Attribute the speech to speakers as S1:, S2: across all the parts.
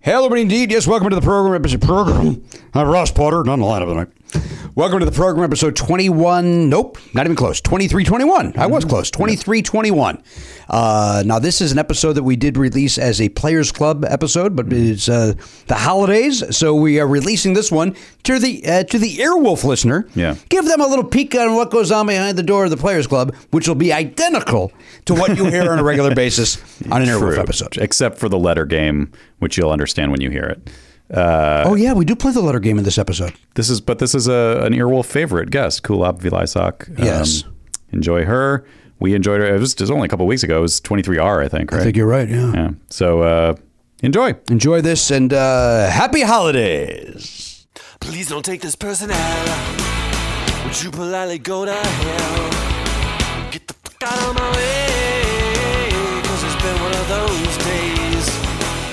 S1: Hello, everybody, indeed. Yes, welcome to the program episode. Program. I'm Ross Potter, not on the lineup tonight. Welcome to the program episode 21. Nope, not even close. 2321. I was close. 2321. Uh, now, this is an episode that we did release as a Players Club episode, but it's uh, the holidays, so we are releasing this one to the uh, to the Earwolf listener.
S2: Yeah.
S1: Give them a little peek on what goes on behind the door of the Players Club, which will be identical to what you hear on a regular basis on an Earwolf
S2: True.
S1: episode.
S2: Except for the letter game, which you'll understand when you hear it. Uh,
S1: oh, yeah, we do play the letter game in this episode.
S2: This is, but this is a an earwolf favorite guest, Kulab Vilaysack. Um,
S1: Yes.
S2: enjoy her. We enjoyed her. It was, it was only a couple weeks ago. It was 23R, I think. Right.
S1: I think you're right, yeah.
S2: yeah. So uh, enjoy.
S1: Enjoy this and uh, happy holidays.
S3: Please don't take this person out. Would you politely go to hell? Get the fuck out of my way. Cause it's been one of those days.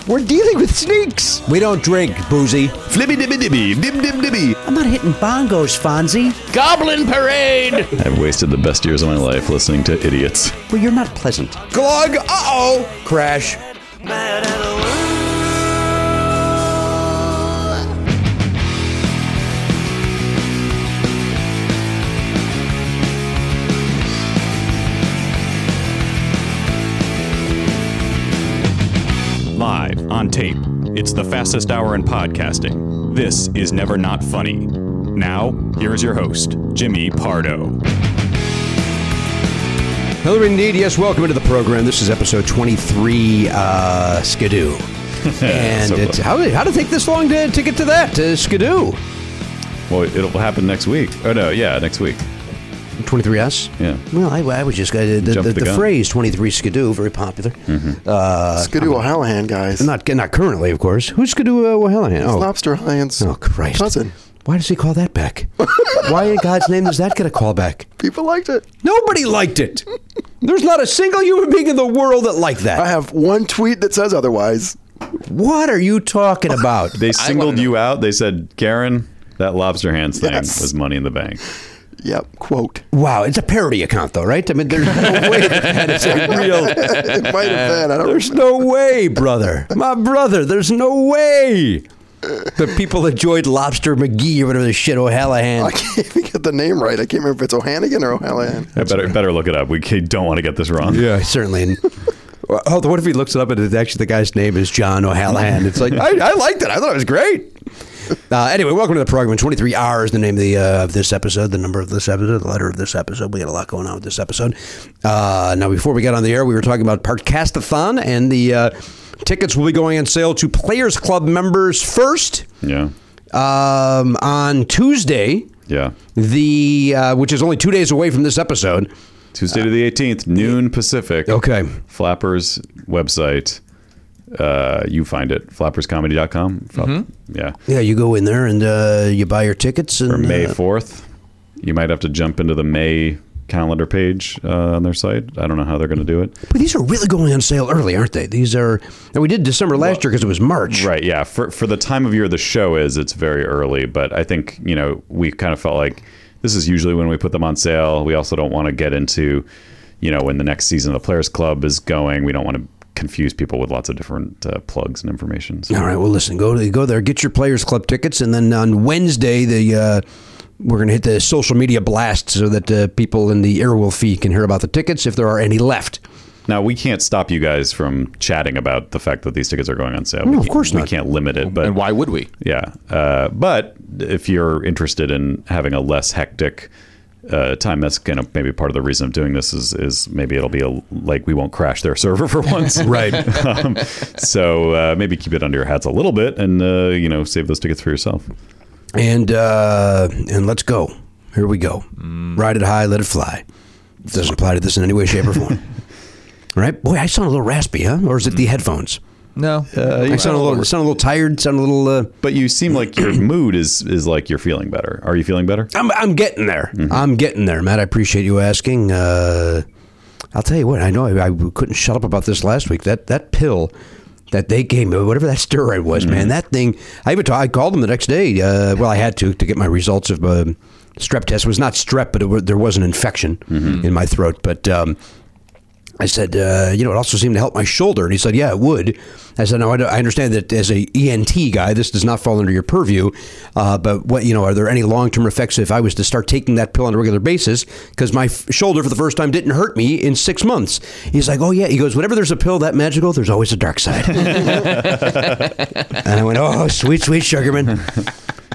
S1: We're dealing with snakes. We don't drink, Boozy.
S2: Flibby dibby dibby, dim dim dibby.
S1: I'm not hitting bongos, Fonzie.
S2: Goblin parade. I've wasted the best years of my life listening to idiots.
S1: Well, you're not pleasant. Glug, uh oh. Crash.
S3: Mad at the world.
S4: Live on tape. It's the fastest hour in podcasting. This is Never Not Funny. Now, here is your host, Jimmy Pardo.
S1: Hello, indeed. Yes, welcome into the program. This is episode 23, uh, Skidoo. and it's,
S2: So close.
S1: how, did- how did it take this long to, to get to that, to Skidoo?
S2: Well, it'll happen next week. Oh no, yeah, next week.
S1: 23S?
S2: Yeah.
S1: Well, I, I was just, uh, the, the,
S2: Jumped
S1: the,
S2: the gun. Mm-hmm.
S1: phrase 23 Skidoo, very popular. Uh,
S5: Skidoo O'Hallahan, guys.
S1: not, not currently, of course. Who's Skidoo uh, Wahelian? Oh.
S5: Lobster Hyan's
S1: Oh Christ!
S5: cousin.
S1: Why does he call that back? Why in God's name does that get a call back?
S5: People liked it.
S1: Nobody liked it. There's not a single human being in the world that liked
S5: I
S1: that.
S5: have one tweet that says otherwise.
S1: What are you talking about?
S2: They singled you out. They said, Karen, that lobster hands thing
S5: Yes.
S2: was money in the bank.
S5: Yep, quote.
S1: Wow, it's a parody account, though, right? I mean, there's no way. that it's a real.
S5: it might have been. I don't
S1: There's no way, brother. My brother, there's no way. The people that joined Lobster McGee or whatever the shit
S5: I
S1: O'Hallahan.
S5: can't even get the name right. I can't remember if it's O'Hannigan or O'Hallahan.
S2: I better better look it up. We c- don't want to get this wrong.
S1: Yeah, certainly. Well, Oh, what if he looks it up and it's actually the guy's name is John O'Hallahan? It's like I, I liked it. I thought it was great. Uh, anyway, welcome to the program. Twenty three R is the name of the uh, of this episode, the number of this episode, the letter of this episode. We got a lot going on with this episode. Uh, now, before we got on the air, we were talking about Podcastathon, and the uh, tickets will be going on sale to Players Club members first
S2: Yeah.
S1: um, on Tuesday.
S2: Yeah.
S1: The uh, which is only two days away from this episode.
S2: Tuesday to the 18th, noon Pacific.
S1: Okay.
S2: Flappers website. Uh, you find it. Flapperscomedy.com. Flap-
S1: Mm-hmm.
S2: Yeah.
S1: Yeah, you go in there and uh, you buy your tickets and
S2: Or May
S1: uh,
S2: 4th. You might have to jump into the May calendar page uh, on their site. I don't know how they're going to do it.
S1: But these are really going on sale early, aren't they? These are, and we did December last year because it was March.
S2: Right. Yeah. For for the time of year the show is, it's very early. But I think you know we kind of felt like this is usually when we put them on sale. We also don't want to get into you know when the next season of the Players Club is going. We don't want to confuse people with lots of different uh, plugs and information. So
S1: All right. Well, listen, go to, go there, get your Players Club tickets, and then on Wednesday the. Uh, we're going to hit the social media blast so that uh, people in the Airwolf feed can hear about the tickets if there are any left.
S2: now we can't stop you guys from chatting about the fact that these tickets are going on sale. We
S1: of
S2: can't-
S1: course
S2: we
S1: not.
S2: can't limit it. But
S6: and why would we?
S2: Yeah. Uh, but if you're interested in having a less hectic uh, time, that's kind of maybe part of the reason of doing this is is maybe it'll be a, like we won't crash their server for once.
S1: Right.
S2: um, so uh, maybe keep it under your hats a little bit and, uh, you know, save those tickets for yourself.
S1: And uh, and let's go. Here we go.
S2: Mm.
S1: Ride it high, let it fly. It doesn't apply to this in any way, shape, or form. All right. Boy, I sound a little raspy, huh? Or is it the
S2: Mm.
S1: headphones?
S6: No.
S1: I sound a little, sound a little tired. Sound a little. Uh,
S2: But you seem like your mood is is like you're feeling better. Are you feeling better?
S1: I'm, I'm getting there. I'm getting there, Matt. I appreciate you asking. Uh, I'll tell you what. I know I, I couldn't shut up about this last week. That that pill that they gave me, whatever that steroid was, man. That thing. I even ta- I called them the next day. Uh, well, I had to to get my results of um strep test. It was not strep, but it, wa- there was an infection in my throat. But um, I said, uh, you know, it also seemed to help my shoulder. And he said, yeah, it would. I said, no, I, don't- I understand that as a ENT guy, this does not fall under your purview. Uh, but what, you know, are there any long term effects if I was to start taking that pill on a regular basis? Because my f- shoulder for the first time didn't hurt me in six months. He's like, oh yeah. He goes, whenever there's a pill that magical, there's always a dark side. and I went, oh, sweet, sweet Sugarman.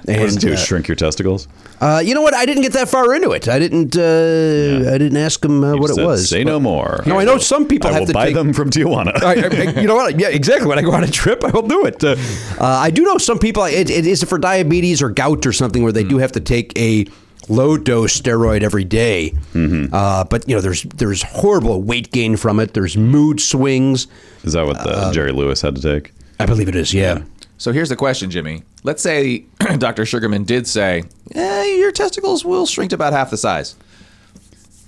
S1: And,
S2: What does it do?
S1: uh,
S2: shrink your testicles?
S1: uh, you know what? I didn't get that far into it. I didn't. Uh, I didn't ask him uh, what it
S2: said,
S1: was.
S2: Say no more.
S1: No, I know some people
S2: I
S1: have
S2: will
S1: to
S2: buy
S1: take-
S2: them from Tijuana.
S1: I, I- you know what? Yeah, exactly. When I go on a trip, I will do it. Uh, I do know some people. It, it is for diabetes or gout or something where they
S2: Mm.
S1: do have to take a low dose steroid every day.
S2: Mm-hmm.
S1: Uh, but you know, there's there's horrible weight gain from it. There's mood swings.
S2: Is that what
S1: um,
S2: the, Jerry Lewis had to take?
S1: I believe it is. Yeah.
S6: So here's the question, Jimmy. Let's say Dr. Sugarman did say, eh, your testicles will shrink to about half the size.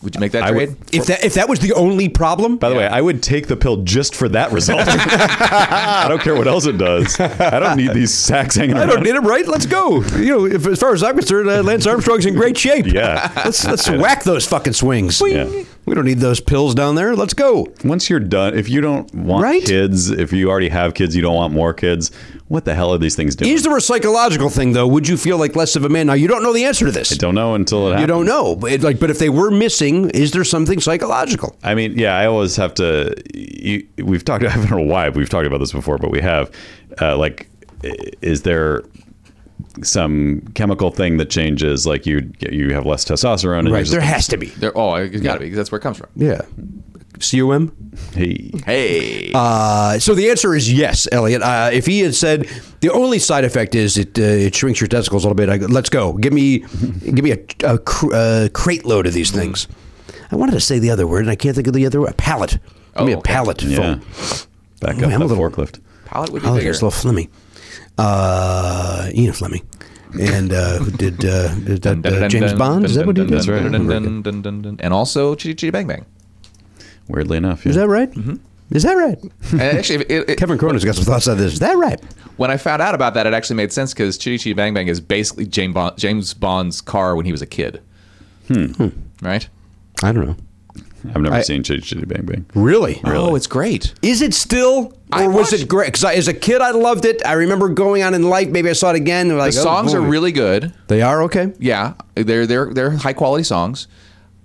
S6: Would you make that
S2: I would-
S6: trade?
S1: If that if that was the only problem,
S2: By the way, I would take the pill just for that result. I don't care what else it does. I don't need these sacks hanging
S1: I
S2: around.
S1: don't need it. Right? Let's go. You know, if, as far as I'm concerned, uh, Lance Armstrong's in great shape.
S2: Yeah.
S1: Let's let's whack those fucking swings.
S2: Yeah.
S1: We don't need those pills down there. Let's go.
S2: Once you're done, if you don't want
S1: Right?
S2: kids, if you already have kids, you don't want more kids. What the hell are these things doing?
S1: Is there a psychological thing though? Would you feel like less of a man? Now you don't know the answer to this.
S2: don't know until it happens.
S1: you don't know. But it, like, but if they were missing, is there something psychological?
S2: I mean, yeah, I always have to. You, we've talked. I don't know why but we've talked about this before, but we have. Uh, like, i- is there some chemical thing that changes? Like you, you have less testosterone. And you're
S1: There
S2: just-
S1: has to be.
S6: There- oh, it's got to be because that's where it comes from.
S1: Yeah. cum.
S2: Hey,
S6: Hey.
S1: Uh, so the answer is yes, Elliot. Uh, if he had said the only side effect is it uh, it shrinks your testicles a little bit, I go, let's go. Give me give me a, a, cr- a crate load of these things. I wanted to say the other word, and I can't think of the other word. A pallet. Give me a
S6: okay.
S1: pallet
S2: Oh, yeah,
S1: full.
S2: back
S1: Oh,
S2: up
S1: I'm a
S2: that
S1: little-
S2: forklift.
S6: Palette would be
S1: Oh,
S6: bigger.
S1: there's little Flemmy. Uh, Ian Flemmy. And uh, who did, uh, did that,
S6: Dun, dun,
S1: uh,
S6: dun,
S1: James
S6: dun,
S1: Bond? Is
S6: dun,
S1: that what he
S6: dun,
S1: did?
S2: That's right.
S6: dun, dun, dun, dun, dun, dun. And also Chitty Chitty Bang Bang.
S2: Weirdly enough, yeah.
S1: Is that right?
S6: Mm-hmm.
S1: Is that right?
S6: And actually, it, it,
S1: Kevin Cronin's got some thoughts on this. Is that right?
S6: when I found out about that, it actually made sense because Chitty Chitty Bang Bang is basically James, Bond, James Bond's car when he was a kid. Hmm. Right?
S1: I don't know.
S2: I've never
S1: I-
S2: seen Chitty Chitty Bang Bang.
S1: Really?
S6: Oh, it's great.
S1: Is it still, or
S6: I
S1: was
S6: watched-
S1: it great? Because as a kid, I loved it. I remember going on in life. Maybe I saw it again. and
S6: The
S1: Like, oh,
S6: songs are
S1: boy.
S6: really good.
S1: They are okay.
S6: Yeah, they're they're they're high quality songs.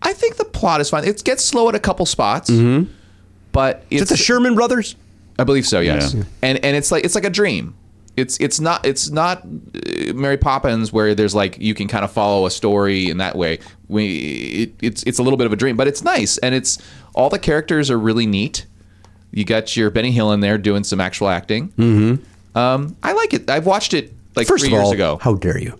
S6: I think the plot is fine. It gets slow at a couple spots,
S1: Mm-hmm.
S6: but
S1: Is
S6: it's
S1: it the Sherman Brothers?
S6: I believe so. Yes,
S2: Yeah.
S6: and and it's like it's like a dream. It's it's not it's not uh, Mary Poppins where there's like you can kind of follow a story in that way. We it, it's it's a little bit of a dream, but it's nice and it's all the characters are really neat. You got your Benny Hill in there doing some actual acting. Mm-hmm. Um, I like it. I've watched it like
S1: First
S6: three
S1: of all,
S6: years ago.
S1: how dare you?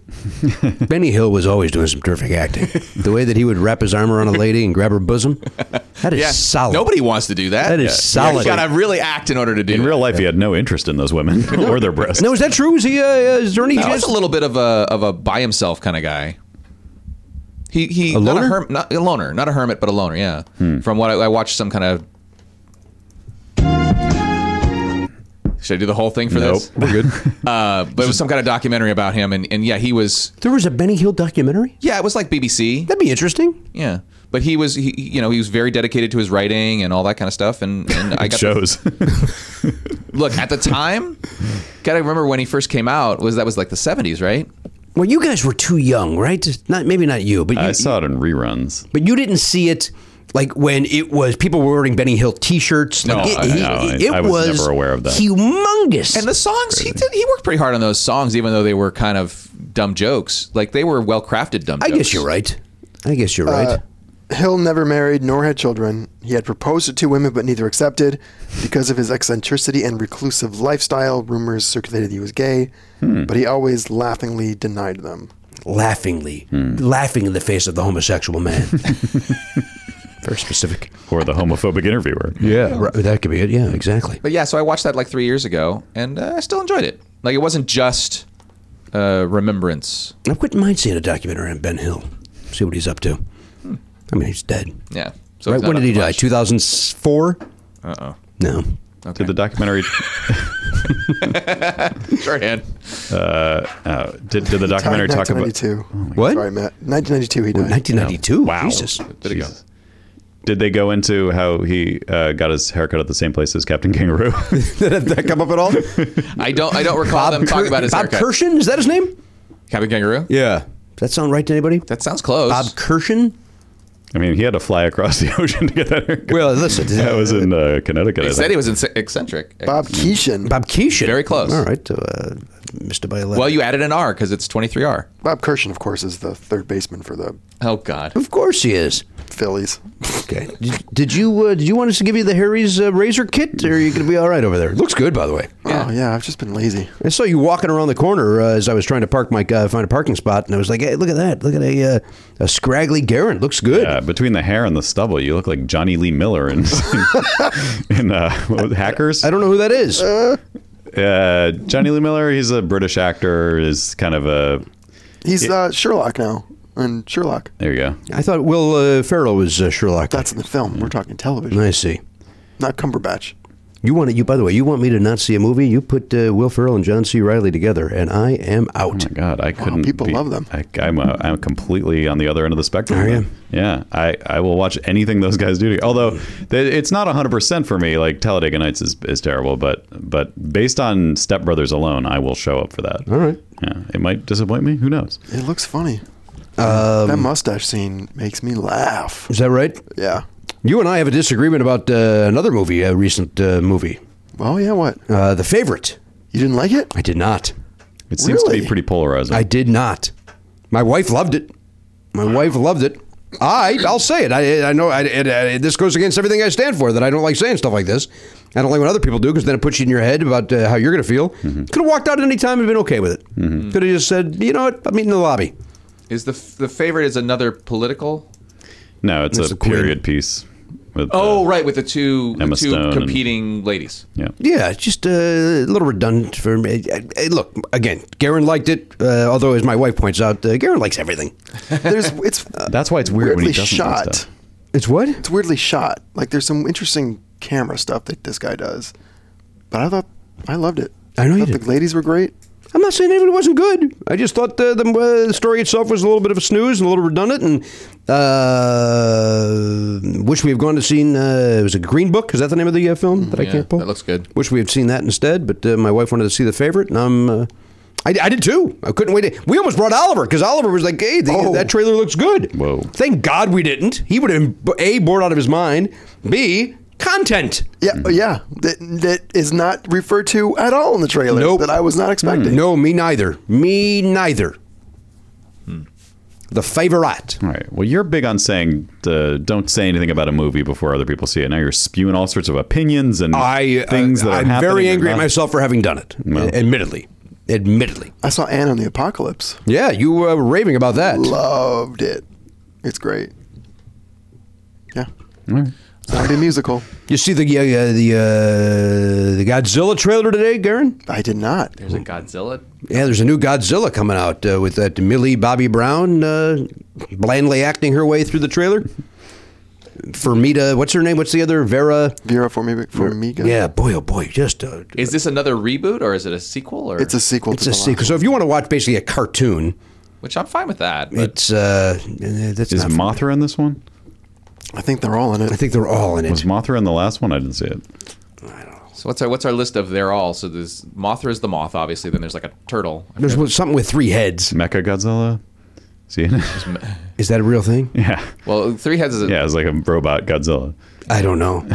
S1: Benny Hill was always doing some terrific acting. The way that he would wrap his arm around a lady and grab her bosom, that is
S6: Yeah,
S1: solid.
S6: Nobody wants to do that.
S1: That is solid.
S6: You got to really act in order to do
S2: In
S6: it.
S2: real life, he had no interest in those women or their breasts.
S1: No, is that true? Is he? Uh, is there any?
S6: He was a little bit of a of a by himself kind of guy. He he
S1: A
S6: not
S1: loner?
S6: herm- not a loner, not a hermit, but a loner. Yeah. From what I, I watched, some kind of. Should I do the whole thing for
S2: nope,
S6: this?
S2: we're good.
S6: Uh, but it was some kind of documentary about him, and, and yeah, he was
S1: there was a Benny Hill documentary.
S6: yeah, it was like BBC.
S1: That'd be interesting.
S6: Yeah, but he was he he- you know he was very dedicated to his writing and all that kind of stuff, and and I
S2: It
S6: got the
S2: shows.
S6: look at the time gotta remember when he first came out was that was like the 70s right
S1: Well, you guys were too young, right? Not maybe not you, but you,
S6: Uh,
S2: I saw it in reruns.
S1: but you didn't see it like when it was people were wearing Benny Hill T-shirts.
S6: No,
S1: like, it,
S6: I-
S1: he-
S2: no, I-
S1: it
S2: I was never aware of that.
S1: Humongous.
S6: and the songs he did he worked pretty hard on those songs even though they were kind of dumb jokes like they were well crafted dumb
S1: I
S6: jokes
S1: guess you're right. I guess you're right.
S5: Hill never married nor had children. He had proposed to two women but neither accepted. Because of his eccentricity and reclusive lifestyle, rumors circulated he was gay,
S1: Hmm.
S5: but he always laughingly denied them.
S1: Laughingly, laughing in the face of the homosexual man. Very specific.
S2: Or the homophobic interviewer.
S1: Yeah, right, that could be it. Yeah, exactly.
S6: but yeah so i watched that like three years ago and uh, i still enjoyed it like it wasn't just uh, remembrance
S1: I wouldn't mind seeing a documentary on Ben Hill. See what he's up to. I mean, he's dead.
S6: yeah so
S1: right?
S6: it's not
S1: When did
S6: up
S1: he
S6: to
S1: die?
S6: much.
S1: Two thousand four. Uh
S6: Uh-oh.
S1: No.
S2: Did the documentary
S6: shorthand
S2: uh, did, did the documentary
S5: Died
S2: talk about
S5: 1992.
S1: What?
S5: Sorry, Matt. 1992 he died.
S1: Nineteen ninety two.
S2: Wow.
S1: Jesus.
S6: There you go.
S2: Jesus. Did they go into how he uh, got his haircut at the same place as Captain Kangaroo?
S1: Did that come up at all?
S6: I don't. I don't recall them talking
S1: Kir-
S6: about his
S1: Bob
S6: haircut.
S1: Kirshen is that his name?
S6: Captain Kangaroo.
S1: Yeah. Does that sound right to anybody?
S6: That sounds close.
S1: Bob Kirshen.
S2: I mean, he had to fly across the ocean to get that haircut.
S1: Well, listen,
S2: that was in uh, Connecticut. I
S6: they said
S2: think.
S6: he was inc- eccentric.
S5: Bob Keeshan. Bob,
S1: Bob Keeshan.
S6: Very close.
S1: All right, so, uh, Mr. By
S6: Well, you added an R because it's 23R.
S5: Kirshen, of course, is the third baseman for the
S6: Oh God.
S1: of course he is.
S5: Phillies.
S1: Okay. Did, did you uh, did you want us to give you the Harry's uh, razor kit, or are you gonna be all right over there? It looks good, by the way.
S5: Oh, yeah, I've just been lazy.
S1: I saw you walking around the corner uh, as I was trying to park my uh, find a parking spot, and I was like, "Hey, look at that! Look at a uh, a scraggly Garand. Looks good."
S2: Yeah, Uh, between the hair and the stubble, you look like Johnny Lee Miller in, in uh, what was it, Hackers.
S1: I don't know who that is.
S2: Uh, Johnny Lee Miller, he's a British actor, is kind of a.
S5: He's uh, Sherlock now. And Sherlock.
S2: There you go.
S1: I thought Will uh, Ferrell was uh, Sherlock.
S5: That's in the film. We're talking television,
S1: I see.
S5: not Cumberbatch.
S1: You want you? By the way, you want me to not see a movie? You put uh, Will Ferrell and John C. Riley together, and I am out.
S2: Oh my God, I couldn't.
S5: people
S2: be-
S5: love them.
S2: I, I'm a, I'm completely on the other end of the spectrum.
S1: Are you?
S2: Yeah, I, I will watch anything those guys do. To, although they, it's not 100 percent for me. Like Talladega Nights is, is terrible, but but based on Step Brothers alone, I will show up for that.
S1: All right.
S2: Yeah, it might disappoint me. Who knows?
S5: It looks funny.
S1: Um,
S5: that mustache scene makes me laugh.
S1: Is that right?
S5: Yeah.
S1: You and I have a disagreement about uh, another movie, a recent uh, movie,
S5: Well, yeah, what?
S1: uh, The Favorite.
S5: You didn't like it?
S1: I did not.
S2: It seems to
S5: Really?
S2: be pretty polarizing.
S1: I did not. My wife loved it. My wife loved it. I, I'll say it. I, I know I, it, I, this goes against everything I stand for. That I don't like saying stuff like this. I don't like when other people do because then it puts you in your head about uh, how you're going to feel. Could have walked out at any time and been okay with it. Could have just said, you know what, I'm meeting in the lobby.
S6: Is the the favorite is another political?
S2: no, it's
S1: That's
S2: a
S1: the Queen.
S2: period piece. With,
S6: Oh
S2: uh,
S6: right, with the two the
S2: Emma
S6: two
S2: Stone and-
S6: competing ladies.
S2: yeah.
S1: Yeah, it's just uh, a little redundant for me. Uh, uh, Look, again, Garen liked it. Uh, although, as my wife points out, uh, Garen likes everything.
S5: There's it's
S2: That's why it's weird when
S5: weirdly
S2: he doesn't do
S5: shot.
S2: stuff.
S1: It's what?
S5: It's weirdly shot. Like there's some interesting camera stuff that this guy does. But I thought I loved it.
S1: I know you
S5: thought
S1: did.
S5: the ladies were great.
S1: I'm not saying it wasn't good. I just thought the, the uh, story itself was a little bit of a snooze and a little redundant, and uh, wish we had gone to seen. Uh, it was a Green Book. Is that the name of the uh, film that I
S6: Yeah,
S1: can't pull?
S6: that looks good.
S1: Wish we had seen that instead. But uh, my wife wanted to see the favorite, and I'm. Uh, I, I did too. I couldn't wait. To, we almost brought Oliver because Oliver was like, "Hey, the,
S5: Oh.
S1: that trailer looks good."
S2: Whoa.
S1: Thank God we didn't. He would have been a bored out of his mind. B content.
S5: Yeah, yeah. That that is not referred to at all in the trailer.
S1: Nope. Mm-hmm.
S5: That I was not expecting.
S1: No, me neither. Me neither. Hmm. The favorite.
S2: All right. Well, you're big on saying uh, don't say anything about a movie before other people see it. Now you're spewing all sorts of opinions and
S1: I
S2: things
S1: uh,
S2: that are
S1: I'm
S2: happening
S1: very
S2: or
S1: angry at
S2: not.
S1: myself for having done it. Admittedly, admittedly.
S5: I saw Anne on the Apocalypse.
S1: Yeah, you were raving about that.
S5: Loved it. It's great. Yeah. Zombie musical.
S1: You see the uh, uh, the uh, the Godzilla trailer today, Garen?
S5: I did not.
S6: There's a Godzilla.
S1: Yeah, there's a new Godzilla coming out uh, with that Millie Bobby Brown uh, blandly acting her way through the trailer. For me to what's her name? What's the other Vera?
S5: Vera Formiga. Formiga.
S1: Yeah, boy, oh boy, just a,
S6: Is this another reboot or is it a sequel? Or
S5: It's a sequel
S1: it's
S5: to
S1: a
S5: the
S1: sequel. So if you want to watch basically a cartoon,
S6: which I'm fine with that. But
S1: it's uh, that's
S2: Is
S1: not-
S2: Mothra in this one?
S5: last- I think they're all in it.
S1: I think they're all in it.
S2: Was Mothra in the last one? I didn't see it.
S6: so what's our what's our list of they're all? So there's Mothra is the moth, obviously. Then there's like a turtle.
S1: There's one- something with three heads.
S2: Mecha Godzilla. See it?
S1: Is that a real thing?
S2: yeah.
S6: Well, three heads is a,
S2: Yeah, it's like a robot Godzilla.
S1: I don't know.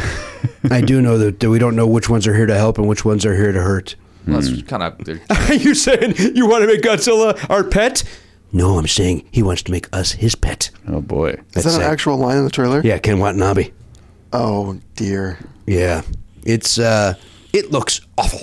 S1: I do know that that we don't know which ones are here to help and which ones are here to hurt.
S6: well, it's
S2: Mm.
S6: kind of they're-
S1: Are you saying you want to make Godzilla our pet? No, I'm saying he wants to make us his pet.
S2: Oh boy.
S5: Is that an actual line in the trailer?
S1: Yeah, Ken Watanabe.
S5: Oh dear.
S1: Yeah, it's uh, it looks awful.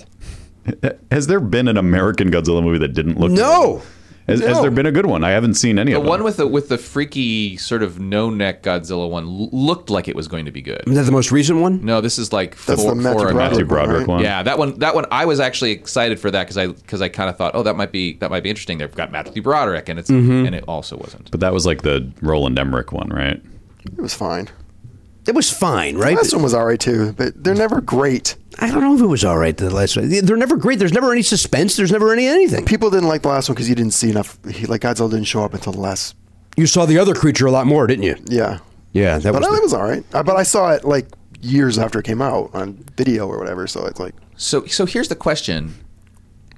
S2: Has there been an American Godzilla movie that didn't look?
S1: No.
S2: good? Has, has
S1: No.
S2: there been a good one? I haven't seen any
S6: the
S2: of them.
S6: one with the with the freaky sort of no neck Godzilla one l- looked like it was going to be good.
S1: Is that the most recent one?
S6: No, this is like
S5: That's
S6: four,
S5: the Matthew
S6: four
S5: Broderick
S6: and-
S2: Matthew Broderick
S5: Right.
S2: one.
S6: Yeah, that one. That one. I was actually excited for that because I because I kind of thought, oh, that might be that might be interesting. They've got Matthew Broderick, and it's and it also wasn't.
S2: But that was like the Roland Emmerich one, right?
S5: It was fine.
S1: It was fine, right?
S5: Last one was alright too, but they're never great.
S1: I don't know if it was all right. The last one. They're never great. There's never any suspense. There's never any anything.
S5: People didn't like the last one because you didn't see enough. He, like Godzilla didn't show up until the last.
S1: You saw the other creature a lot more, didn't you?
S5: Yeah.
S1: Yeah, that was
S5: but I
S1: the-
S5: thought it was all right. Uh, But I saw it like years after it came out on video or whatever. So it's like
S6: So so here's the question: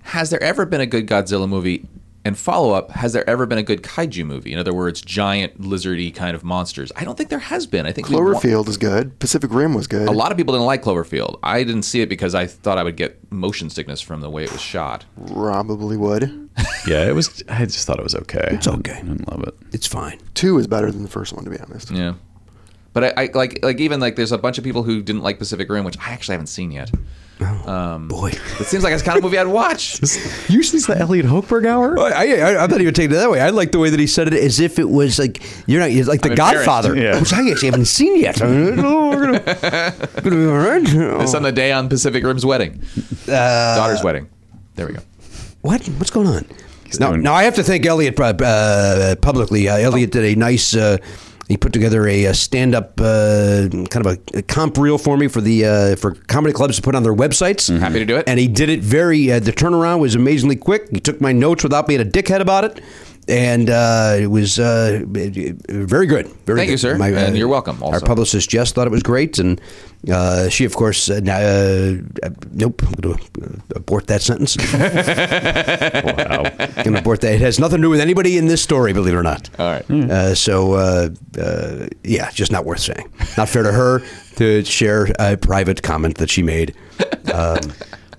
S6: Has there ever been a good Godzilla movie? And follow up: Has there ever been a good kaiju movie? In other words, giant lizardy kind of monsters. I don't think there has been. I think we wa-
S5: Cloverfield is good. Pacific Rim was good.
S6: A lot of people didn't like Cloverfield. I didn't see it because I thought I would get motion sickness from the way it was shot.
S5: probably would.
S2: Yeah, it was. I just thought it was okay. It's
S1: okay.
S2: I didn't love it.
S1: It's fine.
S5: Two is better than the first one, to be honest.
S6: Yeah. But I, I like like even like there's a bunch of people who didn't like Pacific Rim, which I actually haven't seen yet. Um,
S1: Boy.
S6: It seems like it's the kind of movie I'd watch.
S2: Usually it's the Elliot Hochberg hour.
S1: I, I, I'm not even taking it that way. I like the way that he said it as if it was like you're not you're like the
S6: embarrassed.
S1: Godfather,
S2: Yeah.
S1: which I actually haven't seen yet. I mean, oh, we're gonna, gonna be all right.
S6: It's on the day on Pacific Rim's wedding,
S2: Uh,
S6: daughter's wedding. There we go.
S1: What? What's going on? Now,
S2: doing-
S1: now I have to thank Elliot uh, uh, publicly. Uh, Elliot did a nice. Uh, he put together a, uh stand-up uh, kind of a, a comp reel for me for the uh, for comedy clubs to put on their websites.
S6: Mm, Happy to do it.
S1: And he did it very. Uh, the turnaround was amazingly quick. He took my notes without being a dickhead about it, and uh, it was uh, very good. Very
S6: Thank you,
S1: good. uh,
S6: sir. And you're welcome,
S1: Our
S6: also.
S1: publicist Jess thought it was great, and uh, she, of course, uh, now, uh, uh, nope, I'm going to abort that sentence.
S2: Wow.
S1: Gonna abort that. It has nothing to do with anybody in this story, believe it or not.
S6: All right.
S2: Mm.
S1: Uh, so, uh, uh, yeah, just not worth saying. Not fair to her to share a private comment that she made. Um,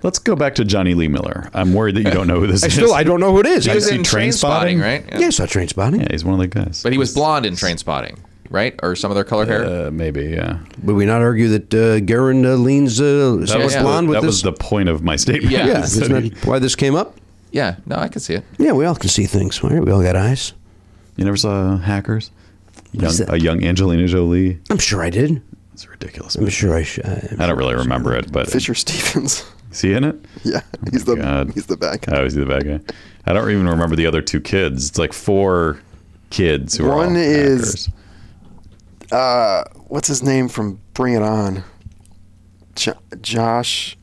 S2: Let's go back to Johnny Lee Miller. I'm worried that you don't know who this
S1: I
S2: is.
S1: still, I don't know who it is.
S6: He
S1: I-
S6: was
S2: see
S6: in Train
S2: Trainspotting?
S6: Spotting, right? Yeah.
S1: yeah, I saw train spotting,
S2: Yeah, he's one of the guys.
S6: But he was blonde in Train Spotting, right? Or some other color hair.
S2: uh, maybe, yeah.
S1: Would we not argue that uh, Garen uh, leans uh, somewhat
S6: was the-
S1: blonde with
S2: that
S1: this?
S2: was the point of my statement.
S6: Yeah.
S1: yeah,
S2: is that
S1: isn't
S2: he-
S1: that why this came up?
S6: yeah. No, I can see it.
S1: Yeah, we all can see things. Right? We all got eyes.
S2: you never saw Hackers? Young,
S1: is that?
S2: a young Angelina Jolie.
S1: I'm sure I did.
S2: It's a ridiculous.
S1: I'm
S2: Movie.
S1: sure I should. I,
S2: I don't really remember it, but
S5: Fisher Stevens.
S2: see in it.
S5: yeah, he's the
S2: God.
S5: he's the bad guy.
S2: Oh, is he the bad guy? I don't even remember the other two kids. It's like four kids who are all
S5: One is-
S2: hackers.
S5: What's his name from Bring It On? Jo- Josh.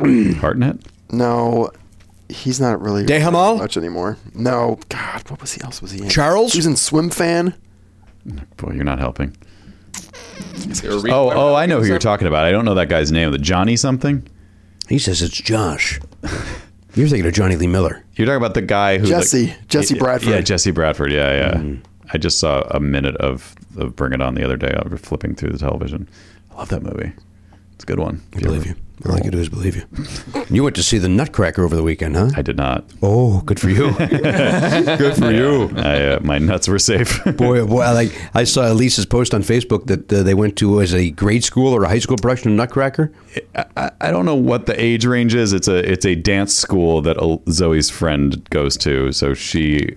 S2: Hartnett.
S5: No, he's not really
S1: De Hamal?
S5: much anymore. No, God, what was he else? Was he in?
S1: Charles?
S5: He was in Swim Fan.
S2: Boy, you're not helping.
S6: They were re-
S2: Oh, oh, I know who you're talking about. I don't know that guy's name. The Johnny something.
S1: he says it's Josh. You're thinking of Johnny Lee Miller.
S2: You're talking about the guy who like-
S5: Jesse. Jesse
S2: Yeah,
S5: Bradford. Mm-hmm.
S2: Yeah, Jesse Bradford. Yeah, yeah. I just saw a minute of, of Bring It On the other day. I was flipping through the television. I love that movie. It's a good one.
S1: I believe you. All I can do is believe you. You went to see the Nutcracker over the weekend, huh?
S2: I did not.
S1: oh, good for you. good for you.
S2: I, uh, my nuts were safe.
S1: Boy, oh boy, I like I saw Elisa's post on Facebook that uh, they went to was a grade school or a high school production of Nutcracker.
S2: I, I don't know what the age range is. It's a it's a dance school that El- Zoe's friend goes to. So she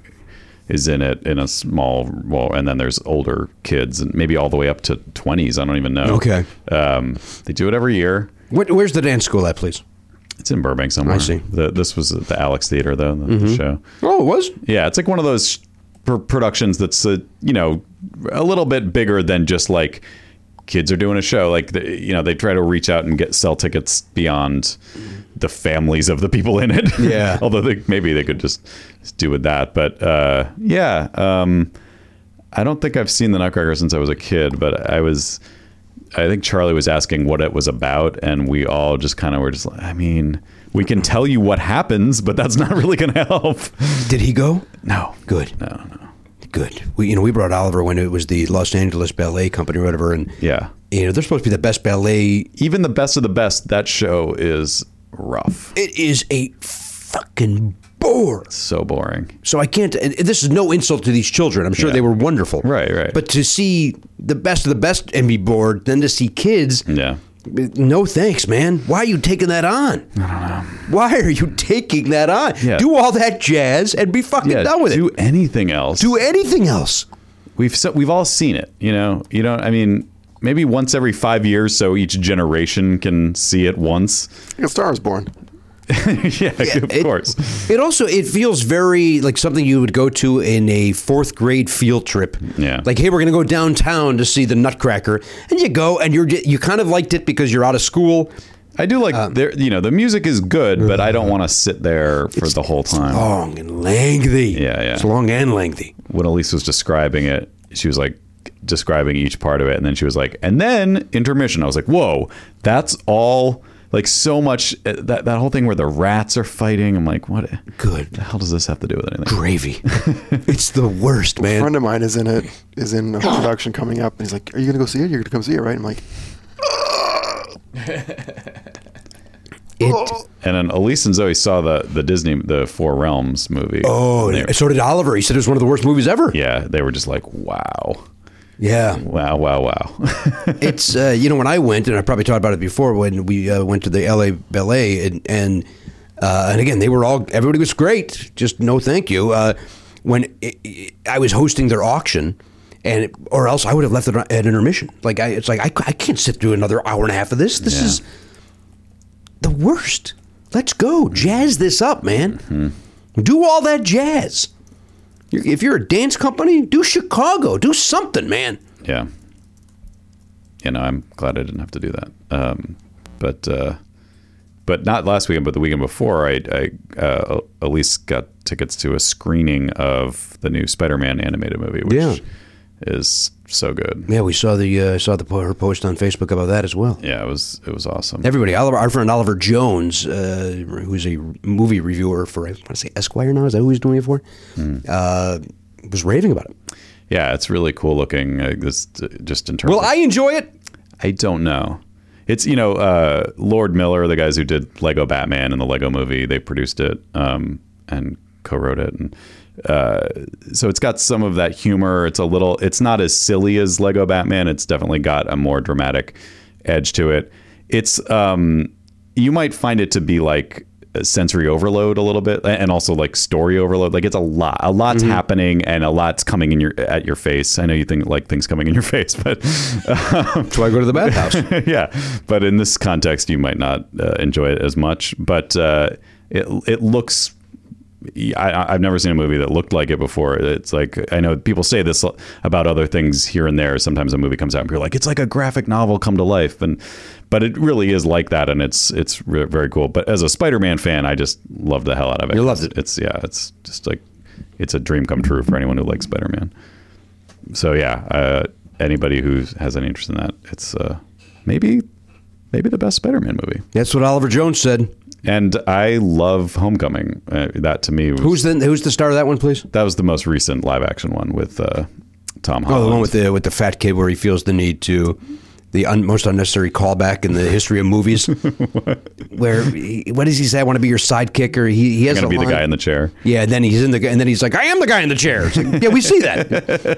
S2: is in it in a small well, and then there's older kids and maybe all the way up to twenties. I don't even know.
S1: Okay.
S2: Um, they do it every year.
S1: What, where's the dance school at, please?
S2: It's in Burbank somewhere.
S1: I see.
S2: The, this was at the Alex Theater though. The, the show.
S1: Oh, it was.
S2: Yeah, it's like one of those pr- productions that's uh, you know a little bit bigger than just like kids are doing a show. Like the, you know they try to reach out and get sell tickets beyond the families of the people in it.
S1: Yeah.
S2: although they, maybe they could just do with that. But uh, yeah, um, I don't think I've seen the Nutcracker since I was a kid, but I was. I think Charlie was asking what it was about, and we all just kind of were just like, I mean, we can tell you what happens, but that's not really going to help.
S1: Did he go?
S2: No.
S1: Good.
S2: No, no.
S1: Good. We, you know, we brought Oliver when it was the Los Angeles Ballet Company or whatever, and
S2: Yeah.
S1: you know, they're supposed to be the best ballet.
S2: Even the best of the best, that show is rough.
S1: It is a fucking bore.
S2: So boring.
S1: So I can't. And this is no insult to these children. I'm sure
S2: Yeah.
S1: they were wonderful.
S2: Right, right.
S1: But to see the best of the best and be bored, then to see kids.
S2: Yeah.
S1: No thanks, man. Why are you taking that on? I don't know. Why are you taking that on?
S2: Yeah.
S1: Do all that jazz and be fucking
S2: Yeah.
S1: done with
S2: do
S1: it.
S2: anything else.
S1: Do anything else.
S2: We've so, we've all seen it. You know. You know. I mean, maybe once every five years, so each generation can see it once.
S5: Like a Star is Born.
S2: yeah, Of
S1: it-
S2: course.
S1: It also it feels very like something you would go to in a fourth grade field trip.
S2: Yeah.
S1: Like, hey, we're gonna go downtown to see the Nutcracker, and you go, and you're you kind of liked it because you're out of school.
S2: I do like
S1: Um,
S2: there. You know, the music is good, but I don't want to sit there for the whole time.
S1: Long and lengthy.
S2: Yeah, yeah.
S1: It's long and lengthy.
S2: When Elise was describing it, she was like, describing each part of it and then she was like and then intermission i was like whoa that's all like so much uh, that that whole thing where the rats are fighting i'm like what
S1: Good.
S2: the hell does this have to do with anything
S1: Gravy. it's the worst,
S5: A friend
S1: man.
S5: of mine is in it, is in a production coming up, and he's like, "Are you gonna go see it? You're gonna come see it, right?" I'm like,
S1: It,
S2: and then elise and zoe saw the the disney the four realms movie
S1: oh,
S2: And they-
S1: and so did Oliver. He said it was one of the worst movies ever.
S2: yeah they were just like wow
S1: Yeah.
S2: wow wow wow
S1: it's uh, you know when I went and I probably talked about it before when we uh, went to the L.A. Ballet and and uh, and again they were all everybody was great just no thank you uh, when i i I was hosting their auction and it, or else I would have left it at intermission like I it's like I, c- I can't sit through another hour and a half of this this
S2: Yeah.
S1: is the worst let's go jazz this up man do all that jazz You're- if you're a dance company do Chicago do something man.
S2: yeah you know i'm glad i didn't have to do that um but uh but not last weekend but the weekend before i i uh elise got tickets to a screening of the new spider-man animated movie which
S1: Yeah.
S2: is so good
S1: Yeah, we saw the uh, saw the po- her post on Facebook about that as well.
S2: yeah it was it was awesome
S1: Everybody, Oliver, our friend Oliver Jones, uh, who's a movie reviewer for I want to say Esquire now, is that who he's doing it for?
S2: Hmm.
S1: Uh, was raving about it.
S2: yeah it's really cool looking uh, this just in terms
S1: Will
S2: of-
S1: I enjoy it?
S2: I don't know. It's you know uh, Lord Miller, the guys who did Lego Batman and the Lego Movie, they produced it um, and co-wrote it, and uh, so it's got some of that humor. It's a little, it's not as silly as Lego Batman. It's definitely got a more dramatic edge to it. It's um, you might find it to be like sensory overload a little bit, and also like story overload. Like it's a lot, a lot's
S1: Mm-hmm.
S2: happening, and a lot's coming in your at your face. I know you think like things coming in your face, but um,
S1: That's why I go to the bathhouse.
S2: yeah, but in this context, you might not uh, enjoy it as much. But uh, it it looks. I, I've never seen a movie that looked like it before. It's like I know people say this about other things here and there. Sometimes a movie comes out and people are like, "It's like a graphic novel come to life," and but it really is like that, and it's it's re- very cool. But as a Spider-Man fan, I just love the hell out of it.
S1: You loved it.
S2: It's yeah, it's just like it's a dream come true for anyone who likes Spider-Man so yeah, uh, anybody who has any interest in that, it's uh, maybe maybe the best Spider-Man movie.
S1: That's what Oliver Jones said.
S2: And I love Homecoming. Uh, that to me was
S1: Who's the Who's the star of that one, please?
S2: that was the most recent live action one with uh, Tom Holland.
S1: Oh, the one with the with the fat kid where he feels the need to. The un, most unnecessary callback in the history of movies, where he, what does he say? I want to be your sidekick, or he, he has
S2: going to
S1: a
S2: be
S1: line.
S2: the guy in the chair.
S1: Yeah, and then he's in the and then he's like, I am the guy in the chair. It's like, yeah, we see that.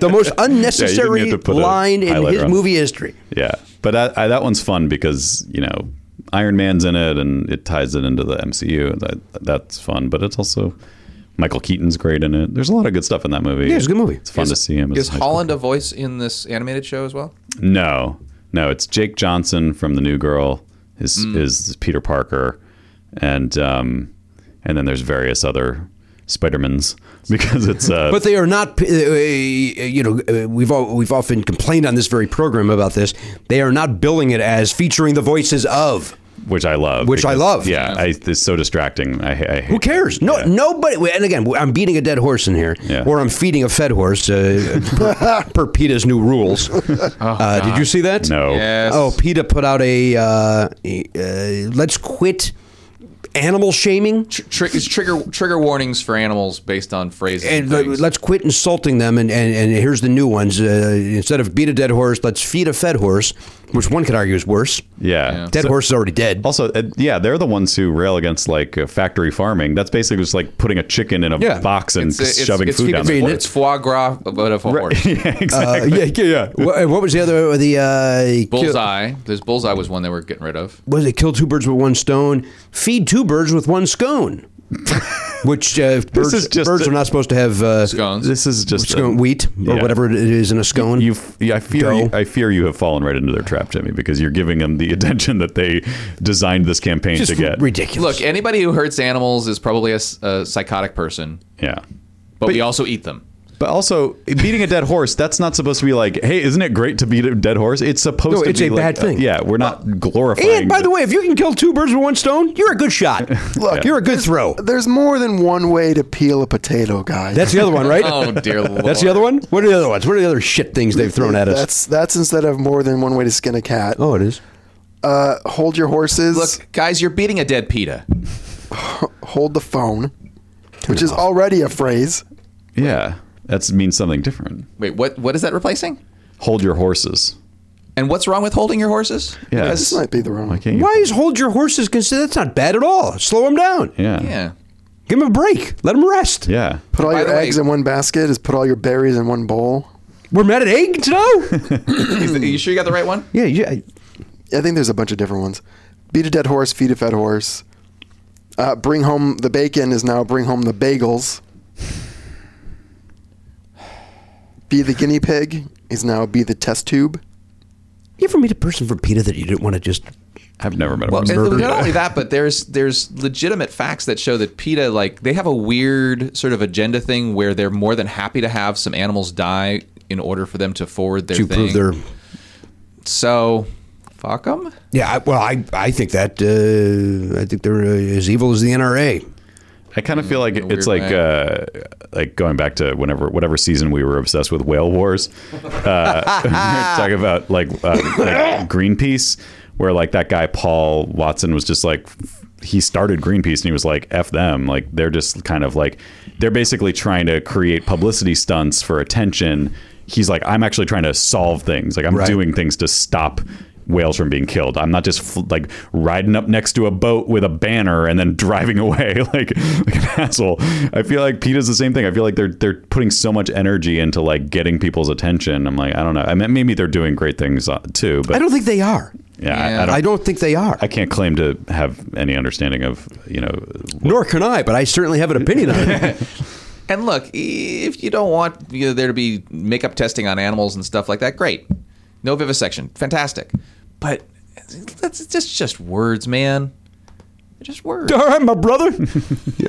S1: The most unnecessary
S2: have to put a
S1: line in
S2: highlighter
S1: his
S2: on.
S1: movie history.
S2: Yeah, but that, I, that one's fun because you know Iron Man's in it, and it ties it into the MCU. That that's fun, but it's also Michael Keaton's great in it. There's a lot of good stuff in that movie.
S1: Yeah, it's a good movie.
S2: It's fun to see him. as
S6: Is
S2: a high school
S6: Holland a voice in this animated show as well?
S2: No, no, it's Jake Johnson from The New Girl. Is
S6: Mm.
S2: is Peter Parker, and um, and then there's various other Spidermans because it's uh,
S1: But they are not, uh, you know, uh, we've all, we've often complained on this very program about this. They are not billing it as featuring the voices of.
S2: which I love.
S1: Which I love.
S2: Yeah, I, it's so distracting. I, I hate
S1: Who cares? No, nobody. And again, I'm beating a dead horse in here,
S2: Yeah.
S1: or I'm feeding a fed horse. Uh, per, per PETA's new rules. uh, did you see that?
S2: Oh, No.
S6: Yes.
S1: Oh, PETA put out a uh, a, uh, let's quit animal shaming
S6: Tri- it's trigger trigger warnings for animals based on phrases.
S1: and
S6: And
S1: le-
S6: things.
S1: let's quit insulting them. And, and, and here's the new ones. Uh, instead of beat a dead horse, let's feed a fed horse, which one could argue is worse.
S2: Yeah.
S1: Dead
S2: So-
S1: horse is already dead.
S2: Also, uh, yeah, they're the ones who rail against like uh, factory farming. That's basically just like putting a chicken in a
S1: Yeah.
S2: box and
S6: It's- it's-
S2: shoving
S6: it's
S2: food down the
S1: convenient.
S2: plate.
S6: it's foie gras, but of a horse.
S2: yeah, exactly.
S1: Uh, yeah, yeah, yeah. What, what was the other? The uh, kill-
S6: Bullseye. This bullseye was one they were getting rid of.
S1: was it kill two birds with one stone? Feed two birds with one scone. Which uh, birds,
S2: is just
S1: birds
S2: a-
S1: are not supposed to have uh,
S6: Scones.
S2: This is just a-
S1: scone wheat or
S2: Yeah.
S1: whatever it is in a scone.
S2: You, f- yeah, I fear,
S1: Dough.
S2: you, I fear you have fallen right into their trap, Jimmy, because you're giving them the attention that they designed this campaign
S1: just
S2: to get.
S1: ridiculous.
S6: Look, anybody who hurts animals is probably a, s- a psychotic person,
S2: Yeah,
S6: but, we also eat them.
S2: But also, beating a dead horse, that's not supposed to be like, hey, isn't it great to beat a dead horse? It's supposed
S1: No,
S2: to
S1: it's
S2: be
S1: a
S2: like,
S1: bad
S2: uh,
S1: thing.
S2: yeah, we're not glorifying.
S1: And by the way, if you can kill two birds with one stone, you're a good shot. Look, you're a good throw.
S5: There's more than one way to peel a potato, guys.
S1: That's the other one, right?
S6: Oh dear lord.
S1: That's the other one. What are the other ones? What are the other shit things they've thrown at us?
S5: That's that's instead of more than one way to skin a cat.
S1: oh, it is.
S5: Uh, hold your horses.
S6: Look, guys, you're beating a dead PETA.
S5: Hold the phone, which is already a phrase.
S2: yeah, that means something different.
S6: Wait, what? What is that replacing?
S2: Hold your horses.
S6: And what's wrong with holding your horses?
S2: Yeah,
S5: This might be the wrong.
S2: Why
S5: one.
S2: can't you-
S1: Why is hold your horses considered? That's not bad at all. Slow them down.
S2: Yeah,
S6: Yeah.
S1: Give them a break. Let them rest.
S2: yeah.
S5: Put all
S6: By
S5: your
S6: the way-
S5: eggs in one basket is put all your berries in one bowl.
S1: We're mad at eggs now.
S6: Is- you sure you got the right one?
S1: yeah, yeah.
S5: I think there's a bunch of different ones. Beat a dead horse, feed a fed horse. Uh, bring home the bacon is now bring home the bagels. Be the guinea pig is now be the test tube.
S1: You ever meet a person from PETA that you didn't want to just?
S2: I've never met a
S6: Well,
S2: horse.
S6: and not only that, but there's there's legitimate facts that show that PETA like they have a weird sort of agenda thing where they're more than happy to have some animals die in order for them to forward their
S1: To
S6: thing.
S1: prove their.
S6: so fuck them.
S1: Yeah, I, well, I I think that uh, I think they're uh, as evil as the NRA.
S2: I kind of feel like
S6: in a
S2: it's
S6: Mm, weird
S2: like uh, like going back to whenever whatever season we were obsessed with whale wars. Uh, we were talking about like, uh, like Greenpeace, where like that guy Paul Watson was just like he started Greenpeace and he was like f them, like they're just kind of like they're basically trying to create publicity stunts for attention. He's like I'm actually trying to solve things, like I'm
S1: Right.
S2: doing things to stop whales from being killed. I'm not just fl- like riding up next to a boat with a banner and then driving away like like an asshole. I feel like PETA's the same thing. I feel like they're they're putting so much energy into like getting people's attention. I'm like, I don't know. I mean, maybe they're doing great things uh, too, but
S1: I don't think they are.
S2: yeah, I-
S6: Yeah.
S2: I, don't,
S1: I
S2: I
S1: don't think they are.
S2: can't claim to have any understanding of you know.
S1: Nor can I, but I certainly have an opinion on it.
S6: And look, if you don't want you know, there to be makeup testing on animals and stuff like that, great. No vivisection, fantastic. But that's just just words, man. They're just words.
S1: All right, my brother.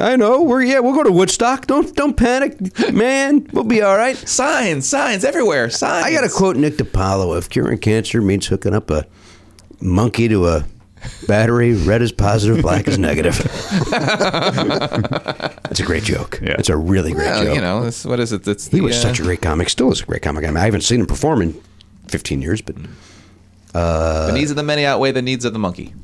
S1: I know. We're yeah. We'll go to Woodstock. Don't don't panic, man. We'll be all right.
S6: Signs, signs everywhere. Signs.
S1: I got to quote Nick DiPaolo. If curing cancer means hooking up a monkey to a battery, red is positive, black is negative. That's a great joke.
S2: Yeah.
S1: It's a really great
S6: Yeah,
S1: joke.
S6: you know, it's, what is it? It's
S1: he
S6: the,
S1: was
S6: uh,
S1: such a great comic. Still is a great comic. I, mean, I haven't seen him perform in 15 years, but
S6: the needs of the many outweigh the needs of the monkey.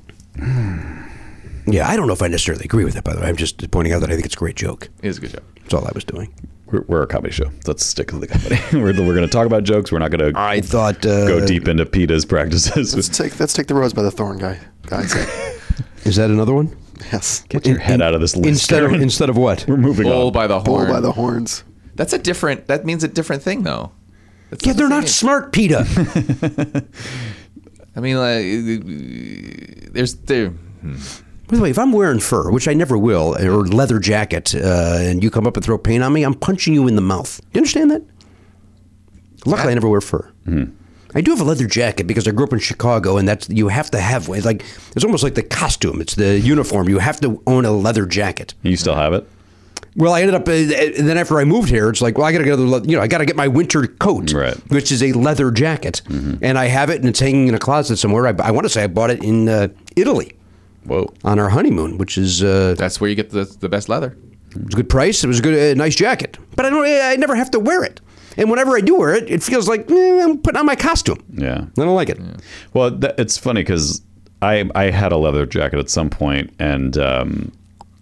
S1: yeah, I don't know if I necessarily agree with it. By the way, I'm just pointing out that I think it's a great joke.
S6: It is a good job.
S1: That's all I was doing.
S2: We're, we're a comedy show. Let's stick to the comedy. we're we're going to talk about jokes. We're not going to
S1: I thought uh,
S2: go deep into PETA's practices.
S5: Let's take let's take the rose by the thorn, guy. Guys,
S1: Is that another one?
S5: yes.
S2: Get your head out of this list.
S1: Instead of
S2: Karen.
S1: instead of what?
S2: we're moving
S6: Bull
S2: on.
S6: by the
S5: Bull
S6: horn.
S5: by the horns.
S6: That's a different. That means a different thing, though. That's
S1: Yeah,
S6: the
S1: they're not
S6: same.
S1: smart, PETA.
S6: I mean, like, there's there.
S1: By the way, if I'm wearing fur, which I never will, or leather jacket, uh, and you come up and throw paint on me, I'm punching you in the mouth. You understand that? Luckily, I never wear fur.
S2: Hmm.
S1: I do have a leather jacket because I grew up in Chicago, and that's you have to have one. It's like it's almost like the costume. It's the uniform. You have to own a leather jacket.
S2: You still have it?
S1: Well, I ended up, uh, and then after I moved here, it's like, well, I got to get another, le- you know, I got to get my winter coat,
S2: Right. Mm-hmm.
S1: which is a leather jacket, and I have it, and it's hanging in a closet somewhere. I, I want to say I bought it in uh, Italy
S2: Whoa.
S1: on our honeymoon, which is uh,
S6: That's where you get the the best leather.
S1: it was a good price. It was a good, uh, nice jacket. But I don't. I never have to wear it. And whenever I do wear it, it feels like eh, I'm putting on my costume.
S2: Yeah.
S1: I don't like it.
S2: Well, that, it's funny because I I had a leather jacket at some point, and um,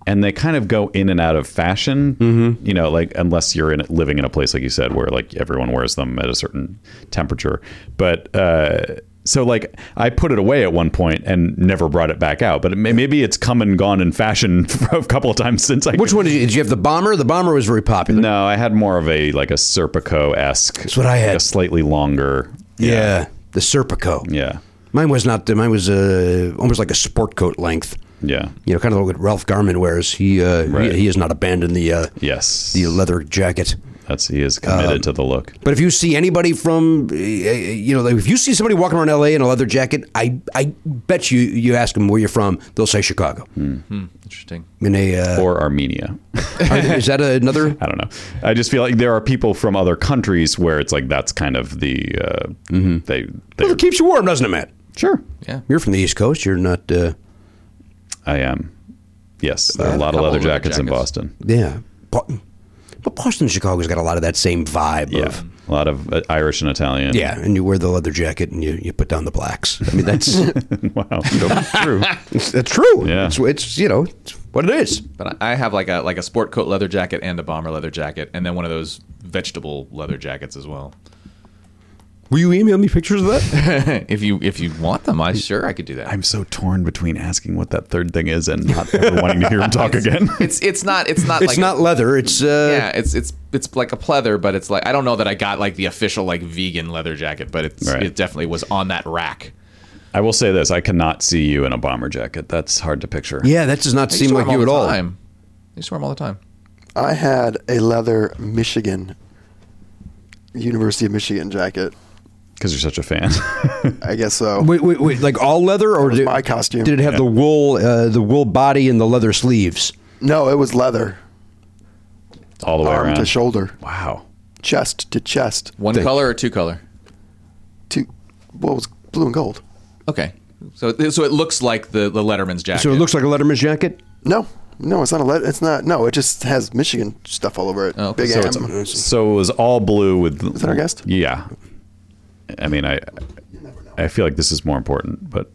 S2: and they kind of go in and out of fashion. Mm-hmm. You know, like unless you're in living in a place like you said where like everyone wears them at a certain temperature. But uh, so like I put it away at one point and never brought it back out. But it may, maybe it's come and gone in fashion a couple of times since I.
S1: Which one did you, did you have? The bomber. The bomber was very popular.
S2: No, I had more of a like a Serpico esque. That's
S1: what I had.
S2: A slightly longer.
S1: Yeah. the Serpico.
S2: Yeah.
S1: Mine was not. Mine was uh, almost like a sport coat length.
S2: Yeah.
S1: You know, kind of like what Ralph Garman wears. He uh,
S2: Right.
S1: he, he has not abandoned the uh,
S2: Yes.
S1: the leather jacket.
S2: That's he is committed to the look.
S1: But if you see anybody from, uh, you know, like if you see somebody walking around L.A. in a leather jacket, I I bet you you ask them where you're from, they'll say Chicago.
S6: Interesting.
S1: In a uh,
S2: Or Armenia.
S1: are- is that another?
S2: I don't know. I just feel like there are people from other countries where it's like that's kind of the uh, they
S1: Well,
S2: they
S1: it keeps you warm, doesn't it, Matt?
S2: sure.
S6: Yeah.
S1: You're from the East Coast. You're not. Uh,
S2: I am. Yes, there are a lot
S6: a
S2: of
S6: couple
S2: leather
S6: of leather
S2: jackets, in
S6: jackets.
S2: Boston.
S1: yeah, Bo- but Boston, Chicago's got a lot of that same vibe.
S2: Yeah,
S1: Of,
S2: a lot of uh, Irish and Italian.
S1: yeah, and you wear the leather jacket and you, you put down the blacks. I mean, that's
S2: wow, true.
S1: that's true.
S2: Yeah.
S1: It's, it's you know it's what it is.
S6: But I I have like a like a sport coat leather jacket and a bomber leather jacket, and then one of those vegetable leather jackets as well.
S1: Will you email me pictures of that?
S6: if you if you want them, I sure I could do that.
S2: I'm so torn between asking what that third thing is and not ever wanting to hear him talk again.
S6: It's it's not it's not
S1: It's
S6: like
S1: not leather. It's uh,
S6: yeah it's it's it's like a pleather, but it's like I don't know that I got like the official like vegan leather jacket, but it's
S2: Right.
S6: it definitely was on that rack.
S2: I will say this: I cannot see you in a bomber jacket. That's hard to picture.
S1: yeah. That does not
S6: I
S1: seem
S6: used to wear
S1: like
S6: them
S1: you at
S6: the
S1: all.
S6: Time. I used to wear them all the time.
S5: I had a leather Michigan, University of Michigan jacket.
S2: because you're such a fan.
S5: I guess so.
S1: Wait, wait, wait, like all leather, or did,
S5: my costume.
S1: Did it have the wool, uh, the wool body, and the leather sleeves?
S5: No, it was leather,
S2: All the way
S5: arm
S2: around.
S5: to shoulder,
S2: Wow.
S5: chest to chest.
S6: One color or two color?
S5: Two, well, it was blue and gold.
S6: Okay. So so it looks like the the Letterman's jacket.
S1: So it looks like a Letterman's jacket.
S5: No, no, it's not a leather. It's not. No, it just has Michigan stuff all over it.
S6: okay.
S5: Big
S6: So
S5: M.
S2: Oh, So it was all blue with. Is
S5: that our guest?
S2: Yeah. I mean, I. I feel like this is more important, but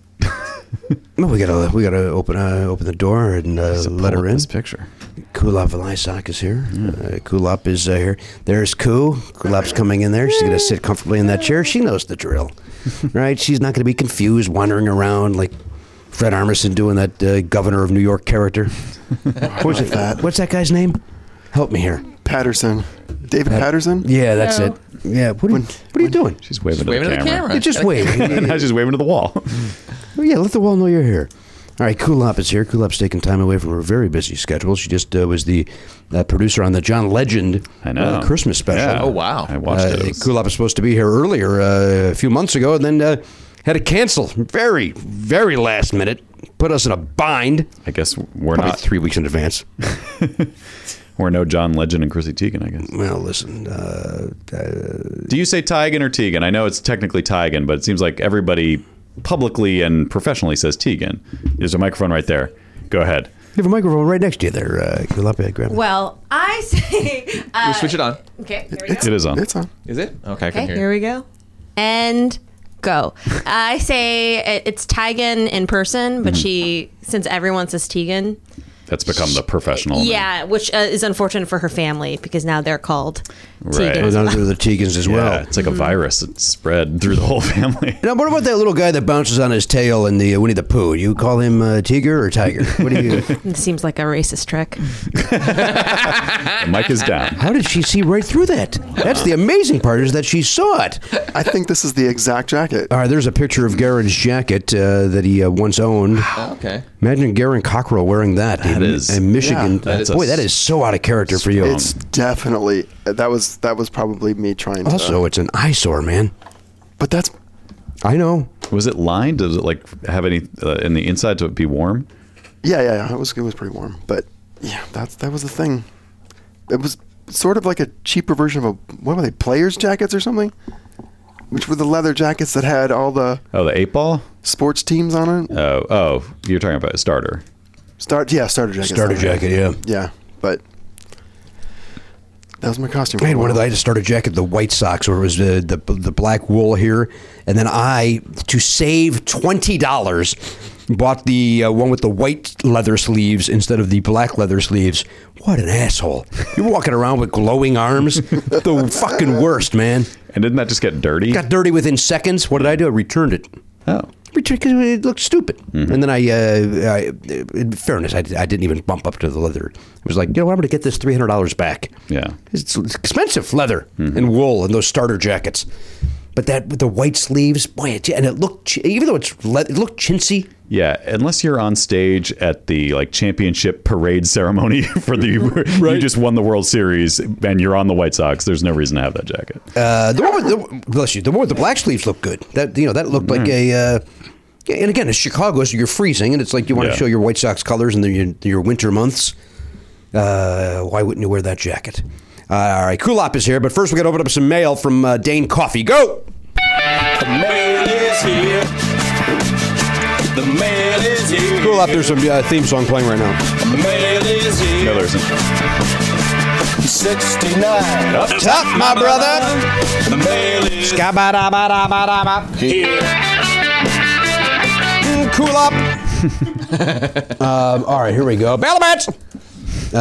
S1: No, we gotta we gotta open uh, open the door and uh, let her in.
S2: this picture.
S1: Kulop Velisak is here. Uh, Kulop is uh, here. There's Ku. Kulop's coming in there. She's gonna sit comfortably in that chair. She knows the drill, right? She's not gonna be confused wandering around like Fred Armisen doing that uh, governor of New York character. what's, it, what's that guy's name? Help me here.
S5: Patterson, David Patterson.
S1: Yeah, that's it. Yeah, what are, you, what are you doing?
S2: She's waving, to,
S6: waving
S2: the
S6: to the
S2: camera.
S6: camera.
S1: You're just waving.
S2: She's waving to the wall.
S1: yeah, let the wall know you're here. All right, Kulop is here. Kulop's taking time away from her very busy schedule. She just uh, was the uh, producer on the John Legend
S2: I know.
S1: Uh, Christmas special.
S2: Yeah.
S6: Oh, wow.
S2: I watched
S1: Uh,
S2: it. it was-
S1: Kulop was supposed to be here earlier uh, a few months ago, and then uh, had to cancel very, very last minute. Put us in a bind.
S2: I guess we're
S1: Probably
S2: not.
S1: three weeks in advance.
S2: We're no John Legend and Chrissy Teigen. I guess.
S1: well, listen, uh,
S2: Do you say Teigen or Teigen? I know it's technically Teigen, but it seems like everybody publicly and professionally says Teigen. There's a microphone right there. Go ahead.
S1: you have a microphone right next to you there, uh, Kulop. Yeah, grab it.
S7: Well, I say. Uh,
S6: We switch it on.
S7: Okay, here we go.
S2: It is on.
S5: It's on.
S6: Is it? Okay, I can
S7: Okay,
S6: hear.
S7: here we go. And go. I say it, it's Tegan in person, but she, since everyone says Tegan,
S2: That's become the professional. name.
S7: yeah, which uh, is unfortunate for her family because now they're called
S2: Right.
S1: And
S7: Tegan.
S1: those are the Tegans as
S2: Yeah,
S1: well.
S2: it's like a virus. It's spread through the whole family.
S1: Now, what about that little guy that bounces on his tail in the uh, Winnie the Pooh? You call him uh, Tiger or Tiger? What do you?
S7: It seems like a racist trick.
S2: The mic is down.
S1: How did she see right through that? That's the amazing part is that she saw it.
S5: I think this is the exact jacket.
S1: All right, there's a picture of Garen's jacket uh, that he uh, once owned.
S6: Okay.
S1: Imagine Garen Cockrell wearing that. That
S2: is-
S1: in, in Michigan.
S5: Yeah,
S2: that is a
S1: Boy, that is so out of character for you.
S5: It's definitely that was that was probably me trying to.
S1: also, it's an eyesore, man.
S5: but that's
S1: I know.
S2: Was it lined? Does it like have any uh, in the inside to be warm?
S5: yeah, yeah, yeah. It was it was pretty warm, but yeah, that's that was the thing. It was sort of like a cheaper version of a what were they players jackets or something, which were the leather jackets that had all the
S2: Oh, the eight ball.
S5: sports teams on it.
S2: Oh, oh, you're talking about a starter.
S5: Start yeah, starter jacket.
S1: Starter jacket, yeah.
S5: Yeah, but that was my costume. for
S1: I
S5: a
S1: had one of the,
S5: while.
S1: I had to start a jacket, the White Sox, where it was uh, the, the the black wool here, and then I, to save twenty dollars, bought the uh, one with the white leather sleeves instead of the black leather sleeves. What an asshole! You're walking around with glowing arms, the fucking worst, man.
S2: And didn't that just get dirty?
S1: Got dirty within seconds. What did I do? I returned it.
S2: Oh,
S1: Returned because it looked stupid. And then I, uh, I, in fairness, I, I didn't even bump up to the leather. It was like, you know, what, I'm going to get this three hundred dollars back.
S2: yeah.
S1: It's it's expensive leather and wool and those starter jackets. But that with the white sleeves, boy, it, and it looked chi- even though it's le- it looked chintzy,
S2: Yeah, unless you're on stage at the like championship parade ceremony for the you just won the World Series and you're on the White Sox, there's no reason to have that jacket.
S1: Uh, the one with the, bless you. The one with the black sleeves looked good. That you know that looked like a. Uh, yeah, and again, it's Chicago, so you're freezing, and it's like you want
S2: Yeah.
S1: to show your White Sox colors in the, your, your winter months. Uh, why wouldn't you wear that jacket? Uh, all right, Kulop is here, but first we got to open up some mail from uh, Dane Coffee. Go.
S3: The mail is here. The mail is here.
S1: Kulop, there's some uh, theme song playing right now.
S3: The mail is here.
S2: No, there isn't.
S3: 69.
S1: Up top, my brother.
S3: The mail is
S1: Ska-ba-da-ba-da-ba-da-ba.
S3: here.
S1: Mm, Cool up. um, all right, here we go. Battle match. Uh,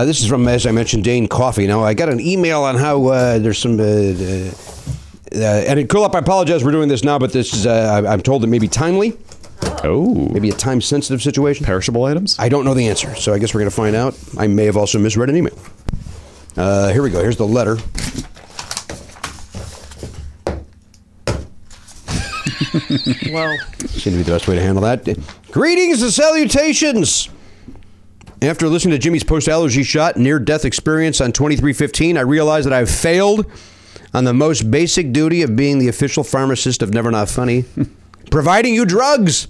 S1: this is from, as I mentioned, Dane Coffee. Now, I got an email on how uh, there's some. Uh, uh, uh, and cool up. I apologize. We're doing this now, but this is. Uh, I- I'm told it may be timely,
S2: Oh,
S1: maybe a time-sensitive situation.
S2: perishable items.
S1: I don't know the answer, so I guess we're going to find out. I may have also misread an email. Uh, here we go. Here's the letter.
S7: Whoa.
S1: Seems to be the best way to handle that. Greetings and salutations. After listening to Jimmy's post allergy shot near death experience on 2315, I realized that I've failed on the most basic duty of being the official pharmacist of Never Not Funny, providing you drugs.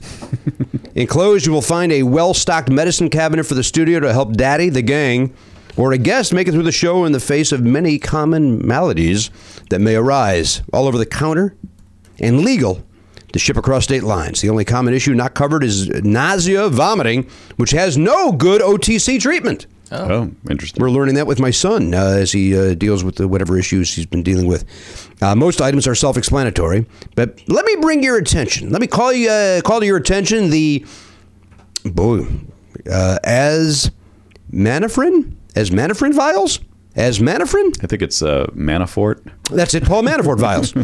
S1: Enclosed, you will find a well stocked medicine cabinet for the studio to help Daddy, the gang, or a guest make it through the show in the face of many common maladies that may arise all over the counter and legal to ship across state lines. The only common issue not covered is nausea, vomiting, which has no good OTC treatment.
S2: Oh, interesting.
S1: We're learning that with my son uh, as he uh, deals with the whatever issues he's been dealing with. Uh, most items are self-explanatory, but let me bring your attention. Let me call you uh, call to your attention the boy uh, as Manafrin as Manafrin vials as Manafrin.
S2: I think it's uh, Manafort.
S1: That's it, Paul Manafort vials.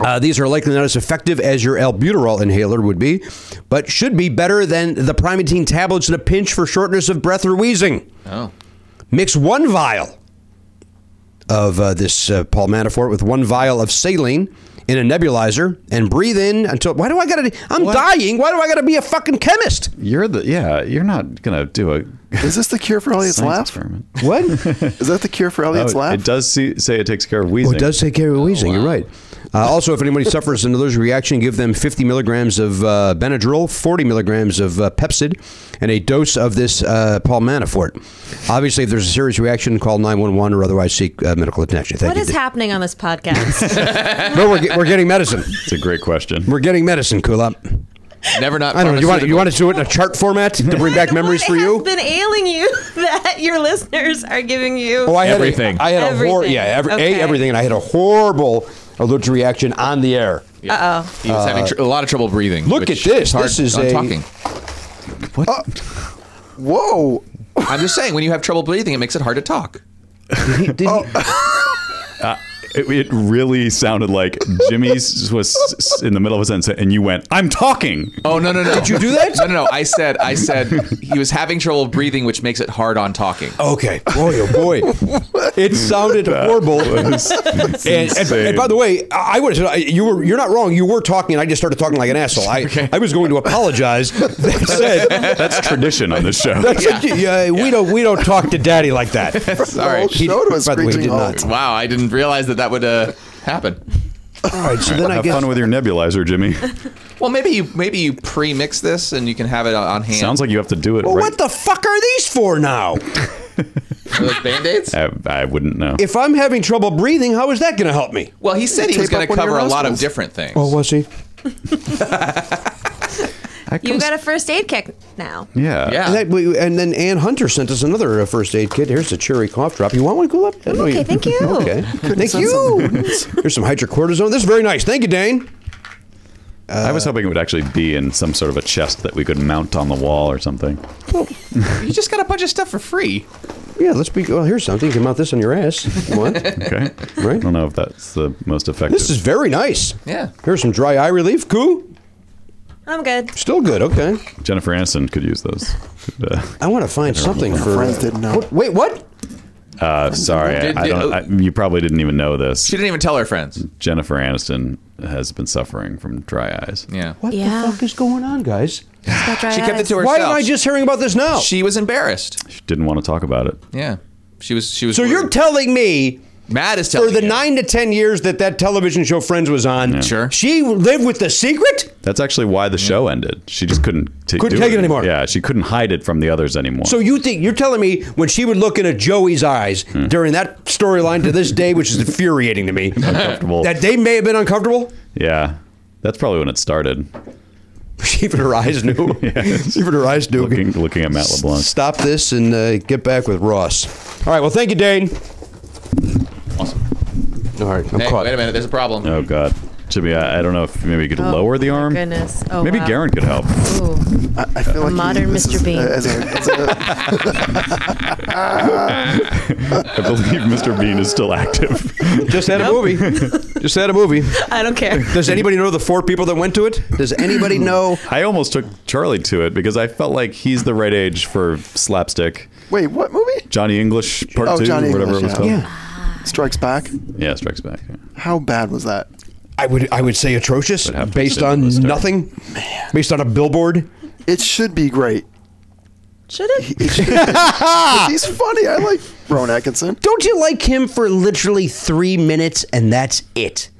S1: Uh, these are likely not as effective as your albuterol inhaler would be, but should be better than the Primatine tablets in a pinch for shortness of breath or wheezing.
S6: Oh.
S1: Mix one vial of uh, this uh, Paul Manafort with one vial of saline in a nebulizer and breathe in until. Why do I gotta? I'm dying. Why do I gotta be a fucking chemist?
S2: You're the yeah. You're not gonna do a
S5: Is this the cure for Elliot's
S2: science
S5: laugh?
S2: experiment.
S1: What?
S5: Is that the cure for
S2: Oh,
S5: Elliot's
S2: it,
S5: laugh?
S2: it does see, say it takes care of
S1: Oh,
S2: wheezing.
S1: it does take care of wheezing. You're right. Uh, also, if anybody suffers an allergic reaction, give them 50 milligrams of uh, Benadryl, 40 milligrams of uh, Pepsid, and a dose of this uh, Paul Manafort. Obviously, if there's a serious reaction, call 911 or otherwise seek uh, medical attention. Thank
S7: What
S1: you.
S7: is happening on this podcast?
S1: No, we're, ge- we're getting medicine.
S2: It's a great question.
S1: We're getting medicine, Kulop.
S6: Never not.
S1: I don't know. You want, you
S6: pharmaceutical.
S1: want to do it in a chart format to bring back memories for
S7: What has
S1: you?
S7: been ailing you that your listeners are giving you?
S1: Oh, I had
S6: Everything.
S1: A, I had a hor-
S7: Everything.
S1: yeah, every,
S7: Okay.
S1: a everything, and I had a horrible allergic reaction on the air.
S6: He was having tr- a lot of trouble breathing.
S1: look
S6: which
S1: at this.
S6: is hard
S1: This is
S6: on
S1: a-
S6: talking.
S5: Whoa.
S6: I'm just saying, when you have trouble breathing, it makes it hard to talk.
S2: It, it really sounded like Jimmy's was s- in the middle of a sentence, and you went, "I'm talking."
S6: Oh no no no! Did
S1: you do that?
S6: No no no! I said I said he was having trouble breathing, which makes it hard on talking.
S1: Okay. Boy, oh boy. it sounded horrible.
S2: and,
S1: And, and- and by the way, I I would have said you were you're not wrong. You were talking, and I just started talking like an asshole. I, I was going to apologize. That said,
S2: that's tradition on this show.
S1: that's yeah. we don't we don't talk to Daddy like that.
S6: Sorry.
S5: whole show to a
S1: by the way, he did
S5: screeching
S1: not.
S5: halt.
S6: Wow, I didn't realize that that would uh, happen.
S1: All right. So then I
S2: Have
S1: guess
S2: fun with your nebulizer, Jimmy.
S6: Well, maybe you maybe you pre-mix this and you can have it on on hand.
S2: Sounds like you have to do it.
S1: well,
S2: right.
S1: what the fuck are these for now?
S6: like band-aids.
S2: I, I wouldn't know.
S1: If I'm having trouble breathing, how is that going to help me?
S6: Well, he said he was
S5: Tape up
S6: going to
S5: one of your
S6: cover a lot of
S5: nostrils.
S6: different things.
S1: was he?
S7: You got a first aid kit now.
S2: yeah.
S6: Yeah.
S1: And, that, we- and then Ann Hunter sent us another uh, first aid kit. Here's a cherry cough drop. You want one, Cool Up?
S7: Okay, thank you.
S1: Okay, thank
S5: send
S1: you. Here's some hydrocortisone. This is very nice. Thank you, Dane.
S2: I was hoping it would actually be in some sort of a chest that we could mount on the wall or something.
S6: You just got a bunch of stuff for free.
S1: Yeah, let's be. Well, here's something. You can mount this on your ass. if you want.
S2: Okay.
S1: Right.
S2: I don't know if that's the most effective.
S1: This is very nice.
S6: Yeah.
S1: Here's some dry eye relief. Cool.
S7: I'm good.
S1: Still good. Okay.
S2: Jennifer Aniston could use those. Could, uh,
S1: I want to find something for.
S5: Friends didn't know.
S1: What- Wait, what?
S2: Uh, sorry,
S6: Did-
S2: I, I
S6: did-
S2: don't. I, you probably didn't even know this.
S6: She didn't even tell her friends.
S2: Jennifer Aniston has been suffering from dry eyes.
S6: Yeah.
S1: What
S7: Yeah.
S1: the fuck is going on, guys?
S6: She kept it to herself.
S1: Why am I just hearing about this now?
S6: She was embarrassed.
S2: She didn't want to talk about it.
S6: Yeah. She was. She was.
S1: so you're
S6: worried.
S1: telling me
S6: Matt is
S1: for
S6: telling
S1: the
S6: you.
S1: nine to ten years that that television show Friends was on,
S6: Sure.
S1: she lived with the secret.
S2: That's actually why the show ended. She just couldn't t-
S1: Couldn't
S2: do
S1: take it anymore.
S2: Yeah, she couldn't hide it from the others anymore.
S1: So you think you're telling me when she would look into Joey's eyes
S6: Hmm.
S1: during that storyline to this day, which is infuriating to me,
S2: uncomfortable.
S1: that they may have been uncomfortable.
S2: yeah, that's probably when it started.
S1: Even her eyes knew. Even her eyes knew.
S2: Looking, looking at Matt LeBlanc.
S1: Stop this and uh, get back with Ross. All right. Well, thank you, Dane. Awesome. All right. I'm
S6: Hey,
S1: caught.
S6: wait a minute. There's a problem.
S2: Oh God, Jimmy, I, I don't know if maybe you could
S7: Oh,
S2: lower the
S7: my
S2: arm.
S7: goodness. Oh,
S2: maybe
S7: wow.
S2: Garen could help.
S7: Ooh.
S5: I, I feel like
S7: Modern
S5: this
S7: Mr.
S5: is, uh,
S7: Bean.
S5: as a- as a-
S2: I believe Mr. Bean is still active.
S1: Just had a movie. Just had a movie.
S7: I don't care.
S1: Does anybody know the four people that went to it? Does anybody know?
S2: I almost took Charlie to it because I felt like he's the right age for slapstick.
S5: wait, what movie?
S2: Johnny English Part
S5: Oh,
S2: Two,
S5: Johnny
S2: whatever
S5: English,
S2: it was called.
S5: yeah. Strikes Back.
S2: Yeah, Strikes Back. yeah.
S5: How bad was that?
S1: I would I would say atrocious,
S2: have to
S1: based
S2: sit
S1: on
S2: on the story.
S1: nothing, based on a billboard.
S5: It should be great.
S7: Should it?
S5: It should be. 'Cause he's funny. I like Rowan Atkinson.
S1: Don't you like him for literally three minutes and that's it?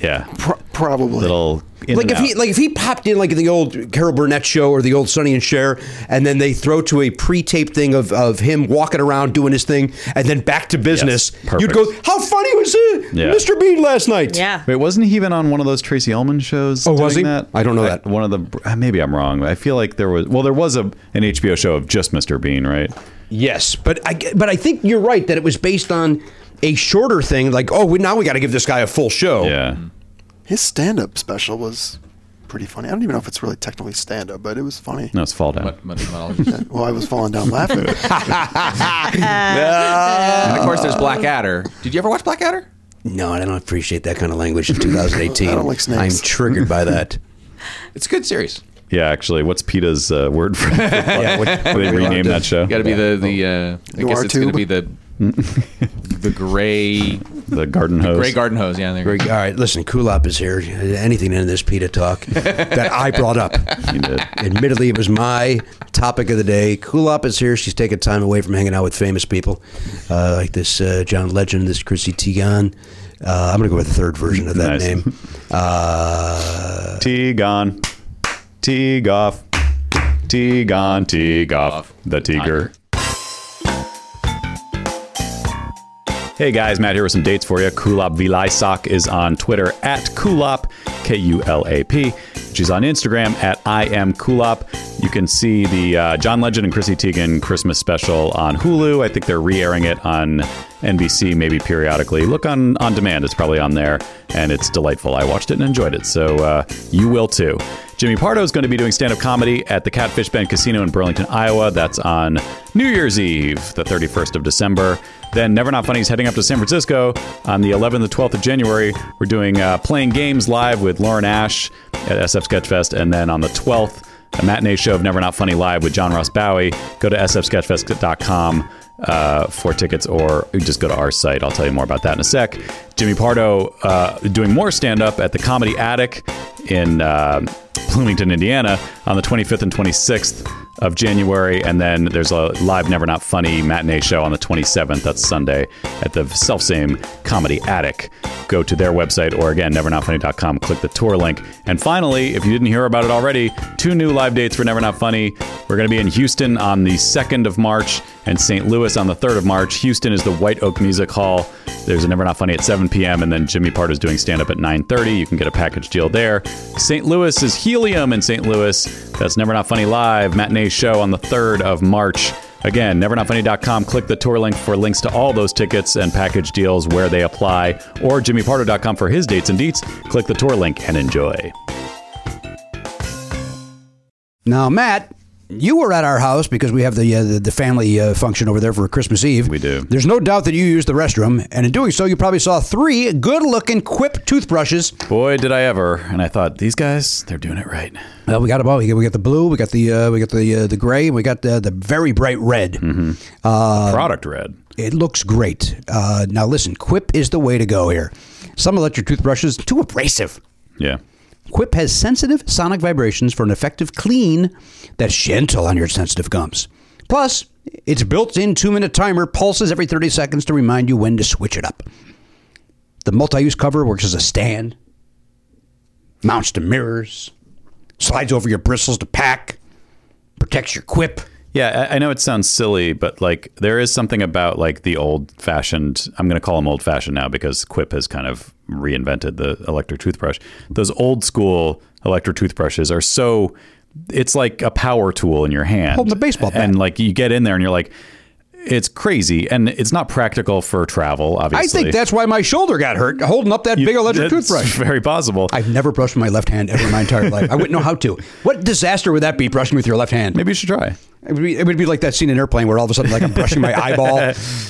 S2: Yeah,
S5: Pro- probably.
S2: little in
S1: like
S2: and
S1: if he
S2: out.
S1: like if he popped in like in the old Carol Burnett show or the old Sonny and Cher, and then they throw to a pre-taped thing of, of him walking around doing his thing, and then back to business. you'd
S2: perfect.
S1: go, how funny was uh,
S2: Yeah.
S1: Mr. Bean last night?
S7: Yeah.
S2: Wait, wasn't he even on one of those Tracy Ullman shows?
S1: Oh, was
S2: doing
S1: he?
S2: That?
S1: I don't know that.
S2: One of the uh, maybe I'm wrong. I feel like there was well, there was a an HBO show of just Mr. Bean, right?
S1: Yes, but I but I think you're right that it was based on a shorter thing. Like, oh, we, now we got to give this guy a full show.
S2: Yeah,
S5: His stand up special was pretty funny. I don't even know if it's really technically stand up, but it was funny.
S2: no, it's Fall Down.
S6: Mon- monologist.
S5: Well, I was falling down laughing.
S1: Uh,
S6: and of course, there's Blackadder. Did you ever watch Blackadder?
S1: No, I don't appreciate that kind of language in 2018.
S5: I don't like snakes.
S1: I'm triggered by that.
S6: It's a good series.
S2: Yeah, actually, what's PETA's uh, word for?
S1: yeah, what,
S2: they rename that show.
S6: You got to be the the.
S2: Oh.
S6: Uh, I guess
S5: Noir
S6: it's going
S5: tube.
S6: to be the the gray
S2: The Garden Hose.
S6: gray garden hose. Yeah. there you go.
S1: All right, listen, Kulop is here. Anything in this PETA talk that I brought up.
S2: You did.
S1: Admittedly, it was my topic of the day. Kulop is here. She's taking time away from hanging out with famous people uh, like this uh, John Legend, this Chrissy Teigen. Uh, I'm going to go with the third version of that
S2: Nice.
S1: name. Uh,
S2: Tea gone. Tea off. Tea gone. Tea off. The Tiger. Hey guys, Matt here with some dates for you. Kulap Vilaysak is on Twitter at Kulap, K U L A P. She's on Instagram at I am Kulap. You can see the uh, John Legend and Chrissy Teigen Christmas special on Hulu. I think they're re airing it on NBC maybe periodically. Look on, on demand, it's probably on there, and it's delightful. I watched it and enjoyed it, so uh, you will too. Jimmy Pardo is going to be doing stand up comedy at the Catfish Bend Casino in Burlington, Iowa. That's on New Year's Eve, the 31st of December. Then Never Not Funny is heading up to San Francisco on the 11th and 12th of January. We're doing uh, Playing Games live with Lauren Ash at SF Sketchfest. And then on the 12th, a matinee show of Never Not Funny live with John Ross Bowie. Go to sfsketchfest.com uh, for tickets or just go to our site. I'll tell you more about that in a sec. Jimmy Pardo uh, doing more stand up at the Comedy Attic in uh, Bloomington, Indiana on the 25th and 26th of January. And then there's a live Never Not Funny matinee show on the 27th. That's Sunday at the selfsame Comedy Attic. Go to their website or again, nevernotfunny.com. Click the tour link. And finally, if you didn't hear about it already, two new live dates for Never Not Funny. We're going to be in Houston on the 2nd of March and St. Louis on the 3rd of March. Houston is the White Oak Music Hall. There's a Never Not Funny at 7 p.m. and then Jimmy Part is doing stand up at 9:30. You can get a package deal there. St. Louis is Helium in St. Louis. That's Never Not Funny live matinee show on the 3rd of March. Again, nevernotfunny.com. Click the tour link for links to all those tickets and package deals where they apply, or jimmypardo.com for his dates and deets. Click the tour link and enjoy.
S1: now, Matt, you were at our house because we have the uh, the, the family uh, function over there for Christmas Eve.
S2: We do.
S1: There's no doubt that you used the restroom, and in doing so, you probably saw three good-looking Quip toothbrushes.
S2: Boy, did I ever! And I thought these guys, they're doing it right.
S1: Uh, we got about we got, we got the blue, we got the uh, we got the uh, the gray, and we got the the very bright red.
S2: Mm-hmm.
S1: Um,
S2: Product red.
S1: It looks great. Uh, now listen, Quip is the way to go here. Some electric toothbrushes too abrasive.
S2: Yeah.
S1: Quip has sensitive sonic vibrations for an effective clean that's gentle on your sensitive gums. Plus, its built-in two-minute timer pulses every 30 seconds to remind you when to switch it up. The multi-use cover works as a stand, mounts to mirrors, slides over your bristles to pack, protects your quip.
S2: Yeah, I, I know it sounds silly, but like there is something about like the old fashioned. I'm going to call them old fashioned now because Quip has kind of reinvented the electric toothbrush. Those old school electric toothbrushes are so. It's like a power tool in your hand,
S1: Holding a baseball bat.
S2: and like you get in there and you're like, it's crazy, and it's not practical for travel.
S1: I
S2: Obviously,
S1: think that's why my shoulder got hurt holding up that big electric
S2: It's
S1: toothbrush.
S2: Very possible.
S1: I've never brushed with my left hand ever in my entire life. I wouldn't know how to. What disaster would that be, brushing with your left hand?
S2: Maybe you should try.
S1: It would, be, it would be like that scene in Airplane where all of a sudden, like, I'm brushing my eyeball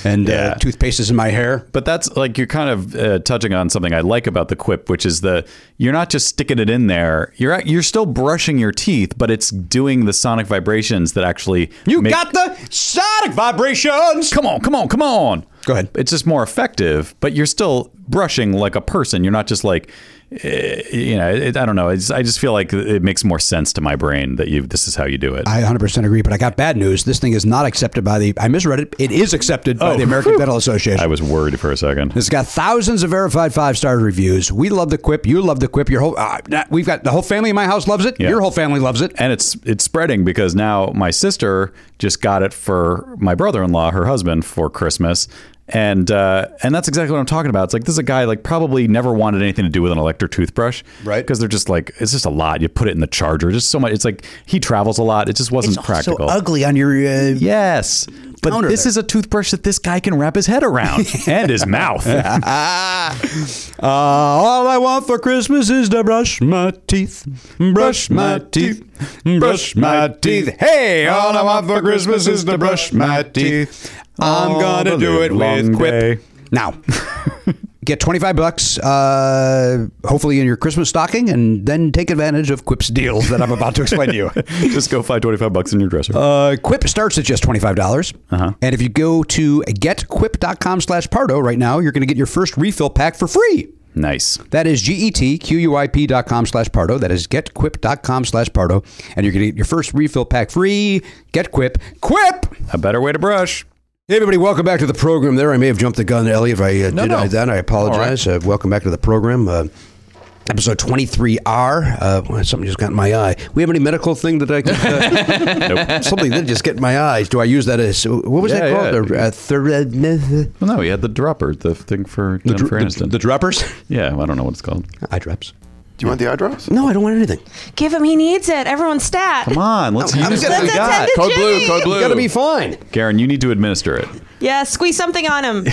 S1: and
S2: Yeah.
S1: uh, toothpaste is in my hair.
S2: But that's like you're kind of uh, touching on something I like about the quip, which is the you're not just sticking it in there. You're at, you're still brushing your teeth, but it's doing the sonic vibrations that actually
S1: You
S2: make-
S1: got the sonic vibrations.
S2: come on, come on, come on.
S1: Go ahead.
S2: It's just more effective, but you're still brushing like a person. You're not just like eh, you know. It, I don't know. It's, I just feel like it makes more sense to my brain that you this is how you do it.
S1: I 100% agree, but I got bad news. This thing is not accepted by the. I misread it. It is accepted by the American Dental Association.
S2: Oh. I was worried for a second.
S1: It's got thousands of verified five star reviews. We love the Quip. You love the Quip. Your whole uh, we've got the whole family in my house loves it.
S2: Yeah.
S1: Your whole family loves it.
S2: and it's it's spreading because now my sister just got it for my brother-in-law, her husband, for Christmas, and uh, and that's exactly what I'm talking about. It's like this is a guy like probably never wanted anything to do with an electric toothbrush,
S1: Right.
S2: Because they're just like it's just a lot. You put it in the charger, just so much. It's like he travels a lot. It just wasn't practical.
S1: So ugly on your. Uh,
S2: Yes, but
S1: Counter
S2: this
S1: there.
S2: is a toothbrush that this guy can wrap his head around and his mouth.
S1: Uh, all I want for Christmas is to brush my teeth, brush my teeth, brush my teeth. Hey, all I want for Christmas is to brush my teeth. I'm gonna do it with Quip. Now, get 25 bucks, uh, hopefully in your Christmas stocking, and then take advantage of Quip's deals that I'm about to explain to you.
S2: just go find 25 bucks in your dresser.
S1: Uh, Quip starts at just $25. Uh-huh. And if you go to getquip.com slash Pardo right now, you're going to get your first refill pack for free.
S2: nice.
S1: That is E G-E-T-Q-U-I-P dot com slash Pardo. That is getquip.com slash Pardo. And you're going to get your first refill pack free. Get Quip. Quip!
S2: A better way to brush.
S1: Hey, everybody, welcome back to the program there. I may have jumped the gun, Ellie. If I uh, did
S6: no.
S1: I- that, I apologize. Uh, welcome back to the program. Uh, episode 23R. Uh, well, something just got in my eye. We have any medical thing that I can... Uh, Something that just get in my eyes. Do I use that as... What was
S2: Yeah,
S1: that called?
S2: yeah.
S1: The, uh, thir-
S2: Well, no, he had the dropper, the thing for the Jennifer
S1: the,
S2: Aniston.
S1: the droppers?
S2: yeah, well, I don't know what it's called.
S1: Eye drops.
S5: Do you want the eyebrows?
S1: No, I don't want anything.
S7: Give him. He needs it. Everyone's stat.
S2: Come on, let's use
S1: gonna-
S2: what we
S1: That's
S2: got.
S7: attended.
S6: Code blue,
S7: Jimmy!
S6: code blue.
S1: Gotta be fine.
S2: Garen, you need to administer it.
S7: Yeah, squeeze something on him.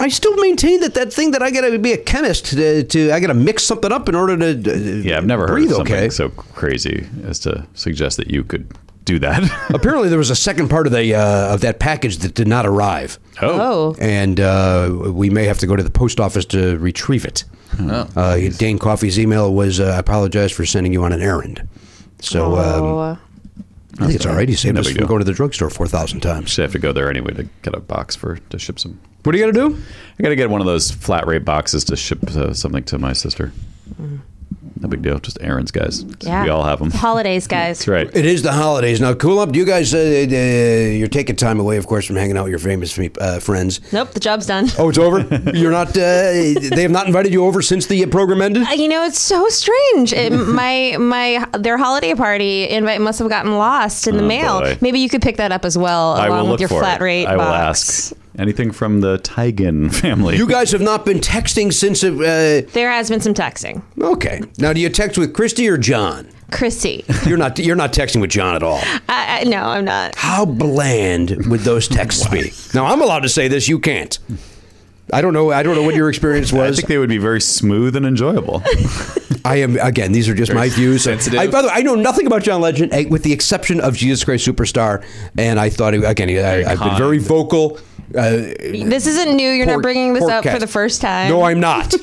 S1: I still maintain that that thing that I gotta be a chemist to, to I gotta mix something up in order to. Uh,
S2: Yeah, I've never heard of
S1: breathe
S2: something
S1: okay.
S2: so crazy as to suggest that you could do that.
S1: Apparently, there was a second part of the uh, of that package that did not arrive,
S7: Oh.
S1: and uh, we may have to go to the post office to retrieve it. Uh, Dane Coffey's email was, uh, "I apologize for sending you on an errand." So um,
S7: Oh.
S1: I think it's all right. He saved
S2: No
S1: us
S2: big
S1: from
S2: deal.
S1: going to the drugstore four thousand times.
S2: Should have to go there anyway to get a box for to ship some.
S1: What are you gonna do?
S2: I got to get one of those flat rate boxes to ship uh, something to my sister. No big deal. Just errands, guys.
S7: Mm. yeah.
S2: We all have them.
S7: Holidays, guys.
S2: That's right.
S1: It is the holidays now. Cool up. Do you guys? Uh, uh, you're taking time away, of course, from hanging out with your famous uh, friends.
S7: Nope, the job's done.
S1: Oh, it's over. You're not. Uh, they have not invited you over since the program ended.
S7: Uh, You know, it's so strange. It, my my their holiday party invite must have gotten lost in the mail.
S2: Oh, boy.
S7: Maybe you could pick that up as well,
S2: I will
S7: along
S2: look
S7: with your
S2: for
S7: flat
S2: it.
S7: rate
S2: I will
S7: box.
S2: ask anything from the Tigan family.
S1: You guys have not been texting since. Uh,
S7: There has been some texting.
S1: okay. Now, do you text with Christy or John?
S7: Chrissy,
S1: You're not. You're not texting with John at all.
S7: I, I, no, I'm not.
S1: How bland would those texts be? Now, I'm allowed to say this. You can't. I don't know. I don't know what your experience
S2: I
S1: was.
S2: think they would be very smooth and enjoyable.
S1: I am again. These are just my views.
S6: sensitive.
S1: I, by the way, I know nothing about John Legend, eh, with the exception of Jesus Christ Superstar. And I thought he- again, he- I, I've been very vocal. Uh,
S7: This isn't new. You're
S1: pork-
S7: not bringing this
S1: pork
S7: up for
S1: cat.
S7: the first time.
S1: No, I'm not.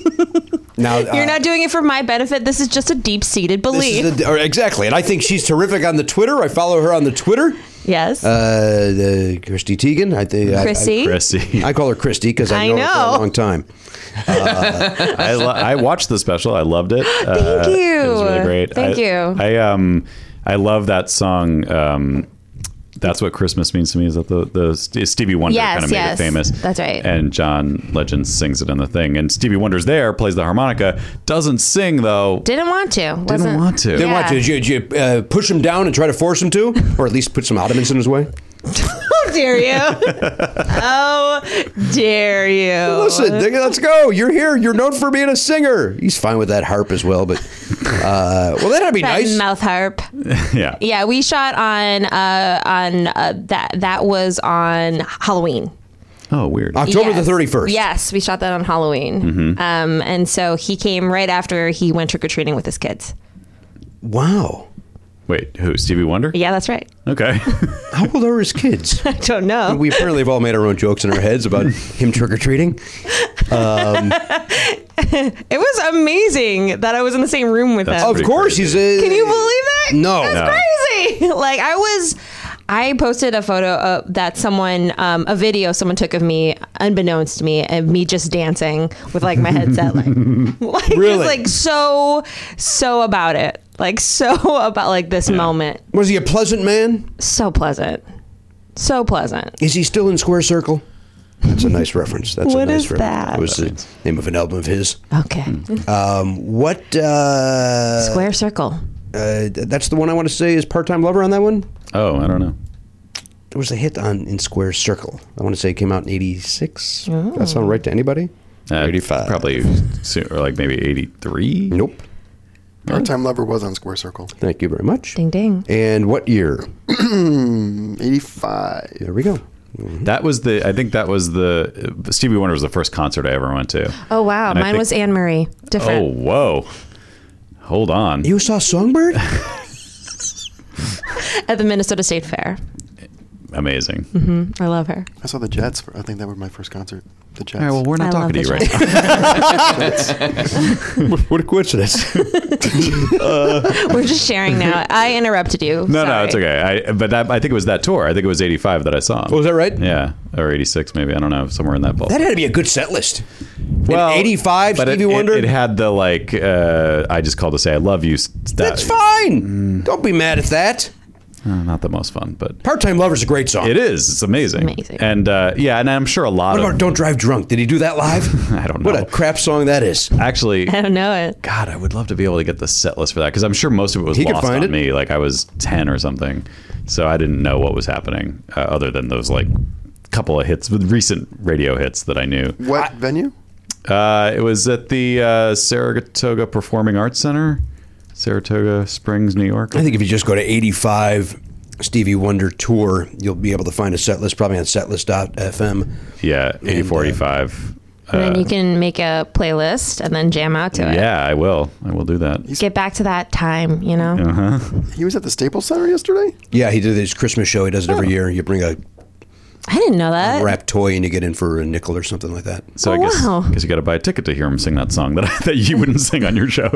S1: now uh,
S7: You're not doing it for my benefit. This is just a deep seated
S1: this is
S7: belief.
S1: the- or exactly, and I think she's terrific on the Twitter. I follow her on the Twitter.
S7: yes.
S1: Uh, the Christy Teigen. I think I- I-
S7: Chrissy.
S2: Chrissy.
S1: I, call her Christy because I,
S7: I
S1: know, her for
S7: know.
S1: a long time.
S2: I, lo- I watched the special. I loved it. Thank It was
S7: you.
S2: really great.
S7: Thank
S2: I,
S7: you.
S2: I um, I love that song. Um, that's what Christmas means to me. Is that the the St- Stevie Wonder
S7: Yes,
S2: kind of made it
S7: yes.
S2: famous?
S7: That's right.
S2: And John Legend sings it in the thing. And Stevie Wonder's there, plays the harmonica, doesn't sing though.
S7: didn't want to.
S2: didn't
S7: wasn't-
S2: want to.
S1: Then
S7: Yeah.
S1: what? Did you, did you uh, push him down and try to force him to, or at least put some ottomans in his way?
S7: How dare you? oh, dare you?
S1: Listen, nigga, let's go. You're here. You're known for being a singer. He's fine with that harp as well, but uh, well, that'd be
S7: That
S1: nice.
S7: mouth harp.
S2: Yeah.
S7: Yeah, we shot on uh, on uh, that. That was on Halloween.
S2: Oh, weird.
S1: October
S7: Yes.
S1: the Mm-hmm. thirty first.
S7: Yes, we shot that on Halloween. Um, and so he came right after he went trick or treating with his kids.
S1: Wow.
S2: Wait, who? Stevie Wonder?
S7: Yeah, that's right.
S2: Okay.
S1: How old are his kids?
S7: I don't know.
S1: we apparently have all made our own jokes in our heads about him trick or treating.
S7: It was amazing that I was in the same room with
S2: That's
S7: him.
S1: Of
S2: Pretty
S1: course,
S2: crazy.
S1: he's a.
S7: Can you believe that?
S1: No.
S7: That's crazy. Like I was I posted a photo of that someone um, a video someone took of me unbeknownst to me and me just dancing with like my headset like like just
S1: Really?
S7: like so so about it. Like so about like this moment.
S1: Was he a pleasant man?
S7: So pleasant. So pleasant.
S1: Is he still in Square Circle? That's a nice reference. That's a
S7: What
S1: nice
S7: is
S1: reference.
S7: that?
S1: It was the name of an album of his.
S7: Okay.
S1: Um, what? Uh,
S7: Mm-hmm. Square circle.
S1: Uh, that's the one I want to say is part time lover on that one.
S2: oh, I don't know.
S1: There was a hit on in Square Circle. I want to say it came out in '86. That sound right to anybody?
S2: Uh,
S1: 85.
S2: Probably soon, or like maybe 83.
S1: Nope.
S5: Part-time lover was on Square Circle.
S1: Thank you very much.
S7: Ding ding.
S1: And what year?
S5: 85.
S1: There we go.
S2: That was the. I think that was the Stevie Wonder was the first concert I ever went to.
S7: Oh wow.
S2: And I
S7: Mine
S2: think-
S7: was Anne Marie.
S2: Oh,
S7: Different.
S2: whoa. Hold on.
S1: You saw Songbird?
S7: At the Minnesota State Fair.
S2: Amazing.
S7: I love her.
S5: I saw the Jets. I think that was my first concert. The Jets.
S2: All right, well, we're not
S7: I
S2: talking to
S7: love
S2: you
S7: the
S2: right now.
S1: what a coincidence.
S7: We're just sharing now. I interrupted you.
S2: No, no, it's okay. I, but that, I think it was that tour. I think it was 85 that I saw. him.
S1: was Oh, that right?
S2: Yeah, or 86 maybe. I don't know, somewhere in that ballpark.
S1: That had to be a good set list.
S2: well,
S1: 85
S2: but it-
S1: Stevie
S2: it,
S1: Wonder?
S2: It, had the like, uh, I just called to say I love you. That,
S1: That's
S2: Mm.
S1: fine. Don't be mad at that.
S2: Uh, Not the most fun, but
S1: Part time lover's a great song.
S2: it is. It's amazing.
S7: Amazing.
S2: And uh, yeah, and I'm sure a lot
S1: What
S2: of
S1: about Don't Drive Drunk? Did he do that live?
S2: I don't
S1: What
S2: know.
S1: a crap song that is.
S2: actually
S7: I don't know it.
S2: God, I would love to be able to get the set list for that because I'm sure most of it was
S1: He could
S2: lost
S1: find
S2: on
S1: it.
S2: me. Like I was 10 or something, so I didn't know what was happening uh, other than those like couple of hits with recent radio hits that I knew.
S5: what venue?
S2: Uh, it was at the uh, Saratoga Performing Arts Center, Saratoga Springs, New York.
S1: I think if you just go to 85 Stevie Wonder Tour, you'll be able to find a set list probably on setlist.fm.
S2: Yeah,
S1: uh,
S2: 8045.
S7: And then you can make a playlist and then jam out to it.
S2: Uh, yeah, I will. I will do that.
S7: Get back to that time, you know?
S5: He was at the Staples Center yesterday.
S1: Yeah, he did his Christmas show. He does it
S2: Oh.
S1: every year. You bring a
S7: I didn't know that.
S1: wrapped toy and you get in for a nickel or something like that.
S2: So I
S7: Oh,
S2: guess
S7: wow.
S2: guess you got to buy a ticket to hear him sing that song that that you wouldn't sing on your show.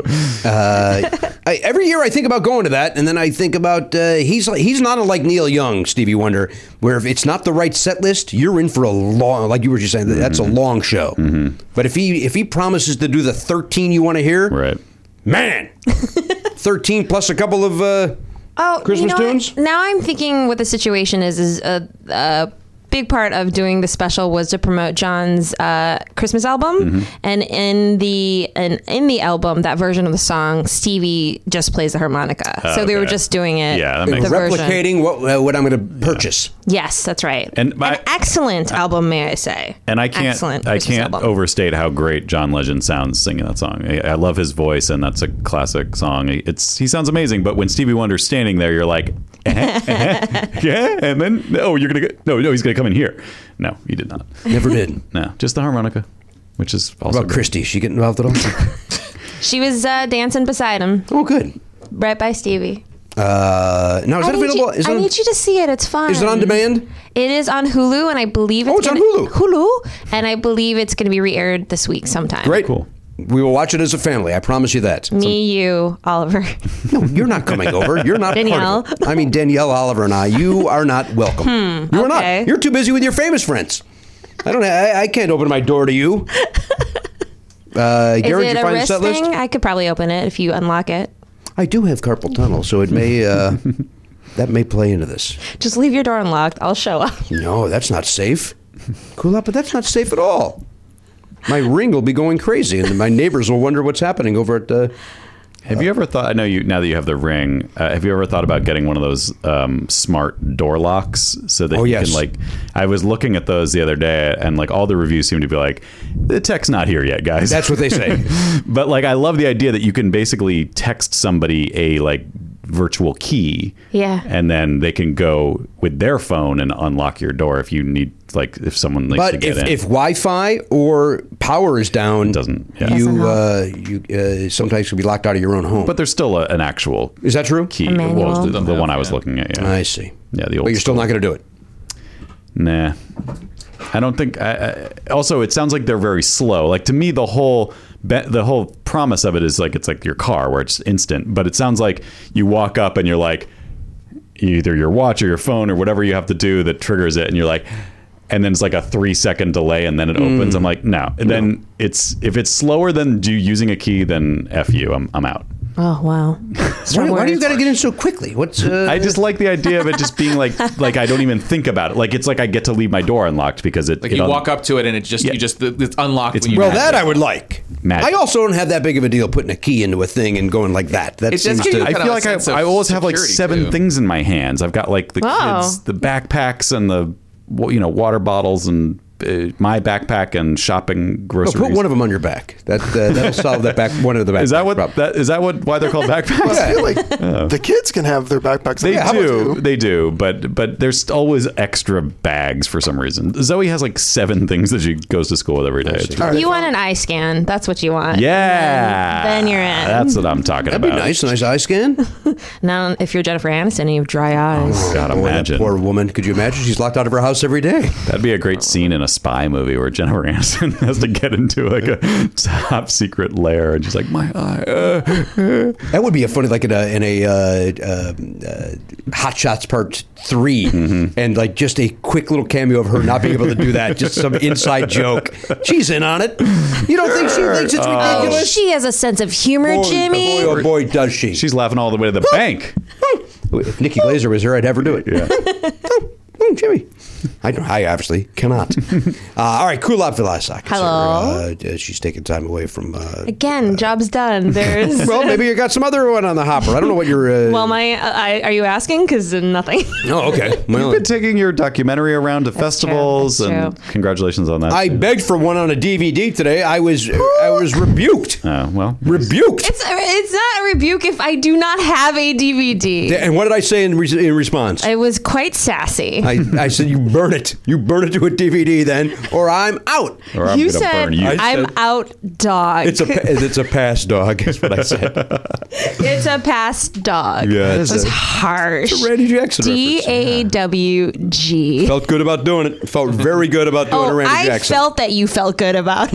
S1: I, every year I think about going to that, and then I think about uh, he's like- he's not like Neil Young, Stevie Wonder, where if it's not the right set list, you're in for a long. Like you were just saying, that's
S2: Mm-hmm.
S1: a long show. But if he if he promises to do the 13 you want to hear,
S2: right.
S1: man, 13 plus a couple of. Uh,
S7: Oh,
S1: Christmas
S7: you know
S1: tunes?
S7: What? Now I'm thinking what the situation is is a, a big part of doing the special was to promote John's uh, Christmas album,
S2: Mm-hmm.
S7: and in the and in the album that version of the song Stevie just plays the harmonica, so they were
S2: Oh, okay.
S7: just doing it.
S2: Yeah, that
S7: the
S2: makes sense.
S7: version.
S1: replicating what uh, what I'm going to purchase.
S7: Yes, that's right.
S2: And my-
S7: An excellent album, may I say?
S2: And I can't
S7: Excellent
S2: I
S7: Christmas
S2: can't
S7: album.
S2: overstate how great John Legend sounds singing that song. I, I love his voice, and that's a classic song. It's he sounds amazing. But when Stevie Wonder's standing there, you're like, eh, eh, yeah, and then oh, you're gonna go, no, no, he's gonna come in here. No, he did not.
S1: Never did.
S2: No, just the harmonica. which is also
S1: What about Christy? She get involved at all?
S7: She was uh, dancing beside him,
S1: oh, good.
S7: right by Stevie.
S1: Uh, now is
S7: I
S1: that
S7: need
S1: available?
S7: You,
S1: is,
S7: I
S1: it on,
S7: need you to see it. It's fun.
S1: is it on demand?
S7: It is on Hulu, and I believe it's,
S1: Oh, it's on
S7: gonna-
S1: Hulu.
S7: Hulu, and I believe it's going to be re-aired this week sometime.
S1: Great.
S2: Cool.
S1: We will watch it as a family. I promise you that.
S7: Me, you, Oliver.
S1: No, you're not coming over. You're not
S7: Danielle.
S1: Part of it. I mean Danielle, Oliver, and I. You are not welcome. you are
S7: Hmm, okay.
S1: not. You're too busy with your famous friends. I don't. I, I can't open my door to you. Uh,
S7: Is
S1: Gary, did you
S7: it a
S1: find
S7: wrist
S1: the set
S7: thing?
S1: list?
S7: I could probably open it if you unlock it.
S1: I do have carpal tunnel, so it may uh, that may play into this.
S7: Just leave your door unlocked. I'll show up.
S1: No, that's not safe. Cool up, but that's not safe at all. My ring will be going crazy, and my neighbors will wonder what's happening over at. Uh,
S2: Have you ever thought? I know you now that you have the ring. Uh, have you ever thought about getting one of those um, smart door locks so that
S1: Oh,
S2: you
S1: yes.
S2: can like? I was looking at those the other day, and like all the reviews seem to be like, the tech's not here yet, guys.
S1: that's what they say.
S2: but like, I love the idea that you can basically text somebody a like virtual key.
S7: Yeah.
S2: And then they can go with their phone and unlock your door if you need like if someone needs to
S1: But
S2: get
S1: if,
S2: in.
S1: if Wi-Fi or power is down,
S2: doesn't- yeah.
S1: you uh,
S7: Doesn't
S1: you uh, sometimes can be locked out of your own home?
S2: but there's still a, an actual
S1: is that true?
S2: key.
S7: A manual.
S2: Well, the, the
S6: Somehow,
S2: one I was
S6: yeah.
S2: looking at. Yeah.
S1: I see.
S2: Yeah, the old
S1: But you're still not going to do it.
S2: Nah. I don't think. I, I, also, it sounds like they're very slow. Like to me, the whole be, the whole promise of it is like it's like your car where it's instant. But it sounds like you walk up and you're like either your watch or your phone or whatever you have to do that triggers it, and you're like, and then it's like a three second delay, and then it opens.
S6: Mm.
S2: I'm like, no. And then it's if it's slower than you using a key, then f you. I'm I'm out.
S7: Oh wow.
S1: Why, why do you
S7: words.
S1: got to get in so quickly? What's uh,
S2: I just like the idea of it just being like like I don't even think about it. Like it's like I get to leave my door unlocked because it
S6: Like
S2: it
S6: you
S2: un-
S6: walk up to it and it just
S2: Yeah.
S6: you just it's unlocked
S2: It's
S6: when you
S1: well,
S2: magic.
S1: that I would like.
S2: Magic.
S1: I also don't have that big of a deal putting a key into a thing and going like that. That
S6: It does
S1: seems
S6: give you
S1: to.
S6: a
S2: I
S6: kind
S2: feel
S6: of
S2: like I,
S6: sense of
S2: I always have like
S6: security,
S2: seven
S6: too.
S2: things in my hands. I've got like the
S7: Wow.
S2: kids, the backpacks, and the well, you know water bottles, and uh, my backpack and shopping
S1: Oh,
S2: groceries.
S1: put one of them on your back. That uh, that'll solve that back one of the back.
S2: is that what
S1: problem.
S2: that is that what why they're called backpacks?
S5: I feel like the kids can have their backpacks.
S2: They
S5: Yeah, how about
S2: do,
S5: you?
S2: they do, but but there's always extra bags for some reason. Zoe has like seven things that she goes to school with every
S1: Oh,
S2: day. It's-
S5: All right,
S7: You want an eye scan. That's what you want.
S2: Yeah,
S7: Then, then you're in.
S2: That's what I'm talking
S1: That'd be
S2: about.
S1: nice. Nice eye scan.
S7: Now, if you're Jennifer Aniston and you have dry eyes,
S2: God,
S1: Boy, that
S2: imagine
S1: poor woman. Could you imagine? She's locked out of her house every day.
S2: That'd be a
S7: Oh.
S2: great scene in a spy movie where Jennifer Aniston has to get into like a top secret lair and she's like, "My eye." Uh.
S1: That would be a funny, like in a in a uh, uh, uh, Hot Shots Part 3 and like just a quick little cameo of her not being able to do that, just some inside joke. She's in on it. You don't think she thinks it's
S7: oh,
S1: ridiculous?
S7: she has a sense of humor,
S1: Boy,
S7: Jimmy.
S1: Boy, oh boy, does she!
S2: She's laughing all the way to the bank.
S1: if Nikki Glazer was here, I'd have her do it.
S2: Yeah.
S1: Mm, Jimmy, I don't. I obviously cannot. uh, all right, Kulop Vilasak. is
S7: Hello.
S1: here. Uh, she's taking time away from. Uh,
S7: Again, job's done. There's
S1: well, maybe you got some other one on the hopper. I don't know what you're. Uh,
S7: well, my I, are you asking? Because nothing.
S1: Oh, okay.
S2: You've
S1: Well,
S2: been taking your documentary around to festivals,
S7: true, that's
S2: and congratulations on that.
S1: I begged for one on a DVD today. I was I was rebuked.
S2: Oh, well,
S1: Rebuked.
S7: it's it's not a rebuke if I do not have a DVD.
S1: And what did I say in, re- in response? I,
S7: It was quite sassy.
S1: I, said, "You burn it. You burn it to a DVD, then, or I'm out."
S2: or I'm
S7: you
S2: gonna
S7: said
S2: burn you.
S7: I'm out, dog.
S1: It's a pa- it's a pass dog. Is what I said.
S7: It's a past dog.
S1: Yeah,
S7: it
S1: it's
S7: was
S1: a-
S7: harsh.
S1: It's a Randy Jackson
S7: D
S1: reference.
S7: A W G.
S1: Felt good about doing it. Felt very good about doing a
S7: Oh,
S1: Randy
S7: I
S1: Jackson.
S7: felt that you felt good about.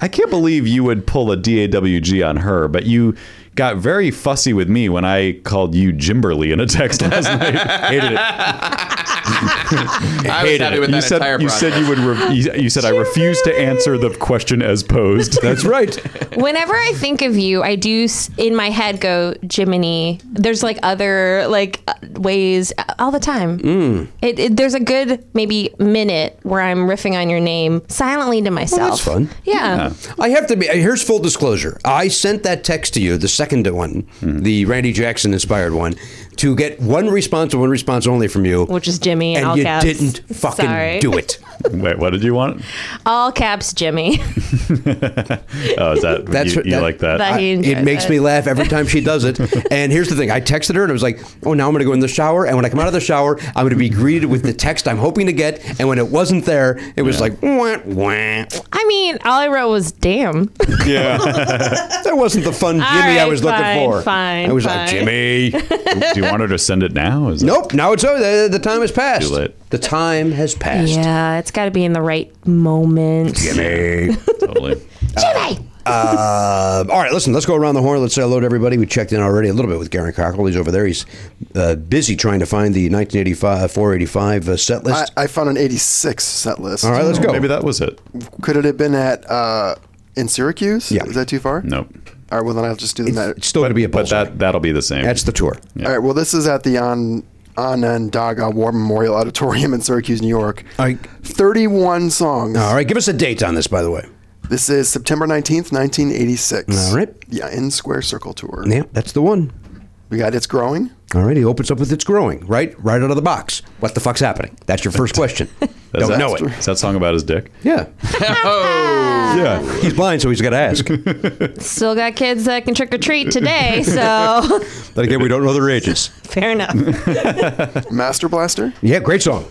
S2: I can't believe you would pull a DAWG on her, but you got very fussy with me when I called you Jimberly in a text last night. Hated it.
S6: I was happy with
S2: you
S6: that
S2: said,
S6: entire
S2: you
S6: process.
S2: said you would. Re- you, you said I refuse to answer the question as posed.
S1: That's right.
S7: Whenever I think of you, I do s- in my head go Jiminy. There's like other like uh, ways uh, all the time. Mm. It, it, there's a good maybe minute where I'm riffing on your name silently to myself.
S1: fun.
S7: Yeah.
S1: uh, I have to be. Here's full disclosure. I sent that text to you the second one, the Randy Jackson inspired one, to get one response and one response only from you,
S7: Which is Jimmy in
S1: and
S7: all
S1: you
S7: caps.
S1: didn't fucking
S7: Sorry.
S1: do it.
S2: Wait, what did you want?
S7: All caps, Jimmy.
S2: Oh, is that
S1: That's
S2: you,
S1: what-
S2: you
S1: that-
S2: like that?
S7: That- He enjoys
S1: it makes
S7: it.
S1: me laugh every time she does it. and here's the thing: I texted her and I was like, "Oh, now I'm going to go in the shower, and when I come out of the shower, I'm going to be greeted with the text I'm hoping to get." And when it wasn't there, it was like, wah, wah.
S7: I mean, all I wrote was damn.
S2: yeah.
S1: "That wasn't the fun Jimmy
S7: All
S1: I
S7: right,
S1: was
S7: fine,
S1: looking for."
S7: fine,
S1: I was
S7: fine.
S1: like, "Jimmy."
S2: Do you want her to send it now? Is that-
S1: Nope. Now it's over. The, the time has passed.
S2: Too late.
S1: The time has passed.
S7: Yeah, it's got to be in the right moment.
S1: Jimmy. Ah.
S2: Totally.
S7: Jimmy!
S1: Uh, all right, listen, let's go around the horn. Let's say hello to everybody. We checked in already a little bit with Garen Cockrell. He's over there. He's uh, busy trying to find the 1985 485 uh, set
S5: I,
S1: list.
S5: I found an 86 set list.
S1: all right, let's go.
S2: Maybe that was it.
S5: Could it have been at uh, in Syracuse?
S1: Yeah.
S5: Is that too far?
S2: Nope.
S5: All right. Well, then I'll just do the net.
S1: It's still going to be a
S2: But
S1: bullseye.
S2: that that'll be the same.
S1: That's the tour.
S5: All right. Well, this is at the on Onondaga War Memorial Auditorium in Syracuse, New York.
S1: All right.
S5: 31 songs.
S1: All right, give us a date on this, by the way.
S5: This is September 19th, 1986.
S1: All right.
S5: Yeah, in Square Circle Tour.
S1: Yeah, that's the one.
S5: We got It's Growing.
S1: All right, he opens up with It's Growing, right? Right out of the box. What the fuck's happening? That's your first question.
S2: That's
S1: Don't
S2: that,
S1: know it.
S2: Is that song about his dick?
S1: Yeah. yeah. He's blind, so he's got to ask.
S7: Ah. Still got kids that can trick or treat today, so
S1: But again, we don't know their ages.
S7: fair enough.
S5: Master Blaster.
S1: Yeah, great song.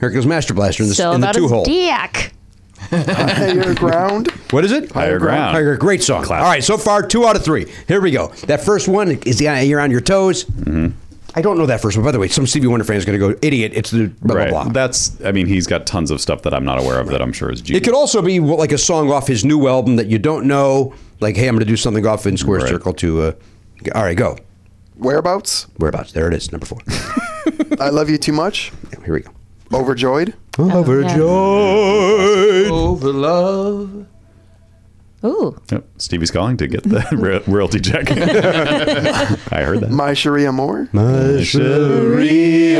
S1: Here goes Master Blaster in the,
S7: Still
S1: in the
S7: about
S1: two
S7: his
S1: hole.
S7: dick.
S5: Higher Ground.
S1: What is it?
S2: Higher Ground.
S1: Higher Great song.
S2: Classic.
S1: All right, so far two out of three. Here we go. That first one is the you're on your toes.
S2: Mm-hmm.
S1: I don't know that first one. By the way, some Stevie Wonder fan is going to go idiot. It's the blah
S2: right.
S1: blah blah.
S2: That's. I mean, he's got tons of stuff that I'm not aware of that I'm sure is
S1: it
S2: genius.
S1: could also be well, like a song off his new album that you don't know. Like, hey, I'm going to do something off in Square
S2: Right.
S1: Circle to. Uh, g- all right, go.
S5: Whereabouts.
S1: Whereabouts? There it is, number four.
S5: I Love You Too Much.
S1: Here we go.
S5: Overjoyed.
S7: Oh,
S1: Overjoyed.
S6: Over love.
S7: Ooh.
S2: Yep. Stevie's calling to get the ro- royalty check. I heard that.
S5: My Sharia Moore.
S2: Lovely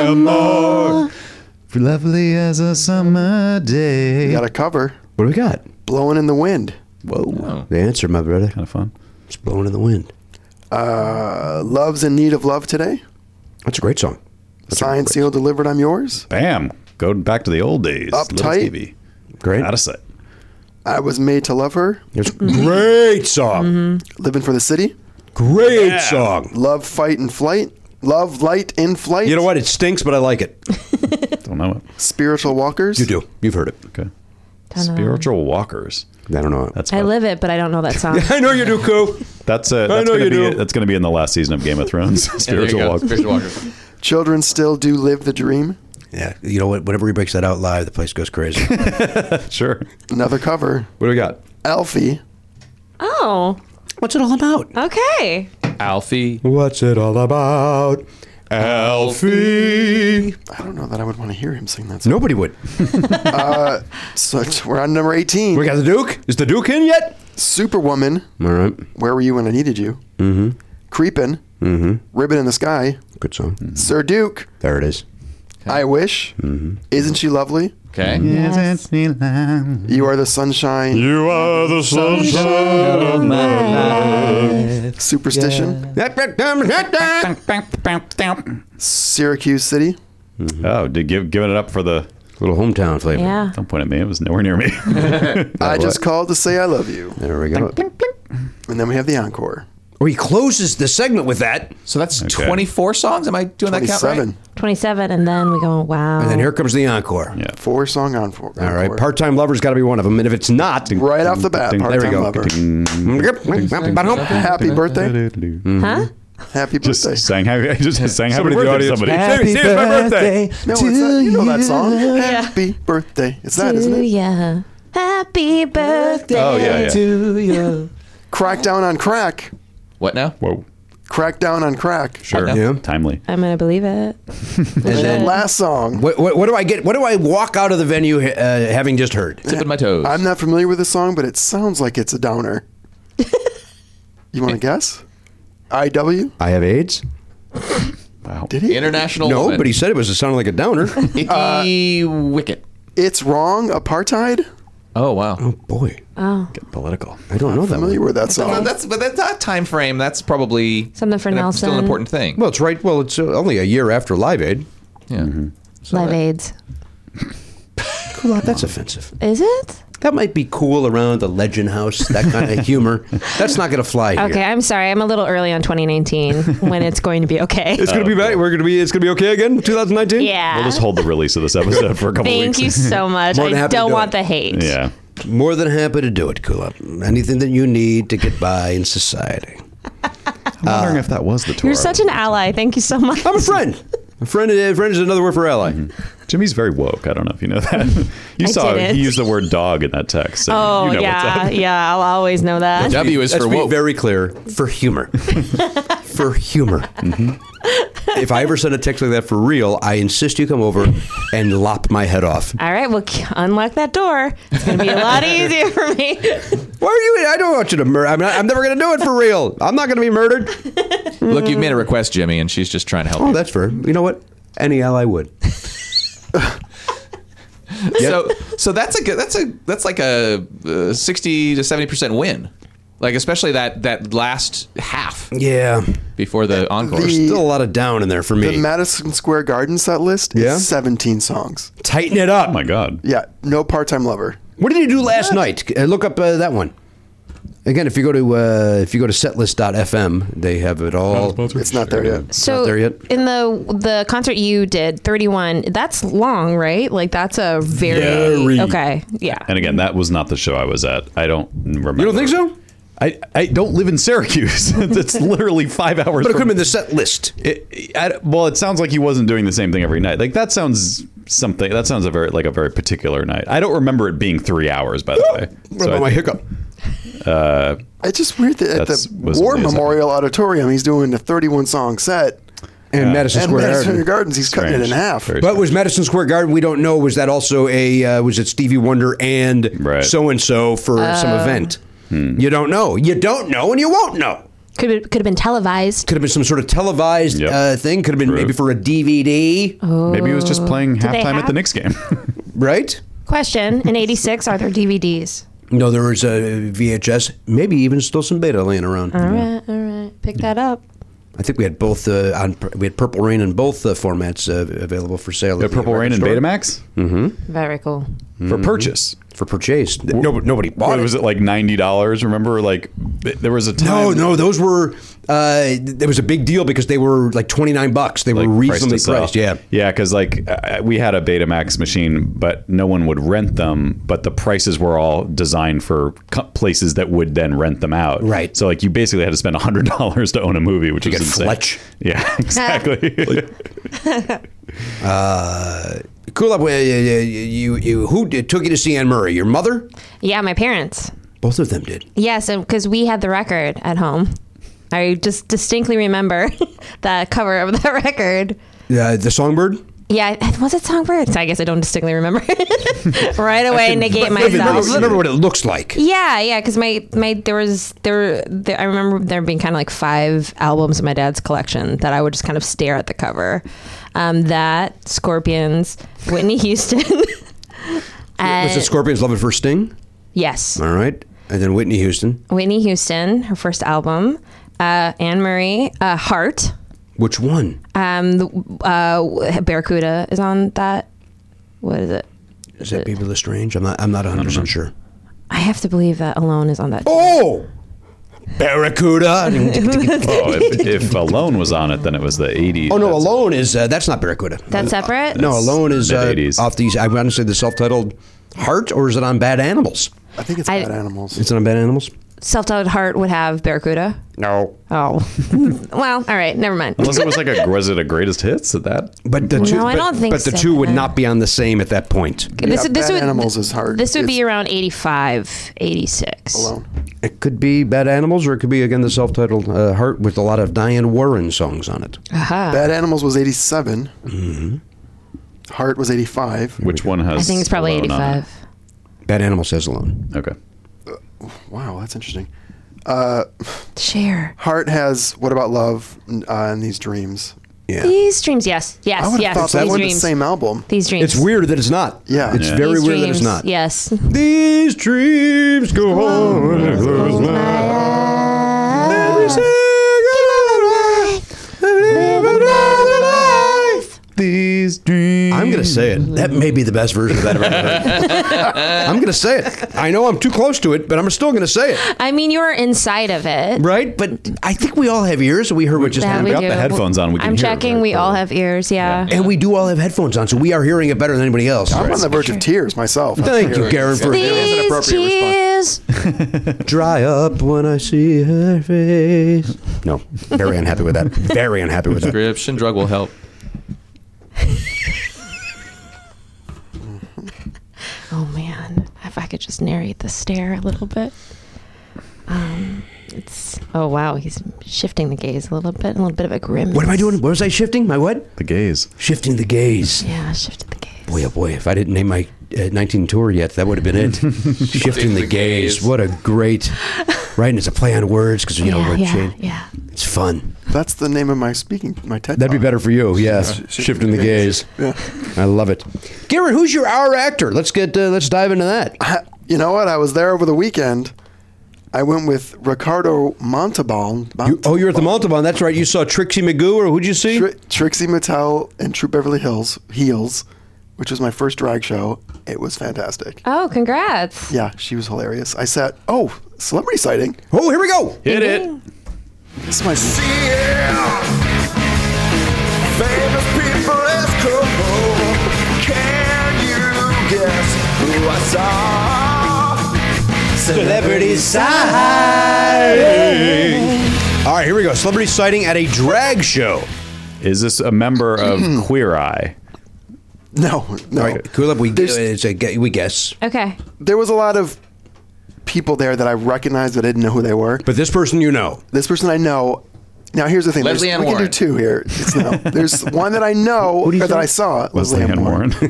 S2: as a summer day.
S5: We got a cover.
S1: What do we got?
S5: Blowing in the Wind.
S1: Whoa. The answer, my brother.
S2: Kind of fun.
S1: It's blowing in the wind.
S5: Uh, Love's in Need of Love Today.
S1: That's a great song.
S5: Signed, Sealed, Delivered, I'm Yours.
S2: Bam. Go back to the old days. Little
S5: Uptight.
S2: Stevie.
S1: Great.
S2: Out of sight.
S5: I Was Made to Love Her.
S1: It's a
S2: Mm-hmm.
S1: great song.
S5: Living for the City.
S1: Great song.
S5: Love, Fight, and Flight. Love, Light, in Flight.
S1: You know what? It stinks, but I like it.
S2: Don't know it.
S5: Spiritual Walkers.
S1: You do. You've heard it.
S2: Okay. Spiritual walkers.
S1: I don't know.
S2: That's
S7: I live it, but I don't know that song.
S1: I know you do, Koo.
S2: That's a,
S1: I
S2: that's
S1: know
S2: gonna
S1: you
S2: be
S1: do.
S2: that's gonna be in the last season of Game of Thrones. Spiritual walk.
S6: Spiritual walkers.
S5: Children Still Do Live the Dream.
S1: Yeah. You know what? Whenever he breaks that out live, the place goes crazy. what
S2: Sure.
S5: Another cover.
S1: do we got?
S5: Alfie.
S7: oh,
S1: What's it all about?
S7: okay.
S6: Alfie.
S1: What's it all about? Alfie.
S5: I don't know that I would want to hear him sing that song.
S1: Nobody would.
S5: So it's- we're on number 18.
S1: We got the Duke. Is the Duke in yet?
S5: Superwoman.
S1: All right.
S5: Where Were You When I Needed You? Mm-hmm. Creepin'. Mm-hmm. Ribbon in the Sky.
S1: Good song. Mm-hmm.
S5: Sir Duke.
S1: There it is.
S5: I Wish. Isn't She Lovely?
S6: Okay.
S7: Mm-hmm.
S5: You Are the Sunshine.
S2: You are the sunshine of my
S5: Superstition. Syracuse City.
S2: Oh, did give giving it up for the
S1: Little hometown flavor.
S7: Yeah.
S2: don't point at me, it was nowhere near me.
S5: I Just Called to Say I Love You.
S1: There we go.
S5: And then we have the encore.
S1: Or he closes the segment with that.
S6: So that's 24 songs. Am I doing that count right?
S5: 27.
S7: 27, and then we go, wow.
S1: And then here comes the encore.
S2: Yeah.
S5: Four song encore.
S1: All right. Part time lover's got to be one of them. And if it's not,
S5: Right off the bat,
S2: Ding,
S5: part
S1: there we
S5: time
S1: go.
S5: lover.
S1: Somebody
S5: Happy birthday.
S7: huh?
S5: Happy
S2: Just
S5: birthday.
S2: sang happy just sang happy
S1: in the
S2: birthday to
S1: audience.
S2: somebody.
S1: Happy birthday.
S5: No, it's not. You know that song. Happy birthday. It's that, isn't
S7: To
S5: it?
S7: ya. Happy birthday.
S2: Oh yeah, yeah.
S5: Crack down on crack.
S6: What now?
S2: Whoa.
S5: Crack down on crack.
S2: Sure.
S1: Yeah.
S2: Timely.
S7: I'm going to believe it.
S5: And then last song.
S1: What, what, what do I get? What do I walk out of the venue uh, having just heard?
S6: Tipping my toes.
S5: I'm not familiar with this song, but it sounds like it's a downer. you want to guess? IW?
S1: I have AIDS. Oh,
S2: Wow.
S5: Did he?
S6: International.
S1: No,
S6: woman.
S1: but he said it was it sounded like a downer.
S6: Icky Wicket.
S5: It's wrong. Apartheid?
S6: Oh wow.
S1: Boy,
S7: Oh,
S2: Get political.
S1: I don't know that
S5: Familiar
S1: one.
S5: with that song?
S6: Well, that's but that's that time frame. That's probably
S7: Something for
S6: that's Still an
S7: Nelson.
S6: important thing.
S1: Well, it's right. Well, it's uh, only a year after Live Aid.
S6: yeah.
S7: Live AIDS.
S1: Kulak, that's offensive.
S7: Is it?
S1: That might be cool around the Legend House, that kind of humor. That's not going to fly here.
S7: Okay, I'm sorry. I'm a little early on 2019 when it's going to be okay.
S1: It's going to be back. We're going to be. It's going to be okay again. 2019.
S7: Yeah.
S2: We'll just hold the release of this episode for a couple
S7: Thank
S2: weeks.
S7: you so much.
S1: More than
S7: I
S1: happy to
S7: don't
S1: do
S7: want
S1: it.
S7: the hate.
S2: yeah.
S1: More than happy to do it, Kulak. Anything that you need to get by in society.
S2: I'm wondering if that was the tour.
S7: You're such an ally. Thank you so much.
S1: I'm a friend. A friend. A friend is another word for ally.
S6: Mm-hmm.
S2: Jimmy's very woke. I don't know if you know that. you
S7: I
S2: saw
S7: didn't.
S2: he used the word dog in that text. So
S7: Oh
S2: you know
S7: yeah,
S2: what's up.
S7: yeah. I'll always know that.
S6: W is
S1: Let's
S6: for
S1: be
S6: woke.
S1: very clear for humor. for humor.
S7: Mm-hmm.
S1: If I ever send a text like that for real, I insist you come over and lop my head off.
S7: All right, well, k- unlock that door. It's gonna be a lot easier for me.
S1: Why are you? I don't want you to murder. I'm, not, I'm never going to do it for real. I'm not going to be murdered.
S6: Look, you've made a request, Jimmy, and she's just trying to help.
S1: Oh,
S6: you.
S1: that's fair. You know what? Any ally would.
S6: So so that's a good that's a that's like a uh, sixty to seventy percent win. Like especially that that last half
S1: Yeah.
S6: before the encore.
S5: the-
S1: Still a lot of down in there for
S5: the
S1: me.
S5: Madison Square Garden set list
S1: Yeah?
S5: is 17 songs.
S1: Tighten it up.
S2: Oh my god.
S5: Yeah, no part-time lover.
S1: What did you do last night? Uh, look up uh, that one. Again, if you go to uh, if you go to setlist.fm, they have it all.
S5: It's not there yet.
S7: So
S1: Not there yet.
S7: in the the concert you did, 31. That's long, right? Like that's a very
S2: Very.
S7: okay. Yeah.
S2: And again, that was not the show I was at. I don't remember.
S1: You don't think so?
S2: I, I don't live in Syracuse. it's literally five hours.
S1: But it could
S2: from-
S1: have been the set list.
S2: It, I, well, it sounds like he wasn't doing the same thing every night. Like that sounds something. That sounds a very like a very particular night. I don't remember it being three hours. By the way,
S1: What about
S2: I-
S1: my hiccup?
S5: It's just weird that at
S2: That's-
S5: the
S2: was
S5: War
S2: amazing.
S5: Memorial Auditorium, he's doing a 31 song set,
S1: And Madison
S5: and
S1: Square
S5: Madison Square
S1: Garden.
S5: Gardens, he's cutting it in
S2: Strange.
S5: half.
S2: Very
S1: But was Madison Square Garden? We don't know. Was that also a uh, was it Stevie Wonder and
S2: Right. Hmm.
S1: so and so for some event? You don't know. You don't know, and you won't know.
S7: Could have, could have been televised.
S1: Could have been some sort of televised
S2: Yep.
S1: uh, thing. Could have been
S2: True.
S1: maybe for a DVD,
S2: Maybe he was just playing
S7: Did they
S2: halftime at
S7: have-
S2: the Knicks game.
S1: right?
S7: Question: In '86, are there DVDs?
S1: No, there was a VHS. Maybe even still some beta laying around.
S7: All right, all right. Pick that up.
S1: I think we had both uh, on. We had Purple Rain in both uh, formats uh, available for sale. at
S2: the
S1: the
S2: Purple
S1: record
S2: Rain and
S1: store
S2: Betamax
S7: Very cool.
S2: for purchase.
S1: for purchase. No, Mm-hmm. nobody bought
S2: What
S1: it.
S2: was it like ninety dollars? Remember, like there was a time.
S1: No, no, those were. Uh, it was a big deal because they were like twenty nine bucks. They
S2: like,
S1: were reasonably
S2: to sell.
S1: priced. Yeah.
S2: yeah, because like uh, we had a Betamax machine, but no one would rent them. But the prices were all designed for co- places that would then rent them out.
S1: Right.
S2: So like you basically had to spend hundred dollars to own a movie, which is
S1: get
S2: insane.
S1: Fletch.
S2: Yeah, exactly.
S1: Cool up. uh, You, you, who did, took you to see Anne Murray? Your mother?
S7: Yeah, my parents.
S1: Both of them did.
S7: Yeah, so because we had the record at home. I just distinctly remember the cover of the record.
S1: Uh, the Songbird.
S7: Yeah, I- was it Songbirds? I guess I don't distinctly remember. right away, negate
S1: Remember,
S7: myself.
S1: remember what it looks like.
S7: Yeah, yeah, because my my there was there, there I remember there being kind of like five albums in my dad's collection that I would just kind of stare at the cover. Um, that Scorpions, Whitney Houston. and,
S1: Was it Scorpions Love at First Sting?
S7: Yes,
S1: All right. And then Whitney Houston.
S7: Whitney Houston, her first album. Uh, Anne Marie, uh, Heart.
S1: Which one?
S7: Um, the, uh, Barracuda is on that. What is it?
S1: Is that Baby Lestrange? I'm not. I'm not 100
S2: Mm-hmm.
S1: percent sure.
S7: I have to believe that Alone is on that.
S1: Oh, Barracuda.
S2: oh, if, if Alone was on it, then it was the eighties.
S1: oh no, Alone is uh, that's not Barracuda.
S7: That's separate.
S1: No, Alone is uh,
S2: mid-eighties.
S1: off these. I want to say the self-titled Heart, or is it on Bad Animals?
S5: I think it's
S7: I-
S5: Bad Animals.
S1: Is it on Bad Animals?
S7: Self Doubt Heart would have Barracuda.
S1: No.
S7: Oh, well, all right, never mind.
S2: Unless it was like a was it a greatest hits at that?
S1: But the two,
S7: No, I
S1: but,
S7: don't think
S1: but the
S7: so.
S1: two would not be on the same at that point.
S7: This,
S5: Yeah,
S7: this
S5: Bad
S7: would,
S5: Animals is hard.
S7: This would be
S5: It's-
S7: around 85, 86.
S5: Alone.
S1: It could be Bad Animals, or it could be again the self-titled uh, Heart with a lot of Diane Warren songs on it.
S5: Bad Animals was 87.
S2: Mm-hmm.
S5: Heart was 85.
S2: Which one has?
S7: I think it's probably
S2: Alone on
S7: 85.
S1: Bad Animals says alone.
S2: it? Okay.
S5: Wow, that's interesting.
S7: Share.
S5: Heart has What About Love uh, and These Dreams.
S1: Yeah.
S7: These dreams, yes, yes,
S5: I would have
S7: yes.
S5: thought that
S7: these
S5: was the
S7: dreams,
S5: same album.
S7: these dreams.
S1: It's weird that it's not.
S5: Yeah.
S1: It's
S5: Yeah.
S1: very
S7: These
S1: weird
S7: dreams,
S1: that it's not.
S7: Yes.
S1: These dreams go on and close my eyes. Every single night.
S2: These dreams.
S1: I'm gonna say it. That may be the best version of that I've ever heard. I'm gonna say it. I know I'm too close to it, but I'm still gonna say it.
S7: I mean, you're inside of it.
S1: Right? But I think we all have ears, and we heard what just
S7: That
S1: happened.
S7: we
S2: got
S7: do.
S2: the headphones on, we can
S7: I'm
S2: hear it
S7: checking.
S2: very
S7: we all
S2: clearly.
S7: have ears. Yeah.
S1: And we do all have headphones on, so we are hearing it better than anybody else.
S5: I'm on the verge of tears myself.
S1: Thank you, Garen, for
S5: is an
S7: These
S5: appropriate response.
S7: tears.
S1: dry up when I see her face. No, very unhappy with that. Very unhappy with that.
S6: Prescription drug will help.
S7: Oh man, if I could just narrate the stare a little bit. Um, it's oh wow, he's shifting the gaze a little bit, a little bit of a grim.
S1: What am I doing? What was I shifting? My what?
S2: the gaze.
S1: Shifting the gaze.
S7: Yeah, shifted the gaze.
S1: Boy, oh boy, if I didn't name my uh, 19 tour yet, that would have been it. Shifting the,
S6: the
S1: gaze.
S6: gaze.
S1: What a great, right? And it's a play on words because, you know,
S7: yeah,
S1: we're
S7: yeah,
S1: chain-
S7: yeah.
S1: it's fun.
S5: That's the name of my speaking, my TED
S1: That'd be
S5: talk.
S1: better for you, yes.
S5: Shifting
S1: Shifting
S5: the
S1: the gaze.
S5: Yeah.
S1: I love it. Garrett, who's your hour actor? Let's get, uh, let's dive into that.
S5: I- you know what? I was there over the weekend. I went with Ricardo Montalban.
S1: You, oh, you're at the Montalban. That's right. You saw Trixie Magoo, or who'd you see?
S5: Tri- Trixie Mattel and True Beverly Hills Heels, which was my first drag show. It was fantastic.
S7: Oh, congrats.
S5: Yeah, she was hilarious. I sat. Oh, celebrity sighting.
S1: oh, here we go.
S2: Hit it.
S5: This is my.
S8: Famous people is cool. Can you guess who I saw?
S1: Celebrity sighting. All right, here we go. Celebrity sighting at a drag show.
S2: Is this a member of Queer Eye?
S5: No, no.
S1: All right, cool up. We
S5: There's-
S1: it's a gu- we guess,
S7: Okay.
S5: There was a lot of people there that I recognized, but I didn't know who they were.
S1: but this person you know.
S5: This person I know. Now here's the thing. There's-
S6: Leslie Ann
S5: we can do
S6: Warren.
S5: two here. It's no. There's one that I know or that I saw.
S2: Leslie Ann Warren.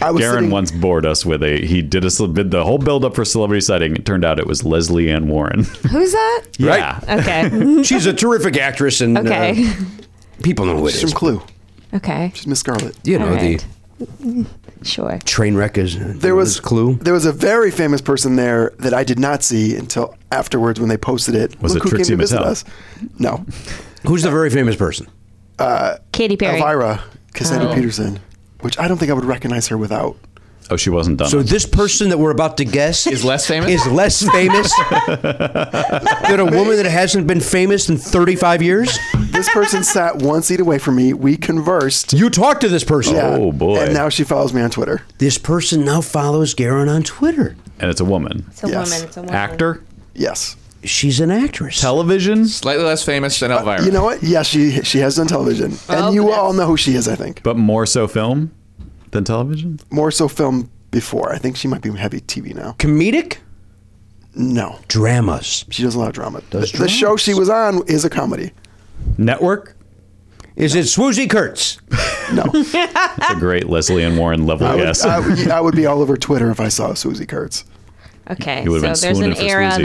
S5: I was
S2: Garen
S5: sitting-
S2: once bored us with a. He did us did the whole build up for celebrity sighting. It turned out it was Leslie Ann Warren.
S7: Who's that?
S2: yeah.
S7: Okay.
S1: She's a terrific actress, and uh,
S7: okay.
S1: people know who it
S5: She's from
S1: is.
S5: Clue.
S7: okay.
S5: She's Miss Scarlet.
S1: You know
S7: All right.
S1: the
S7: Sure.
S1: train wreck is uh,
S5: There was
S1: is Clue.
S5: There was a very famous person there that I did not see until afterwards when they posted it.
S2: Was
S5: Look
S2: it
S5: who
S2: Trixie
S5: came to visit
S2: Mattel?
S5: us. No,
S1: Who's the very famous person?
S7: Katy Perry.
S5: Elvira Cassandra Peterson, which I don't think I would recognize her without.
S2: Oh, she wasn't done.
S1: So this person that we're about to guess
S6: Is less famous?
S1: Is less famous than a woman that hasn't been famous in 35 years.
S5: This person sat one seat away from me. We conversed.
S1: You talked to this person.
S2: Oh, boy.
S5: And now she follows me on Twitter.
S1: This person now follows Garon on Twitter.
S2: and it's a woman.
S7: It's a
S5: Yes.
S7: woman. It's a woman.
S2: Actor,
S5: Yes.
S1: She's an actress.
S2: television,
S6: Slightly less famous than Elvira.
S5: You know what? Yeah, she she has done television, and you all know who she is. I think
S2: but more so film than television.
S5: more so film before. I think she might be heavy TV now.
S1: Comedic
S5: No,
S1: dramas.
S5: she does a lot of drama. the, the show she was on is a comedy.
S2: Network.
S1: Is it Swoozy Kurtz?
S5: No,
S2: It's a great Leslie Ann Warren level
S5: Ah. I would,
S2: guess.
S5: I, would, I would be all over Twitter if I saw Susie Kurtz.
S7: Okay.
S2: You
S7: So
S2: would've been
S7: there's
S2: swooning
S7: an
S2: for
S7: era
S2: Swoozie.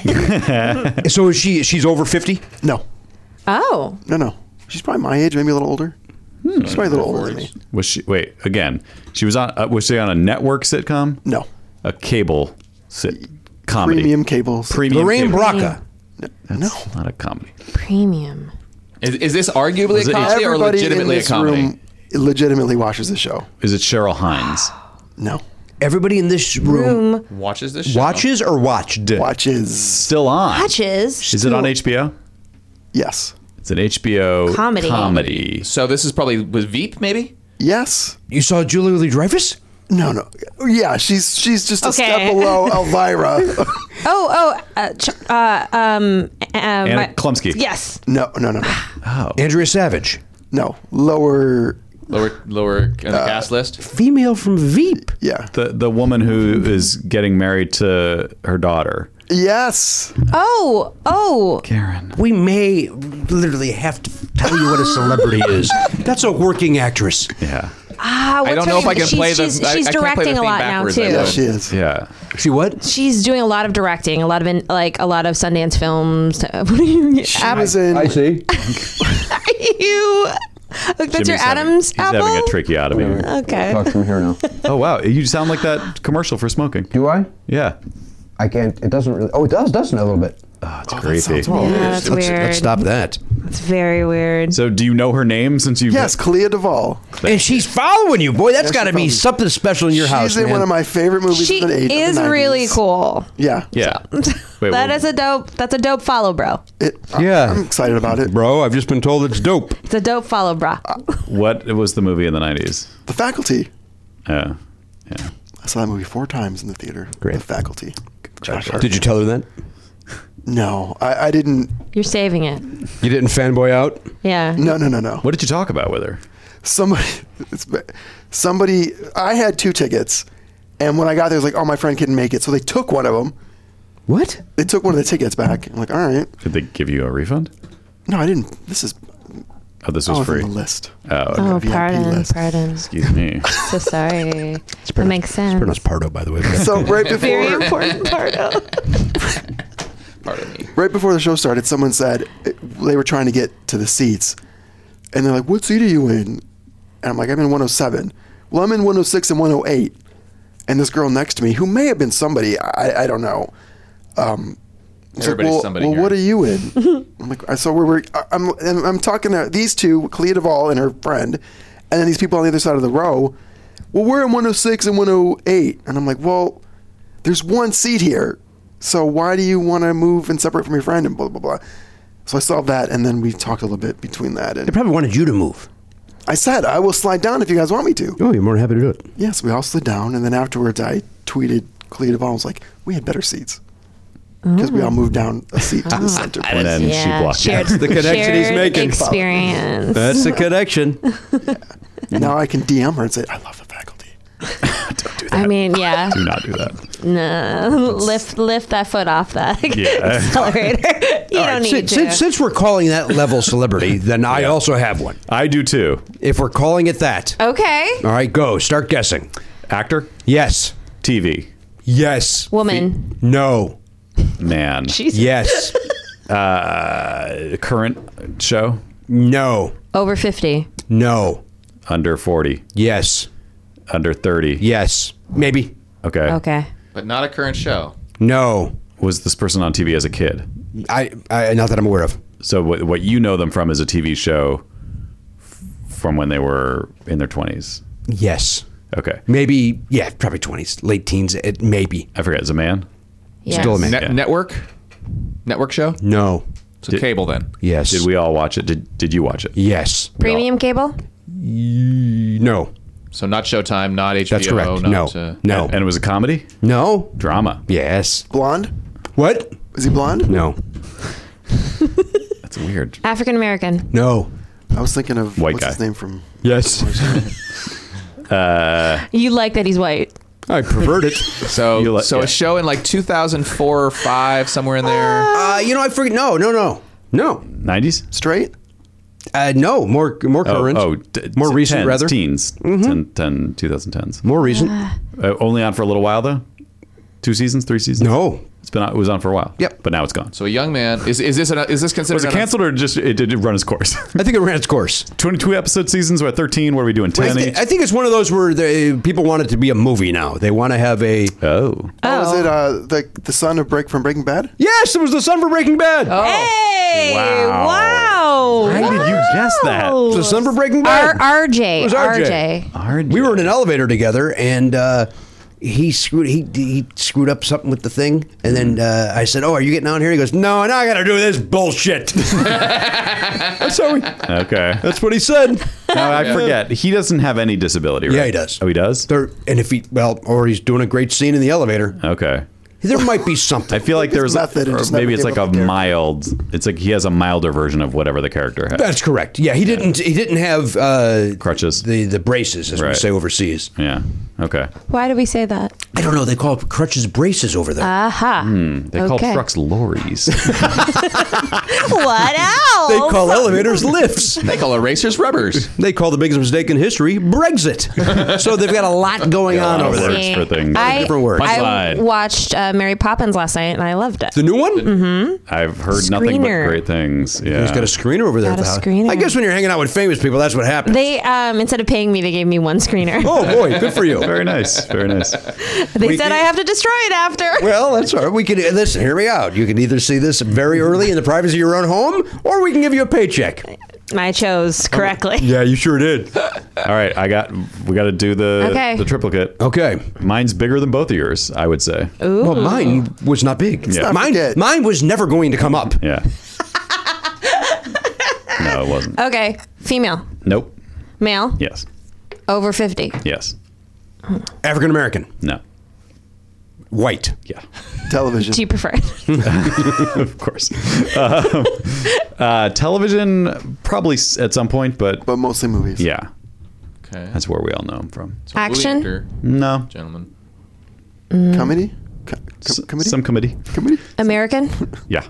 S7: that I'm okay.
S1: So is she? She's over fifty.
S5: No,
S7: oh.
S5: no, no. She's probably my age, maybe a little older.
S6: Hmm.
S5: She's probably a little older than me.
S2: was she? Wait, again. She was on. Uh, was she on a network sitcom?
S5: No,
S2: A cable sit comedy.
S5: premium cables.
S2: Premium.
S1: Lorraine
S2: cable.
S7: Mm-hmm.
S1: Bracca.
S5: no,
S2: Not a comedy.
S7: Premium.
S6: Is, is this arguably
S2: Was
S6: a
S2: it-
S6: comedy or
S5: everybody in
S6: legitimately a
S5: this
S6: comedy?
S5: room legitimately watches the show.
S2: Is it Cheryl Hines?
S5: No,
S1: Everybody in this room
S7: Boom.
S6: Watches this show.
S1: watches or watched.
S5: watches.
S2: Still on.
S7: Patches.
S2: Is it on HBO?
S5: Yes,
S2: It's an HBO
S7: Comedy.
S2: comedy.
S6: So this is probably with Veep, maybe?
S5: yes.
S1: You saw Julia Louis Dreyfus.
S5: No, no. Yeah, she's she's just a
S7: Okay.
S5: step below Elvira.
S7: Oh, oh, uh, ch- uh, um, uh, my-
S2: Klumsky.
S7: Yes.
S5: no, no, no, no.
S7: Oh.
S1: Andrea Savage,
S5: No, lower.
S6: Lower lower on the cast list.
S1: female from Veep.
S5: Yeah.
S2: The the woman who is getting married to her daughter.
S5: yes.
S7: Oh, oh.
S2: Karen.
S1: We may literally have to tell you what a celebrity is. That's a working actress.
S2: Yeah.
S7: Ah, what's
S6: don't
S7: her
S6: know if
S7: name?
S6: I can
S7: she's,
S6: play the-
S7: She's,
S6: I-
S7: she's
S6: I can't play the
S7: directing a
S6: theme
S7: lot now
S6: backwards, I
S7: too.
S5: Yeah,
S6: would.
S5: she is.
S2: Yeah.
S1: She what?
S7: She's doing a lot of directing, a lot of in, like a lot of Sundance films. What do you?
S5: She was in.
S1: see.
S7: you. Spencer
S2: Jimmy's having-
S7: Adams
S2: he's
S7: apple.
S2: having a tracheotomy.
S7: Okay.
S9: Talk from here now.
S2: Oh wow, you sound like that commercial for smoking.
S9: Do I?
S2: Yeah,
S9: I can't. It doesn't really. Oh, it does, doesn't it, a little bit.
S2: oh, it's creepy.
S7: Yeah, that's
S1: Let's,
S7: weird.
S1: let's stop that.
S7: It's very weird.
S2: So, do you know her name since you?
S5: Yes, Clea Duvall.
S1: And she's following you, boy. That's
S5: Yeah, she
S1: got to be
S5: follows-
S1: something special in your
S5: She's
S1: house,
S5: in
S1: man.
S5: one of my favorite movies
S7: she
S5: of the eight- of the
S7: is
S5: 90s.
S7: really cool.
S5: Yeah.
S2: Yeah. Wait,
S7: that
S2: what-
S7: is a dope. That's a dope follow, bro.
S5: It,
S1: Yeah.
S5: yeah. I'm excited about it.
S1: Bro, I've just been told it's dope.
S7: It's a dope follow, bro.
S2: what was the movie in the nineties?
S5: The Faculty.
S2: Uh, yeah.
S5: I saw that movie four times in the theater.
S1: Great.
S5: The Faculty. Josh Hartnett.
S1: Did you tell her that?
S5: No, I, I didn't.
S7: You're saving it.
S1: You didn't fanboy out?
S7: Yeah.
S5: No, no, no, no.
S2: What did you talk about with her?
S5: somebody it's- somebody i had two tickets and when i got there it was like oh my friend couldn't make it so they took one of them
S1: What?
S5: they took one of the tickets back i'm like all right
S2: Did they give you a refund?
S5: no i didn't this is
S2: Oh, this
S5: oh,
S2: was
S5: it's on
S2: free.
S5: the list
S2: Oh,
S7: Oh,
S5: VIP
S7: pardon,
S5: list.
S7: pardon.
S2: excuse me.
S7: So sorry. That makes sense.
S1: Pronounced Pardo, by the way.
S5: so right
S7: Very
S5: before
S7: important part of.
S6: Pardon me.
S5: right before the show started someone said they were trying to get to the seats and they're like what seat are you in and i'm like i'm in 107 well i'm in 106 and 108 and this girl next to me who may have been somebody i, I don't know um, was like,
S6: Everybody's
S5: well,
S6: somebody
S5: well
S6: here."
S5: what are you in i'm like I so we're, we're I- I'm, and I'm talking to these two Clea Duvall and her friend and then these people on the other side of the row well we're in 106 and 108 and i'm like well there's one seat here so why do you want to move and separate from your friend and blah blah blah so i solved that and then we talked a little bit between that
S1: They
S5: and
S1: probably wanted you to move.
S5: i said i will slide down if you guys want me to
S1: Oh, you're more than happy to do it.
S5: Yes, we all slid down, and then afterwards, I tweeted Clea Duvall. I was like, "We had better seats because
S2: Oh.
S5: we all moved down a seat to
S2: Ah,
S5: the center."
S2: And
S5: Point.
S2: then she
S7: Yeah.
S2: blocked
S7: Shared,
S1: That's the connection he's
S7: shared
S1: making.
S7: Experience.
S1: That's the connection.
S5: Now I can DM her and say, "I love the faculty."
S7: I mean, yeah.
S2: Do not do that.
S7: No. Lift lift that foot off that
S2: Yeah.
S7: accelerator. you don't need
S1: Since,
S7: to.
S1: since, since we're calling that level celebrity, then I also have one.
S2: I do too.
S1: If we're calling it that.
S7: okay.
S1: All right, go. Start guessing.
S2: Actor,
S1: Yes.
S2: TV,
S1: Yes.
S7: Woman.
S1: No.
S2: man,
S7: She's
S1: Yes.
S2: current show,
S1: No.
S7: over 50.
S1: No.
S2: under forty,
S1: Yes.
S2: under thirty.
S1: Yes. Maybe.
S2: Okay.
S7: Okay.
S6: But not a current show.
S1: No.
S2: Was this person on TV as a kid?
S1: I, I not that I'm aware of.
S2: So what what you know them from is a TV show f- from when they were in their twenties.
S1: Yes.
S2: Okay.
S1: Maybe yeah, probably 20s, late teens, it maybe.
S2: I forget. Is it a man?
S7: Yes.
S1: Still a man.
S6: Ne-
S2: Yeah.
S6: Network? Network show?
S1: No.
S6: So cable then.
S1: Yes.
S2: Did we all watch it? Did Did you watch it?
S1: Yes.
S7: Premium cable?
S1: No.
S6: So not Showtime, not HBO.
S1: That's correct.
S6: Not,
S1: no.
S6: uh,
S1: no.
S2: And it was a comedy,
S1: no.
S2: drama.
S1: Yes.
S5: Blonde?
S1: What?
S5: Is he blonde?
S1: No.
S2: That's weird.
S7: African American.
S1: No.
S5: I was thinking of
S2: White
S5: what's his
S2: guy.
S5: name from.
S1: Yes.
S7: You like that he's white.
S1: I pervert it.
S6: So
S2: You like-
S6: so
S2: yeah.
S6: a show in like 2004 or 5 somewhere in there.
S1: Uh, you know, I forget. No, no, no. No.
S2: Nineties.
S5: Straight?
S1: Uh, no. More more current.
S2: Oh, oh, d-
S1: more
S2: t-
S1: recent,
S2: tens,
S1: rather. Mm-hmm.
S2: Teens. 10, 10, 2010s.
S1: More recent.
S2: Uh, only on for a little while though. Two seasons, three seasons.
S1: No.
S2: it's been on, it was on for a while.
S1: Yep.
S2: but now it's gone. So
S6: So a young man is is this an, is this considered
S2: was it
S6: an-
S2: canceled or just it did it run its course?
S1: I think it ran its course.
S2: Twenty-two episode seasons. We're at thirteen. What are we doing?
S1: I,
S2: Ten
S1: thi-
S2: each.
S1: I think it's one of those where they, people want it to be a movie now. They want to have a.
S2: oh,
S5: Oh, is it uh, the the son of Break from Breaking Bad?
S1: Yes, it was the sun for Breaking Bad.
S7: Oh, Hey! Wow!
S2: How did you guess that?
S7: Wow.
S1: It was the sun for Breaking
S7: R-
S1: Bad.
S7: RJ.
S1: It was
S7: RJ.
S2: RJ.
S1: We were in an elevator together, and uh, he screwed he he screwed up something with the thing, and then uh, I said, "Oh, are you getting on here?" He goes, "No, now I got to do this bullshit." that's how he,
S2: Okay.
S1: That's what he said.
S2: Now I forget. He doesn't have any disability, right?
S1: Yeah, he does.
S2: Oh, he does.
S1: There, and if he well, or he's doing a great scene in the elevator.
S2: Okay.
S1: There might be
S2: I
S1: something.
S2: feel like there's
S5: method and
S2: or
S5: just never
S2: maybe it's
S5: give
S2: like
S5: up
S2: a
S5: the character.
S2: mild. It's like he has a milder version of whatever the character has.
S1: That's correct. Yeah, he didn't. He didn't have uh,
S2: Crutches.
S1: the the braces, as we
S2: Right.
S1: say overseas.
S2: yeah. Okay.
S7: Why do we say that?
S1: I don't know. They call crutches braces over there.
S7: Aha.
S2: They call
S7: Okay.
S2: trucks lorries.
S7: What else?
S1: they call elevators lifts.
S6: They call erasers rubbers.
S1: They call the biggest mistake in history Brexit. so they've got a lot going on
S2: Got a lot of
S1: over
S2: words
S1: there.
S2: for things.
S7: I,
S1: Different words.
S7: I
S2: Punchline.
S7: watched uh, Mary Poppins last night, and I loved it.
S1: The new one?
S2: I've heard nothing but
S7: Screener.
S2: great things. Yeah.
S1: He's got a screener over there.
S7: Got
S1: at the
S7: a
S1: house.
S7: screener.
S1: I guess when you're hanging out with famous people, that's what happens.
S7: They um, instead of paying me, they gave me one screener.
S1: oh boy, good for you.
S2: Very nice. Very nice.
S7: they
S1: we
S7: said
S1: did-
S7: I have to destroy it after.
S1: Well, that's all right. We can uh, listen. Hear me out. You can either see this very early in the privacy of your own home, or we can give you a paycheck.
S7: I chose correctly.
S1: Yeah, you sure did.
S2: All right. I got, we got to do the,
S7: Okay.
S2: the triplicate.
S1: Okay.
S2: Mine's bigger than both of yours, I would say.
S1: Well, mine was not big.
S2: not
S1: Mine,
S5: forget.
S1: mine was never going to come up.
S2: Yeah. no, it wasn't.
S7: Okay, female,
S2: Nope.
S7: male,
S2: Yes.
S7: over fifty,
S2: Yes.
S1: African American,
S2: No.
S1: white.
S2: Yeah.
S5: Television.
S7: do you prefer? it?
S2: Of course. Um, uh, television, probably s- at some point, but
S5: but mostly movies.
S2: yeah,
S6: Okay.
S2: that's where we all know him from.
S7: Action?
S2: No.
S6: gentlemen.
S5: Comedy? Co-
S2: S-
S5: com- comedy?
S2: Some comedy.
S5: comedy?
S7: American,
S2: Yeah.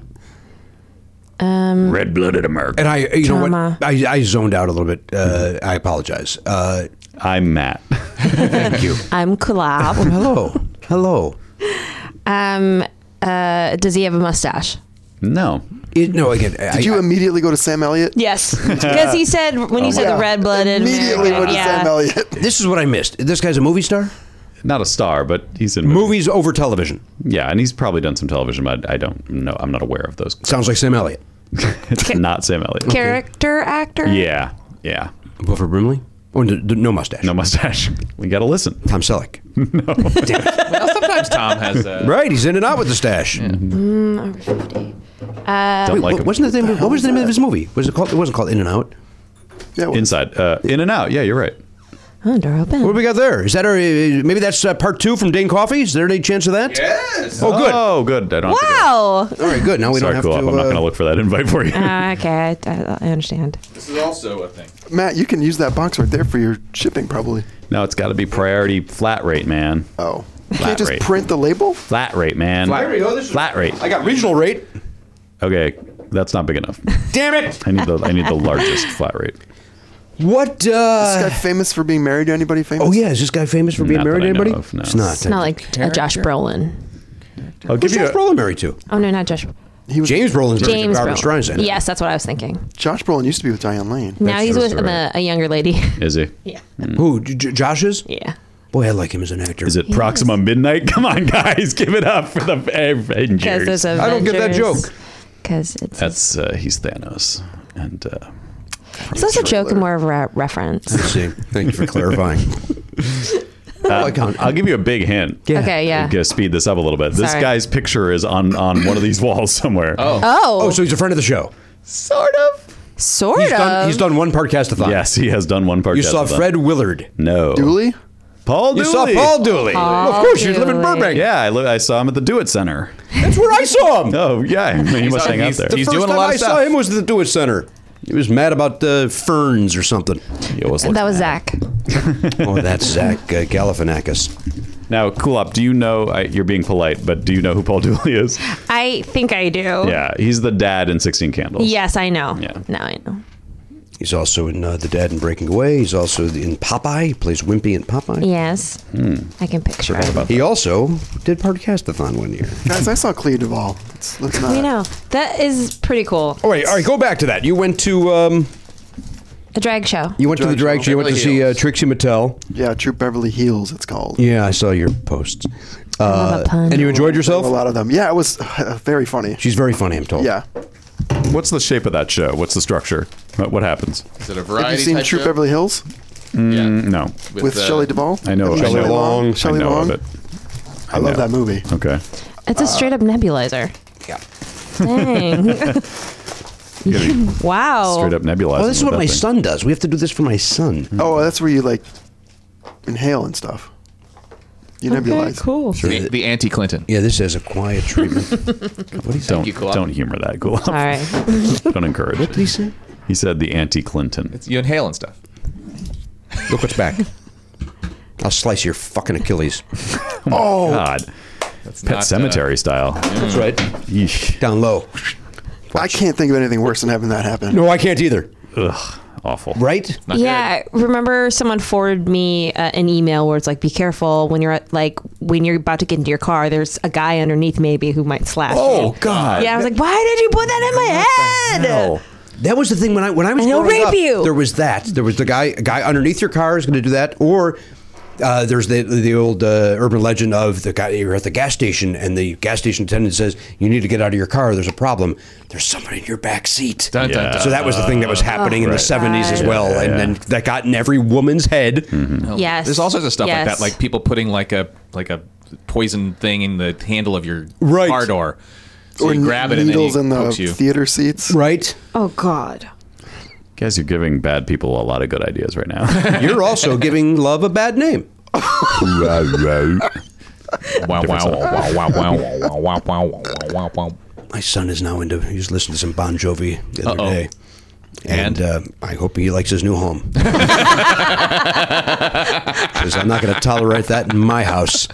S7: um,
S2: Red blooded America.
S1: And I, you know
S7: Drama.
S1: what? I, I zoned out a little bit. Uh, I apologize. Uh,
S2: I'm Matt.
S1: thank you.
S7: I'm collab.
S1: Hello. oh, Hello.
S7: um, uh, does he have a mustache?
S2: no.
S1: It- no, again. Did uh, I,
S5: Did you
S1: I-
S5: immediately go to Sam Elliott?
S7: Yes, because he said when
S1: Oh,
S7: you said the red blooded.
S5: Immediately went to Sam Elliott.
S1: this is what I missed. This guy's a movie star.
S2: Not a star, but he's in movies.
S1: Movies over television.
S2: Yeah, and he's probably done some television, but I don't know. I'm not aware of those.
S1: Sounds like Sam Elliott.
S2: It's not Sam Elliott.
S7: Character actor.
S2: Yeah. Yeah.
S1: Wilford Brimley. Oh, no, no mustache.
S2: No mustache. We got to listen.
S1: Tom Selleck.
S6: Well, sometimes Tom has uh, a.
S1: Right, he's in and out with the stash.
S7: Over 50. Uh,
S2: Don't like
S1: What,
S2: him.
S1: wasn't the name? What was the name of his movie? Was it called? It wasn't called In and Out.
S5: Yeah, well,
S2: Inside. Uh, in and out. Yeah, you're right.
S7: Oh, door open.
S1: What do we got there? Is that our, uh, maybe that's uh, part two from Dane Coffee? Is there any chance of that?
S6: Yes.
S1: Oh, good.
S2: Oh, good. I don't have to go.
S7: Wow.
S1: All right, good. Now we
S2: Sorry,
S1: don't have
S2: cool.
S1: to.
S2: I'm not
S1: uh,
S2: going to look for that invite for you.
S7: Uh, okay, I, I I understand.
S6: This is also a thing.
S5: Matt, you can use that box right there for your shipping, probably.
S2: no, it's got to be priority flat rate, man.
S5: Oh. You
S2: Flat
S5: can't just
S2: rate.
S5: print the label?
S2: Flat rate, man.
S1: There we go. Oh, This is-
S2: Flat rate.
S1: I got regional rate.
S2: Okay, that's not big enough.
S1: Damn it!
S2: I need the I need the largest flat rate.
S1: What?
S5: This
S1: Uh,
S5: guy famous for being married to anybody famous?
S1: oh yeah, is this guy famous for being
S2: Not
S1: married
S2: that
S1: to
S2: I know
S1: anybody?
S2: of, no.
S1: It's not.
S7: It's not like a Josh Brolin.
S2: I'll give
S1: Who's
S2: you.
S1: Josh
S2: A,
S1: Brolin married to?
S7: Oh no, not Josh.
S5: He was,
S1: James Brolin's married
S7: James
S1: to Barbara
S7: Brolin.
S1: Streisand.
S7: Yes, that's what I was thinking.
S5: Josh Brolin used to be with Diane Lane.
S7: now he's
S2: true
S7: with
S2: story.
S7: a, a younger lady.
S2: is he?
S7: yeah.
S1: Who? J- J- Josh is?
S7: Yeah.
S1: Boy, I like him as an actor.
S2: Is it Proxima Midnight? Come on, guys, give it up for the
S7: Because
S2: Avengers.
S7: there's Avengers.
S1: I don't get that joke.
S7: Because it's
S2: That's uh, he's Thanos, and uh,
S7: it's less a joke and more of a re- reference.
S1: Let's see. Thank you for clarifying. I can't-
S2: I'll give you a big hint.
S1: Yeah.
S7: Okay, yeah.
S2: I'm gonna speed this up a little bit. This
S7: Sorry.
S2: guy's picture is on on one of these walls somewhere. Oh,
S7: Oh,
S1: Oh, so he's a friend of the show.
S2: sort of.
S7: sort
S1: He's
S7: of.
S1: done. He's done one podcastathon.
S2: Yes, he has done one part.
S1: You saw Fred Willard.
S2: No.
S5: Dooley?
S2: Paul
S1: You
S2: Dooley.
S1: saw Paul Dooley.
S7: Paul
S1: of course, you live in
S7: Dooley.
S1: Burbank.
S2: Yeah, I, lo- I saw him at the Do It Center.
S1: That's where I saw him.
S2: Oh, yeah. I mean, he must hang out
S6: he's-
S2: there.
S6: he's
S1: First
S6: doing a
S1: time
S6: lot of
S1: I saw
S6: stuff.
S1: him was at the Do It Center. He was mad about uh, ferns or something.
S2: He always looks
S7: that was
S2: mad.
S7: Zach.
S1: Oh, that's Zach uh, Galifianakis.
S2: Now, Kulop, do you know? I, you're being polite, but do you know who Paul Dooley is?
S7: I think I do.
S2: Yeah, he's the dad in Sixteen Candles.
S7: Yes, I know.
S2: Yeah.
S7: Now I know.
S1: He's also in uh, The Dad and Breaking Away. He's also in Popeye. He plays Wimpy in Popeye. Hmm.
S7: Yes. I can picture it.
S1: He also did Podcastathon one year.
S5: Guys, I saw Clea Duvall. Let's, let's not.
S7: We know. That is pretty cool.
S1: Oh, wait, all right, go back to that. You went to um,
S7: A drag show.
S1: you went to the drag show. You went to see uh,
S6: Hills.
S1: Trixie Mattel.
S5: Yeah, True Beverly Hills, it's called.
S1: Yeah, I saw your posts. Uh,
S7: love a pun.
S1: And you enjoyed
S5: There were A
S1: yourself?
S5: lot of them. Yeah, it was uh, very funny.
S1: She's very funny, I'm told.
S5: Yeah.
S2: What's the shape of that show? What's the structure? What, what happens?
S6: Is it a
S5: Have you
S6: variety
S5: seen
S6: type
S5: True
S6: show?
S5: Beverly Hills
S6: Yeah.
S2: No,
S5: with
S6: uh,
S5: Shelley Duvall?
S2: I know.
S5: Shelley
S2: I know.
S5: Long. Shelley
S2: I know of
S5: Long.
S2: it. Mm-hmm.
S5: I love that movie.
S2: Okay.
S7: It's a straight up nebulizer.
S1: uh, Yeah.
S7: Dang.
S2: You gotta be
S7: wow.
S2: Straight up nebulizer.
S1: Oh, this is what my son does. We have to do this for my son.
S5: Oh, that's where you like inhale and stuff. You
S7: Okay,
S5: nebulize.
S7: cool.
S6: The, the anti Clinton.
S1: Yeah, this is a quiet treatment. what
S2: Don't
S6: you, Kulop.
S2: don't humor that, Kulop.
S7: All right.
S2: Don't encourage.
S1: did
S2: it.
S1: he say?
S2: He said the anti-Clinton.
S6: You inhale and stuff.
S1: Look what's back. I'll slice your fucking Achilles.
S2: Oh God.
S6: That's uh,
S2: Pet Cemetery style.
S1: uh, That's right.
S2: Yeesh.
S1: Down low.
S5: I can't think of anything worse than having that happen.
S1: No, I Oh, can't either.
S2: Ugh. awful.
S1: right?
S7: yeah, remember someone forwarded me uh, an email where it's like, "Be careful when you're at, like when you're about to get into your car. There's a guy underneath maybe who might slash."
S2: Oh
S7: you.
S2: God.
S7: Yeah, I was like, "Why did you put that in my head?"
S2: No.
S1: That was the thing when I when I was
S7: And he'll
S1: growing
S7: rape
S1: up,
S7: you.
S1: There was that. There was the guy a guy underneath your car is going to do that, or uh, there's the the old uh, urban legend of the guy you're at the gas station and the gas station attendant says you need to get out of your car. There's a problem. There's somebody in your back seat.
S6: Dun, dun, dun.
S1: So that was the thing that was happening in
S7: Oh,
S2: Right.
S1: the '70s as
S7: God.
S1: well,
S2: Yeah, Mm-hmm. yeah.
S1: and then that got in every woman's head.
S7: Yes,
S6: There's all sorts of stuff like
S7: Yes.
S6: that, like people putting like a like a poison thing in the handle of your
S1: Right.
S6: car door. So
S5: or
S6: you grab it and then he
S5: needles in the
S6: pokes you.
S5: theater seats.
S1: Right.
S7: Oh God.
S2: Guys, you're giving bad people a lot of good ideas right now.
S1: You're also giving love a bad name.
S6: wow, wow, wow, wow, wow, wow, wow, wow, wow, wow, wow, wow.
S1: My son is now into. He was listening to some Bon Jovi the other
S6: Uh-oh.
S1: day, and,
S6: And?
S1: uh, I hope he likes his new home. Because I'm not going to tolerate that in my house.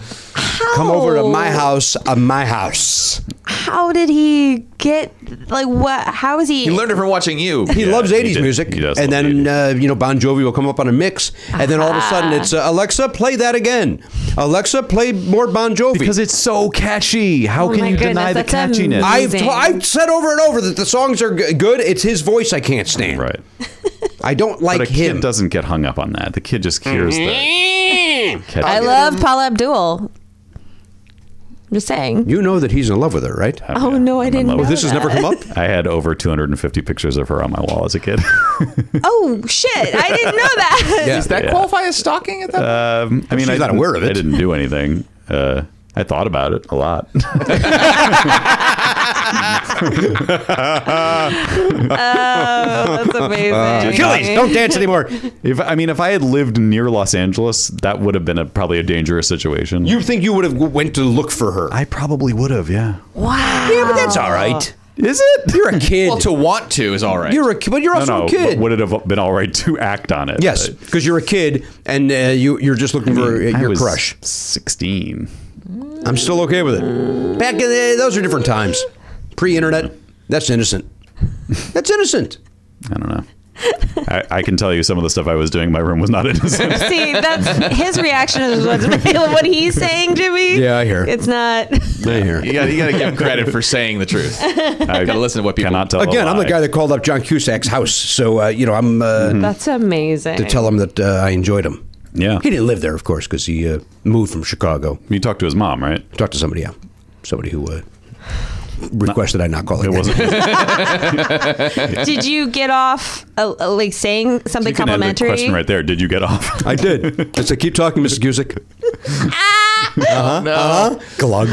S1: Come over to my house. Uh, my house.
S7: How did he get like what? How is he?
S6: He learned it from watching you.
S1: He loves
S2: he
S1: 80s
S2: did-
S1: music,
S2: he does
S1: and
S2: love
S1: then
S2: 80s.
S1: uh, you know Bon Jovi will come up on a mix, and then all of a sudden it's uh, Alexa, play that again. Alexa, play more Bon Jovi.
S2: because it's so catchy. How
S7: Oh
S2: can
S7: my
S2: you
S7: goodness,
S2: deny the
S7: that's amazing.
S2: catchiness?
S1: I've,
S7: amazing.
S1: I've said over and over that the songs are g- good. It's his voice I can't stand.
S2: right.
S1: I don't
S2: But
S1: like
S2: a
S1: him.
S2: kid doesn't get hung up on that. The kid just hears the catchy.
S7: I love Paula Abdul. I'm just saying.
S1: You know that he's in love with her, right?
S7: oh no,
S2: I'm
S7: I
S2: in
S7: didn't.
S2: love
S7: Know
S2: with-
S1: this has
S7: that.
S1: never come up.
S2: I had over 250 pictures of her on my wall as a kid.
S7: Oh shit! I didn't know that.
S1: Yeah. Uh,
S6: Does that qualify as stalking at that point?
S2: Um, I mean, I
S1: not
S2: didn't-
S1: aware of it.
S2: I didn't do anything. Uh, I thought about it a lot.
S7: Oh, that's amazing.
S1: Achilles, don't dance anymore.
S2: if I mean, if I had lived near Los Angeles, that would have been a, probably a dangerous situation.
S1: You think you would have went to look for her?
S2: I probably would have. Yeah.
S7: Wow.
S1: yeah, but that's all right.
S2: Is it?
S1: You're a kid.
S6: Well, to want to is all right.
S1: you're a kid, but you're
S2: No,
S1: also
S2: no.
S1: a kid.
S2: But would it have been all right to act on it?
S1: yes,
S2: Uh,
S1: because you're a kid and uh, you you're just looking for uh,
S2: I
S1: your
S2: was
S1: crush.
S2: 16.
S1: I'm still okay with it. Back in the, those are different times. Pre-internet, that's innocent. That's innocent.
S2: I don't know. I, I can tell you some of the stuff I was doing in my room was not innocent.
S7: See, that's his reaction is what's what he's saying, Jimmy.
S1: Yeah, I hear.
S7: It's not.
S1: I hear.
S6: You gotta, you gotta give him credit for saying the truth.
S2: I
S6: gotta listen to what people-
S2: cannot tell. a
S1: Again, I'm the
S2: lie.
S1: guy that called up John Cusack's house, so uh, you know I'm uh,
S7: That's amazing.
S1: to tell him that uh, I enjoyed him.
S2: Yeah.
S1: He didn't live there, of course, because he uh, moved from Chicago.
S2: You talked to his mom, right?
S1: Talk to somebody, yeah. Somebody who uh, requested I not call it.
S2: It wasn't.
S7: Did you get off uh, uh, like saying something
S2: You can end the
S7: complimentary?
S2: question right there. Did you get off?
S1: I did. Just like, keep talking, Mrs. Gusick.
S7: Ah,
S6: No.
S1: Glug.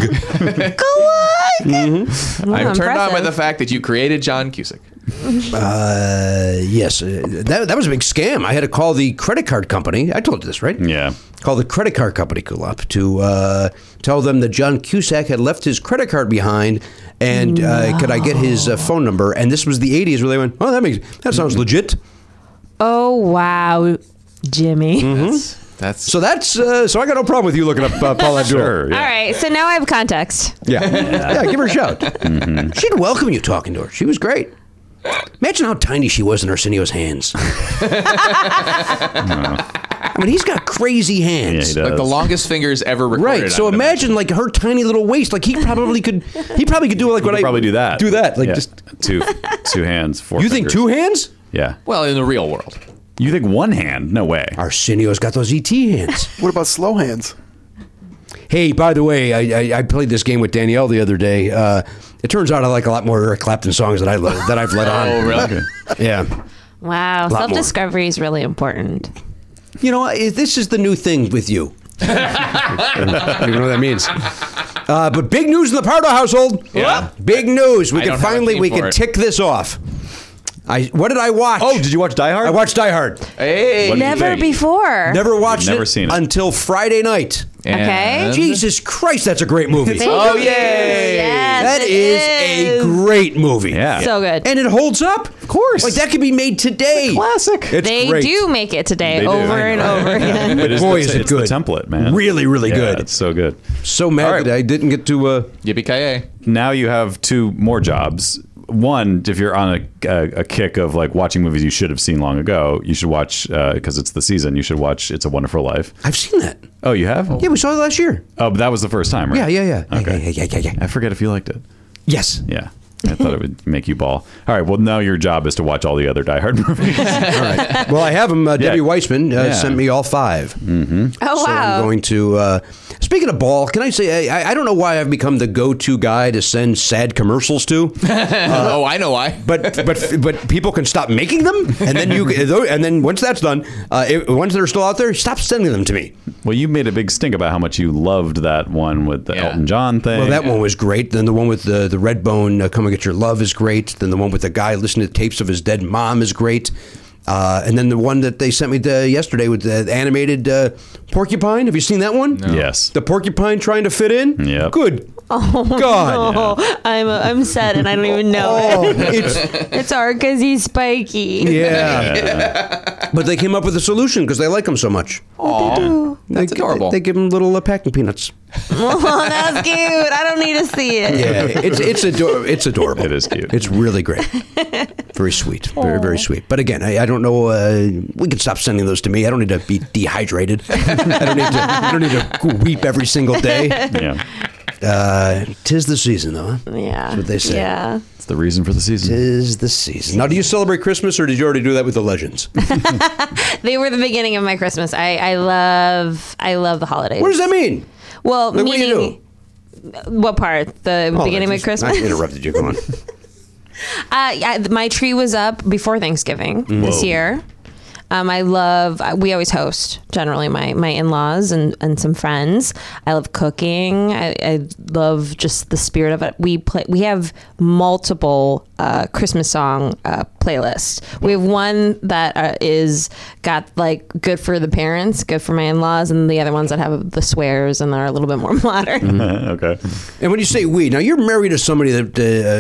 S6: Mm-hmm. I'm turned on by
S7: Hmm, impressive.
S6: the fact that you created John Cusick.
S1: Uh, yes, uh, that, that was a big scam. I had to call the credit card company. I told you this, right?
S2: Yeah.
S1: Call the credit card company, Kulop, to uh, tell them that John Cusack had left his credit card behind and uh, could I get his uh, phone number? And this was the 80s where they went, oh, that makes, that sounds legit.
S7: Oh wow, Jimmy.
S6: Mm-hmm. That's
S1: So that's, uh, so I got no problem with you looking up uh, Paul Abdul.
S2: Sure.
S7: All
S2: Yeah.
S7: right, so now I have context.
S1: Yeah. yeah, give her a shout.
S2: Mm-hmm.
S1: She'd welcome you talking to her. She was great. Imagine how tiny she was in Arsenio's hands. I mean, he's got crazy
S2: Yeah, he
S1: hands.
S2: does.
S6: like the longest fingers ever recorded. I
S1: Right, so
S6: would
S1: imagine like her tiny little waist. Like he probably could, he probably could do like
S2: You
S1: what
S2: could
S1: I
S2: probably do that.
S1: Do that, like
S2: Yeah.
S1: just.
S2: two, two hands, four.
S1: You think
S2: fingers.
S1: two hands?
S2: Yeah.
S6: Well, in the real world.
S2: You think one hand? No way.
S1: Arsenio's got those e, ET hands.
S5: What about slow hands?
S1: Hey, by the way, I, I, I played this game with Danielle the other day. Uh, it turns out I like a lot more Eric Clapton songs that I lo- that I've let on.
S6: Oh, really?
S1: Yeah.
S7: Wow,
S1: more.
S7: self discovery is really important.
S1: You know, I- this is the new thing with you. I don't even know what that means. Uh, but big news in the Pardo household.
S6: Yeah.
S1: Big news. We
S6: I
S1: can
S6: don't have a
S1: finally
S6: theme
S1: we
S6: for
S1: can
S6: it.
S1: tick this off. I what did I watch?
S2: Oh, did you watch Die Hard?
S1: I watched Die Hard.
S6: Hey.
S2: What do you
S7: Never
S2: think?
S7: before.
S1: Never watched
S2: never seen it.
S1: until Friday night.
S7: Okay.
S1: Jesus Christ, that's a great movie.
S7: Thank
S6: Oh,
S7: you.
S6: yay.
S7: Yes,
S1: That
S7: it
S1: is, a
S7: is.
S1: great movie.
S2: Yeah.
S7: So good.
S1: And it holds up. Of
S2: course.
S1: Like that could be made today.
S2: Classic.
S1: It's
S7: they
S1: great.
S7: do make it today
S2: They do.
S7: over
S2: I
S7: and
S2: know.
S7: over again.
S2: It is
S1: Boy,
S2: the,
S1: is it
S2: it's
S1: good.
S2: the template, man.
S1: Really, really
S2: Yeah,
S1: good.
S2: It's so good.
S1: So mad
S2: All right.
S1: that I didn't get to uh
S6: Yippee ki yay!
S2: Now you have two more jobs. one, if you're on a, a, a kick of like watching movies you should have seen long ago, you should watch because it's the season. You should watch It's a Wonderful Life.
S1: I've seen that.
S2: Oh, you have?
S1: Yeah, we saw it last year.
S2: Oh, but that was the first time, right?
S1: Yeah, yeah, yeah. Yeah,
S2: Okay.
S1: Yeah, yeah, yeah, yeah.
S2: I forget if you liked it.
S1: Yes.
S2: Yeah. I thought it would make you ball. All right. Well, now your job is to watch all the other Die Hard movies.
S1: Well, I have them. Uh, Debbie
S2: Yeah.
S1: Weissman uh,
S2: Yeah.
S1: sent me all 5
S7: Oh
S1: So
S7: wow.
S1: I'm going to. Uh, speaking of ball, can I say I, I don't know why I've become the go-to guy to send sad commercials to, Uh,
S6: oh, I know why.
S1: but but but people can stop making them, and then you and then once that's done, uh, it, once they're still out there, stop sending them to me.
S2: well, you made a big stink about how much you loved that one with the
S6: Yeah.
S2: Elton John thing.
S1: Well, that one was great. Then the one with the the red bone uh, "Come and Get Your Love" is great. Then the one with the guy listening to tapes of his dead mom is great. Uh, and then the one that they sent me the, yesterday with the animated uh, porcupine. Have you seen that one?
S2: Yes.
S1: The porcupine trying to fit in.
S2: Yep.
S1: Good. God.
S7: Oh, I'm I'm sad and I don't even know
S1: Oh,
S7: it.
S1: it's
S7: It's hard because he's spiky.
S1: yeah.
S2: Yeah.
S1: But they came up with a solution because they like him so much.
S6: Aw, that's
S1: they,
S6: adorable.
S1: They, give him little uh, packing peanuts.
S7: Oh, that's cute. I don't need to see it.
S1: Yeah, it's it's ador- it's adorable.
S2: It is cute.
S1: It's really great. Very sweet. Very very sweet. But again, I, I don't know. Uh, we can stop sending those to me. I don't need to be dehydrated. I don't need to. I don't need to weep every single day.
S2: yeah.
S1: Uh, tis the season, though. huh?
S7: Yeah.
S1: That's what they say.
S7: Yeah.
S2: It's the reason for the season.
S1: Tis the season. Now, do you celebrate Christmas, or did you already do that with the legends?
S7: They were the beginning of my Christmas. I, I love I love the holidays.
S1: What does that mean?
S7: Well,
S1: Like, what do you
S7: meaning what part? The
S1: Oh,
S7: beginning
S1: I
S7: of
S1: just-
S7: Christmas.
S1: I interrupted you. Come on.
S7: Uh, yeah, th- my tree was up before Thanksgiving this year. Um, I love. I- We always host generally my my in laws and and some friends. I love cooking. I, I love just the spirit of it. We play. We have multiple uh, Christmas song uh, playlists. We have one that uh, is got like good for the parents, good for my in laws, and the other ones that have the swears and are a little bit more modern.
S1: Mm-hmm.
S2: okay.
S1: And when you say we, now you're married to somebody that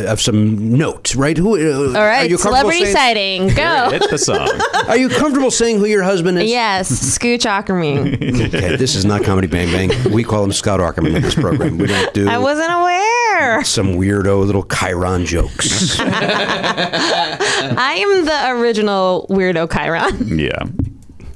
S1: uh, of some note, right? Who? Uh,
S7: All right,
S1: you comfortable
S7: celebrity
S1: saying,
S7: sighting, go.
S2: Hit the song.
S1: Are you comfortable saying who your husband is?
S7: Yes, Scooch Ackerman.
S1: Okay, this is not comedy bang bang. We call him Scott Ackerman in this program. We don't do
S7: I wasn't aware.
S1: some weirdo little Chiron jokes.
S7: I am the original weirdo Chiron.
S2: Yeah.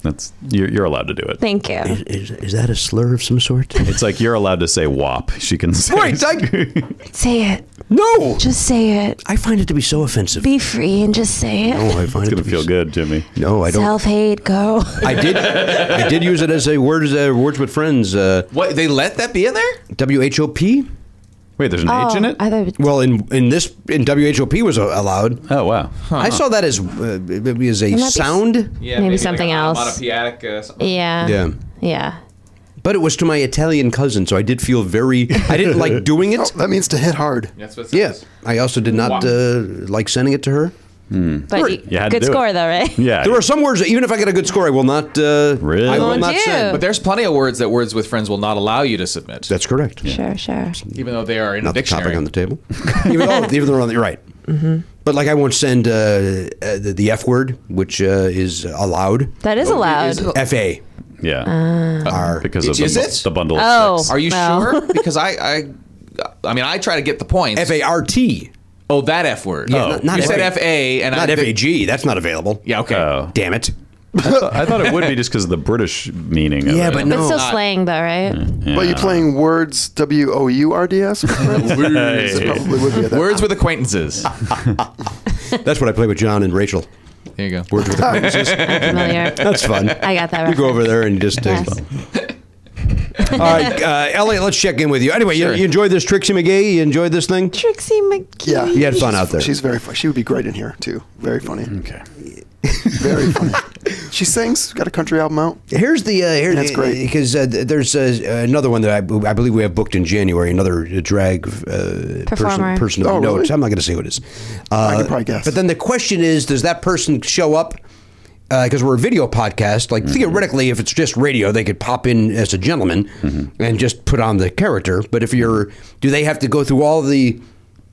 S2: That's you're, you're allowed to do it.
S7: Thank you.
S1: is, is that a slur of some sort?
S2: It's like you're allowed to say "wop." She can say.
S1: Right, I,
S7: Say it.
S1: no,
S7: Just say it.
S1: I find it to be so offensive.
S7: Be free and just say it.
S1: No, Oh, I find
S2: it's
S1: it
S2: gonna
S1: to be
S2: feel
S1: so-
S2: good, Jimmy.
S1: No, I don't.
S7: Self hate, go.
S1: I did. I did use it as a words. Uh, words with friends. Uh,
S6: What they let that be in there?
S1: W H O P.
S2: Wait, there's an H in it.
S7: Oh, I thought
S1: Well, in in this in W H O P was uh, allowed.
S2: oh wow.
S1: I saw that as uh, maybe as a
S7: might be s-
S1: sound.
S6: Yeah,
S7: Maybe maybe like something a- else. onomatopoeic,
S6: uh,
S7: yeah.
S1: Yeah.
S7: Yeah.
S1: But it was to my Italian cousin, so I did feel very. I didn't like doing it.
S5: That means to hit hard.
S6: That's what it
S1: Yeah,
S6: says.
S1: I also did not uh, like sending it to her. Mm.
S7: But you,
S2: You had to
S7: good
S2: do
S7: score
S2: it.
S7: though, right?
S2: Yeah.
S1: There are some words that even if I get a good score, I will not. Uh,
S2: Really?
S1: I will
S2: Won't
S1: not
S7: you?
S1: send.
S6: But there's plenty of words that Words with Friends will not allow you to submit,
S1: That's correct.
S7: Sure, sure.
S6: even though they are in a
S1: Not the
S6: dictionary.
S1: topic on the table. even, though, even though you're right. But like I won't send uh, uh, the, the F word, which uh, is allowed.
S7: That is allowed.
S1: F A
S2: Yeah.
S1: R.
S2: because of
S6: Is
S2: the,
S6: it?
S2: the bundle
S7: Uh, Oh.
S2: of six.
S6: Are you
S7: Well.
S6: sure? Because I, I, I mean, I try to get the points.
S1: F A R T.
S6: Oh, that F word.
S1: Yeah,
S6: oh,
S1: not- not
S6: you said
S1: F
S6: F A, and
S1: Not
S6: I
S1: F A G. That's not available.
S6: Yeah, okay.
S2: Oh.
S1: Damn it.
S2: I thought it would be just because of the British meaning. Of
S1: Yeah,
S2: it.
S1: but
S7: But
S1: no.
S7: still slang though, right?
S1: Mm.
S2: Yeah.
S5: But you playing words W O U R D S? Words. It probably would be at that.
S6: Words with acquaintances.
S1: That's what I play with John and Rachel.
S6: There you go.
S1: Words with acquaintances.
S7: Familiar.
S1: That's fun.
S7: I got that
S1: You
S7: right.
S1: go over there and just. uh,
S7: Yes.
S1: All right, uh, Elliot, let's check in with you. Anyway, you, you enjoyed this Trixie McGee? You enjoyed this thing?
S7: Trixie McGee.
S5: Yeah.
S1: You had fun out there.
S5: She's very funny. She would be great in here too. Very funny.
S2: Okay.
S5: Very funny. she sings. Got a country album out.
S1: Here's the uh, here,
S5: That's great.
S1: because uh, th- there's uh, another one that I, I believe we have booked in January. Another drag uh, person,
S7: Performer.
S1: person of
S5: Oh,
S1: note.
S5: really?
S1: I'm not going to say who it is. Uh,
S5: I could probably guess.
S1: But then the question is, does that person show up? Because we're a video podcast, like theoretically, if it's just radio, they could pop in as a gentleman and just put on the character. But if you're, do they have to go through all the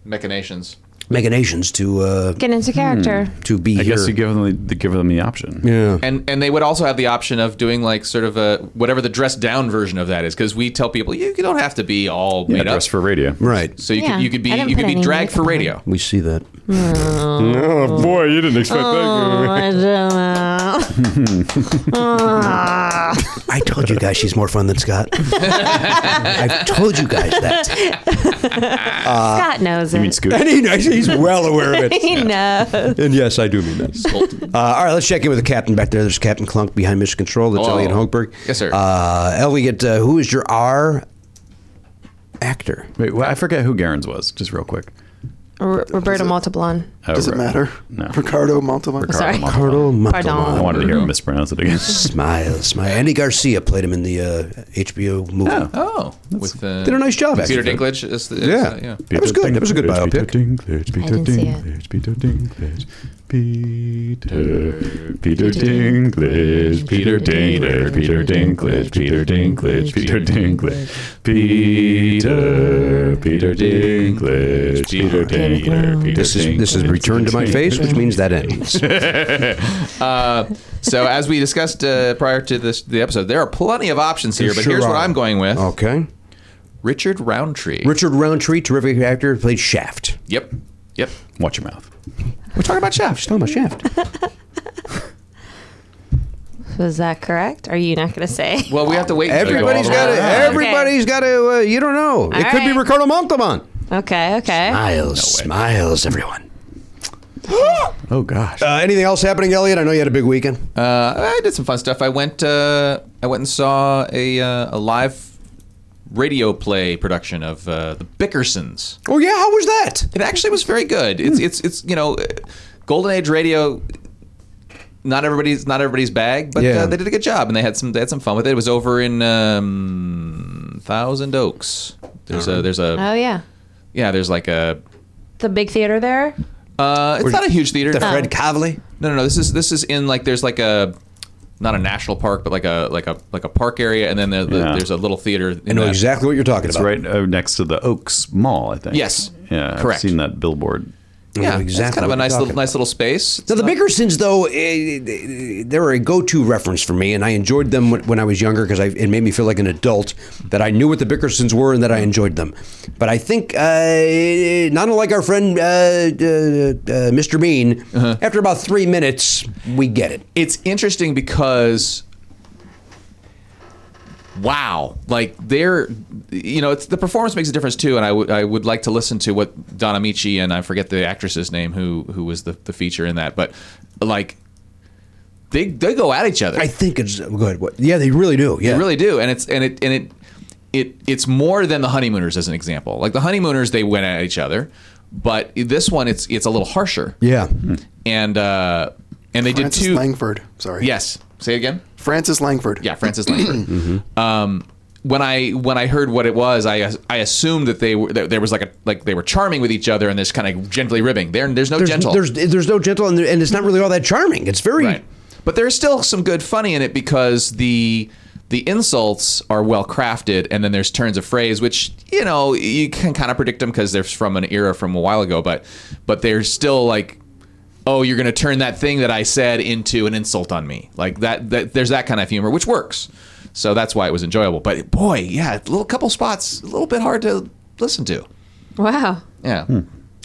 S6: Machinations.
S1: machinations to uh,
S7: Get into character.
S1: to be
S2: I
S1: here.
S2: guess you give them the, the give them the option.
S1: yeah.
S6: And and they would also have the option of doing like sort of a whatever the dressed down version of that is because we tell people you, you don't have to be all
S2: Yeah,
S6: made up.
S2: dress for radio.
S1: Right.
S6: so you
S7: Yeah,
S6: could you could be
S7: I didn't
S6: you could
S7: put
S6: be
S7: any
S6: dragged for
S7: makeup on.
S6: radio.
S1: We see that.
S2: Oh boy, you didn't expect
S1: Hmm.
S7: Oh, I don't know.
S1: I told you guys she's more fun than Scott. I've told you guys that. Uh,
S7: Scott knows it.
S2: I mean, Scoot.
S1: And he, knows- he's well aware of it.
S7: he knows.
S1: And yes, I do mean that. Uh, all right, let's check in with the captain back there. There's Captain Clunk behind Mission Control. That's
S2: Oh.
S6: Hello.
S1: Elliot Hochberg.
S6: Yes, sir.
S1: Uh, Elliot, uh, who is your R actor?
S2: Wait, well, I forget who Garen's was. Just real quick.
S7: R- Roberto Montalban.
S2: Oh,
S5: Does it
S2: right.
S5: matter?
S2: No.
S5: Ricardo Montalban.
S2: Ricardo
S7: Sorry.
S2: Montalban.
S1: Colonel
S2: I
S1: Montalban.
S2: wanted to hear him mispronounce it again.
S1: Oh, Smile, smile. Andy Garcia played him in the uh, HBO movie.
S6: Oh, with uh,
S1: Did a nice job,
S6: Peter
S1: actually.
S6: Dinklage is the, is,
S1: Yeah.
S6: uh, yeah.
S1: That was good. That was a good
S2: Dinklage,
S1: biopic.
S2: Peter Dinklage, Peter
S7: didn't see
S2: Dinklage, Peter Dinklage, Peter, Peter
S7: it.
S2: Dinklage, Peter Dinklage, Peter Dinklage, Peter Dinklage, Peter Dinklage, Peter, Peter Dinklage, Peter Dinklage. Peter
S1: This is this is
S2: Dinklage,
S1: return to my
S2: Peter
S1: face, which means that ends.
S6: So as we discussed uh, prior to this the episode, there are plenty of options here, but
S1: Sure
S6: here's what
S1: are. Oh.
S6: I'm going with:
S1: Okay.
S6: Richard Roundtree.
S1: Richard Roundtree, terrific actor, played Shaft.
S6: Yep, yep.
S2: Dinklage. Watch your mouth.
S6: We're talking about Shaft.
S1: Still my Shaft.
S7: Was that correct? Are you not going to say?
S6: Well, we have to wait. until we go all
S1: Everybody's
S6: the
S1: got
S6: way
S1: to.
S6: around.
S1: Everybody's got to. Uh, you don't know. it
S7: All
S1: could be
S7: right.
S1: Ricardo Montalban.
S7: Okay, okay.
S1: Smiles, smiles, everyone.
S2: Oh gosh.
S1: Uh, anything else happening, Elliot? I know you had a big weekend.
S6: Uh, I did some fun stuff. I went. Uh, I went and saw a uh, a live radio play production of uh, the Bickersons.
S1: oh yeah, how was that?
S6: It actually was very good. It's
S1: Hmm.
S6: it's it's you know, uh, golden age radio. Not everybody's not everybody's bag, but
S1: Yeah.
S6: uh, they did a good job, and they had some they had some fun with it. It was over in um, Thousand Oaks. There's a there's a
S7: Oh, yeah.
S6: yeah there's like a
S7: The big theater there?
S6: uh, it's not a huge theater.
S1: The Fred Cavley.
S6: No, no, no. This is this is in like there's like a not a national park, but like a like a like a park area, and then there,
S2: Yeah.
S6: there's a little theater.
S1: I
S6: In
S1: know
S6: that.
S1: exactly what you're talking
S2: It's
S1: about.
S2: right uh, next to the Oaks Mall, I think.
S6: Yes.
S2: Yeah, I've
S6: Correct.
S2: seen that billboard.
S1: I know
S6: Yeah, It's kind
S1: what
S6: of a
S1: you're
S6: nice little
S1: talking
S6: nice little space.
S1: Now, the Bickersons, though, eh, they were a go-to reference for me, and I enjoyed them when when I was younger because it made me feel like an adult that I knew what the Bickersons were and that I enjoyed them. But I think, uh, not unlike our friend uh, uh, uh, Mr. Bean, after about three minutes, we get it.
S6: it's interesting because wow like they're you know it's the performance makes a difference too and i would i would like to listen to what donna michi and i forget the actress's name who who was the, the feature in that but like they they go at each other
S1: I think it's good. What, yeah, they really do. Yeah,
S6: they really do and it's and it and it it it's more than the honeymooners as an example like the honeymooners they went at each other but this one it's it's a little harsher
S1: Yeah,
S6: and uh and they
S5: Francis
S6: did two
S5: Langford. Sorry.
S6: yes say it again
S5: Francis Langford.
S6: yeah, Francis Langford. um, when I when I heard what it was, I I assumed that they were that there was like a like they were charming with each other and this kind of gently ribbing. There, there's no
S1: there's,
S6: gentle.
S1: There's there's no gentle, and, there- and it's not really all that charming. It's very
S6: right, but there's still some good funny in it because the the insults are well crafted, and then there's turns of phrase, which you know you can kind of predict them because they're from an era from a while ago. But but they're still like. Oh, you're going to turn that thing that I said into an insult on me, like that. That there's that kind of humor, which works. So that's why it was enjoyable. But boy, yeah, a little couple spots, a little bit hard to listen to.
S7: Wow.
S6: Yeah,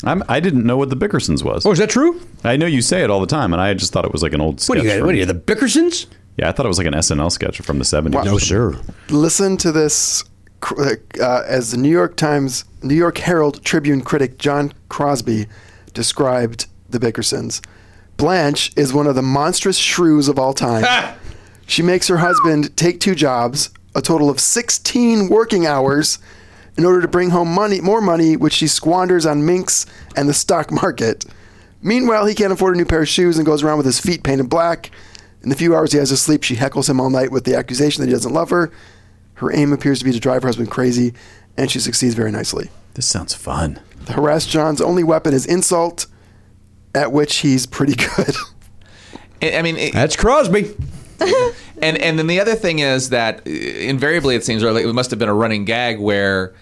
S2: I'm, I didn't know what the Bickersons was.
S1: Oh, is that true?
S2: I know you say it all the time, and I just thought it was like an old sketch.
S1: What are you? guys-
S2: from-
S1: What are you? The Bickersons?
S2: Yeah, I thought it was like an SNL sketch from the 70s.
S1: No, sir.
S5: Listen to this cr- uh, as the New York Times, New York Herald Tribune critic John Crosby described the Bickersons. Blanche is one of the monstrous shrews of all time. she makes her husband take two jobs, a total of 16 working hours, in order to bring home money, more money, which she squanders on minks and the stock market. Meanwhile, he can't afford a new pair of shoes and goes around with his feet painted black. In the few hours he has to sleep, she heckles him all night with the accusation that he doesn't love her. Her aim appears to be to drive her husband crazy, and she succeeds very nicely.
S2: This sounds fun.
S5: The harassed John's only weapon is insult, at which he's pretty good.
S6: I I mean, it-
S1: That's Crosby.
S6: And and then the other thing is that uh, invariably it seems or like it must have been a running gag where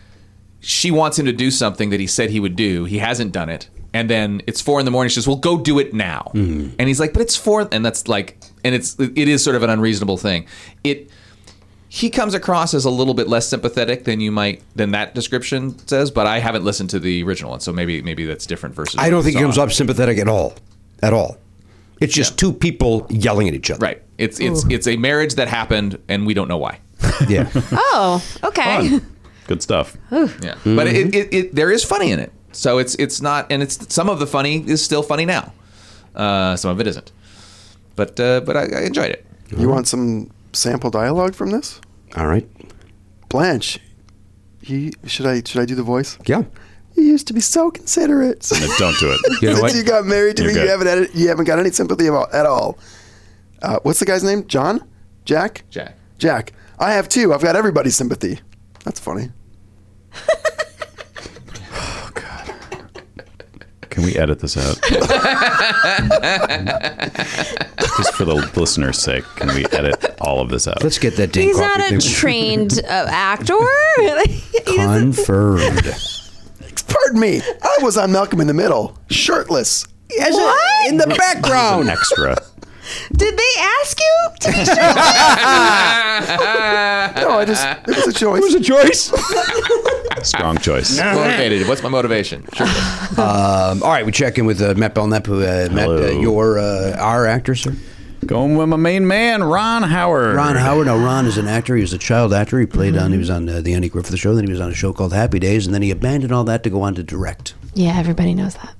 S6: she wants him to do something that he said he would do. He hasn't done it. And then it's four in the morning. She says, "Well, go do it now."
S1: Hmm.
S6: And he's like, "But it's four, and that's like, and it's it is sort of an unreasonable thing. It he comes across as a little bit less sympathetic than you might than that description says. But I haven't listened to the original one, so maybe maybe that's different versus.
S1: I don't
S6: what
S1: think
S6: we
S1: it comes
S6: saw.
S1: up sympathetic at all, at all. It's just two people yelling at each other.
S6: Right. It's it's it's a marriage that happened, and we don't know why.
S1: Yeah.
S7: Oh, okay.
S2: Fun. Good stuff.
S6: Yeah, but
S1: Mm-hmm.
S6: it, it, it there is funny in it, so it's it's not, and it's some of the funny is still funny now, uh, some of it isn't, but uh, but I, I enjoyed it.
S5: You want some sample dialogue from this?
S1: all right.
S5: Blanche, he should I should I do the voice?
S1: Yeah.
S5: You used to be so considerate.
S2: No, don't do it.
S1: You know
S5: Since
S1: what?
S5: you got married to
S2: You're
S5: me,
S2: good.
S5: you haven't had it, you haven't got any sympathy about at all. Uh, what's the guy's name? John? Jack?
S6: Jack.
S5: Jack. I have two. I've got everybody's sympathy. That's funny.
S2: Can we edit this out? Just for the listener's sake, can we edit all of this out?
S1: Let's get that dang
S7: He's not
S1: coffee
S7: a
S1: thing.
S7: trained uh, actor. Like, he doesn't-
S1: Confirmed.
S5: Pardon me. I was on Malcolm in the Middle, shirtless.
S1: As a-
S7: What?
S1: in the
S2: As an
S1: background.
S2: extra.
S7: Did they ask you to be sure?
S6: Ah.
S5: No, I just it was a choice.
S1: It was a choice.
S2: Strong choice.
S6: Motivated. What's my motivation? Sure.
S1: Um, all right, we check in with uh, Matt Belknap, who uh, Matt, uh,
S2: Hello.
S1: your uh, our actor, sir.
S2: Going with my main man, Ron Howard.
S1: Ron Howard. Now, Ron is an actor. He was a child actor. He played on. He was on uh, the Andy Griffith Show. Then he was on a show called Happy Days, and then he abandoned all that to go on to direct.
S7: Yeah, everybody knows that.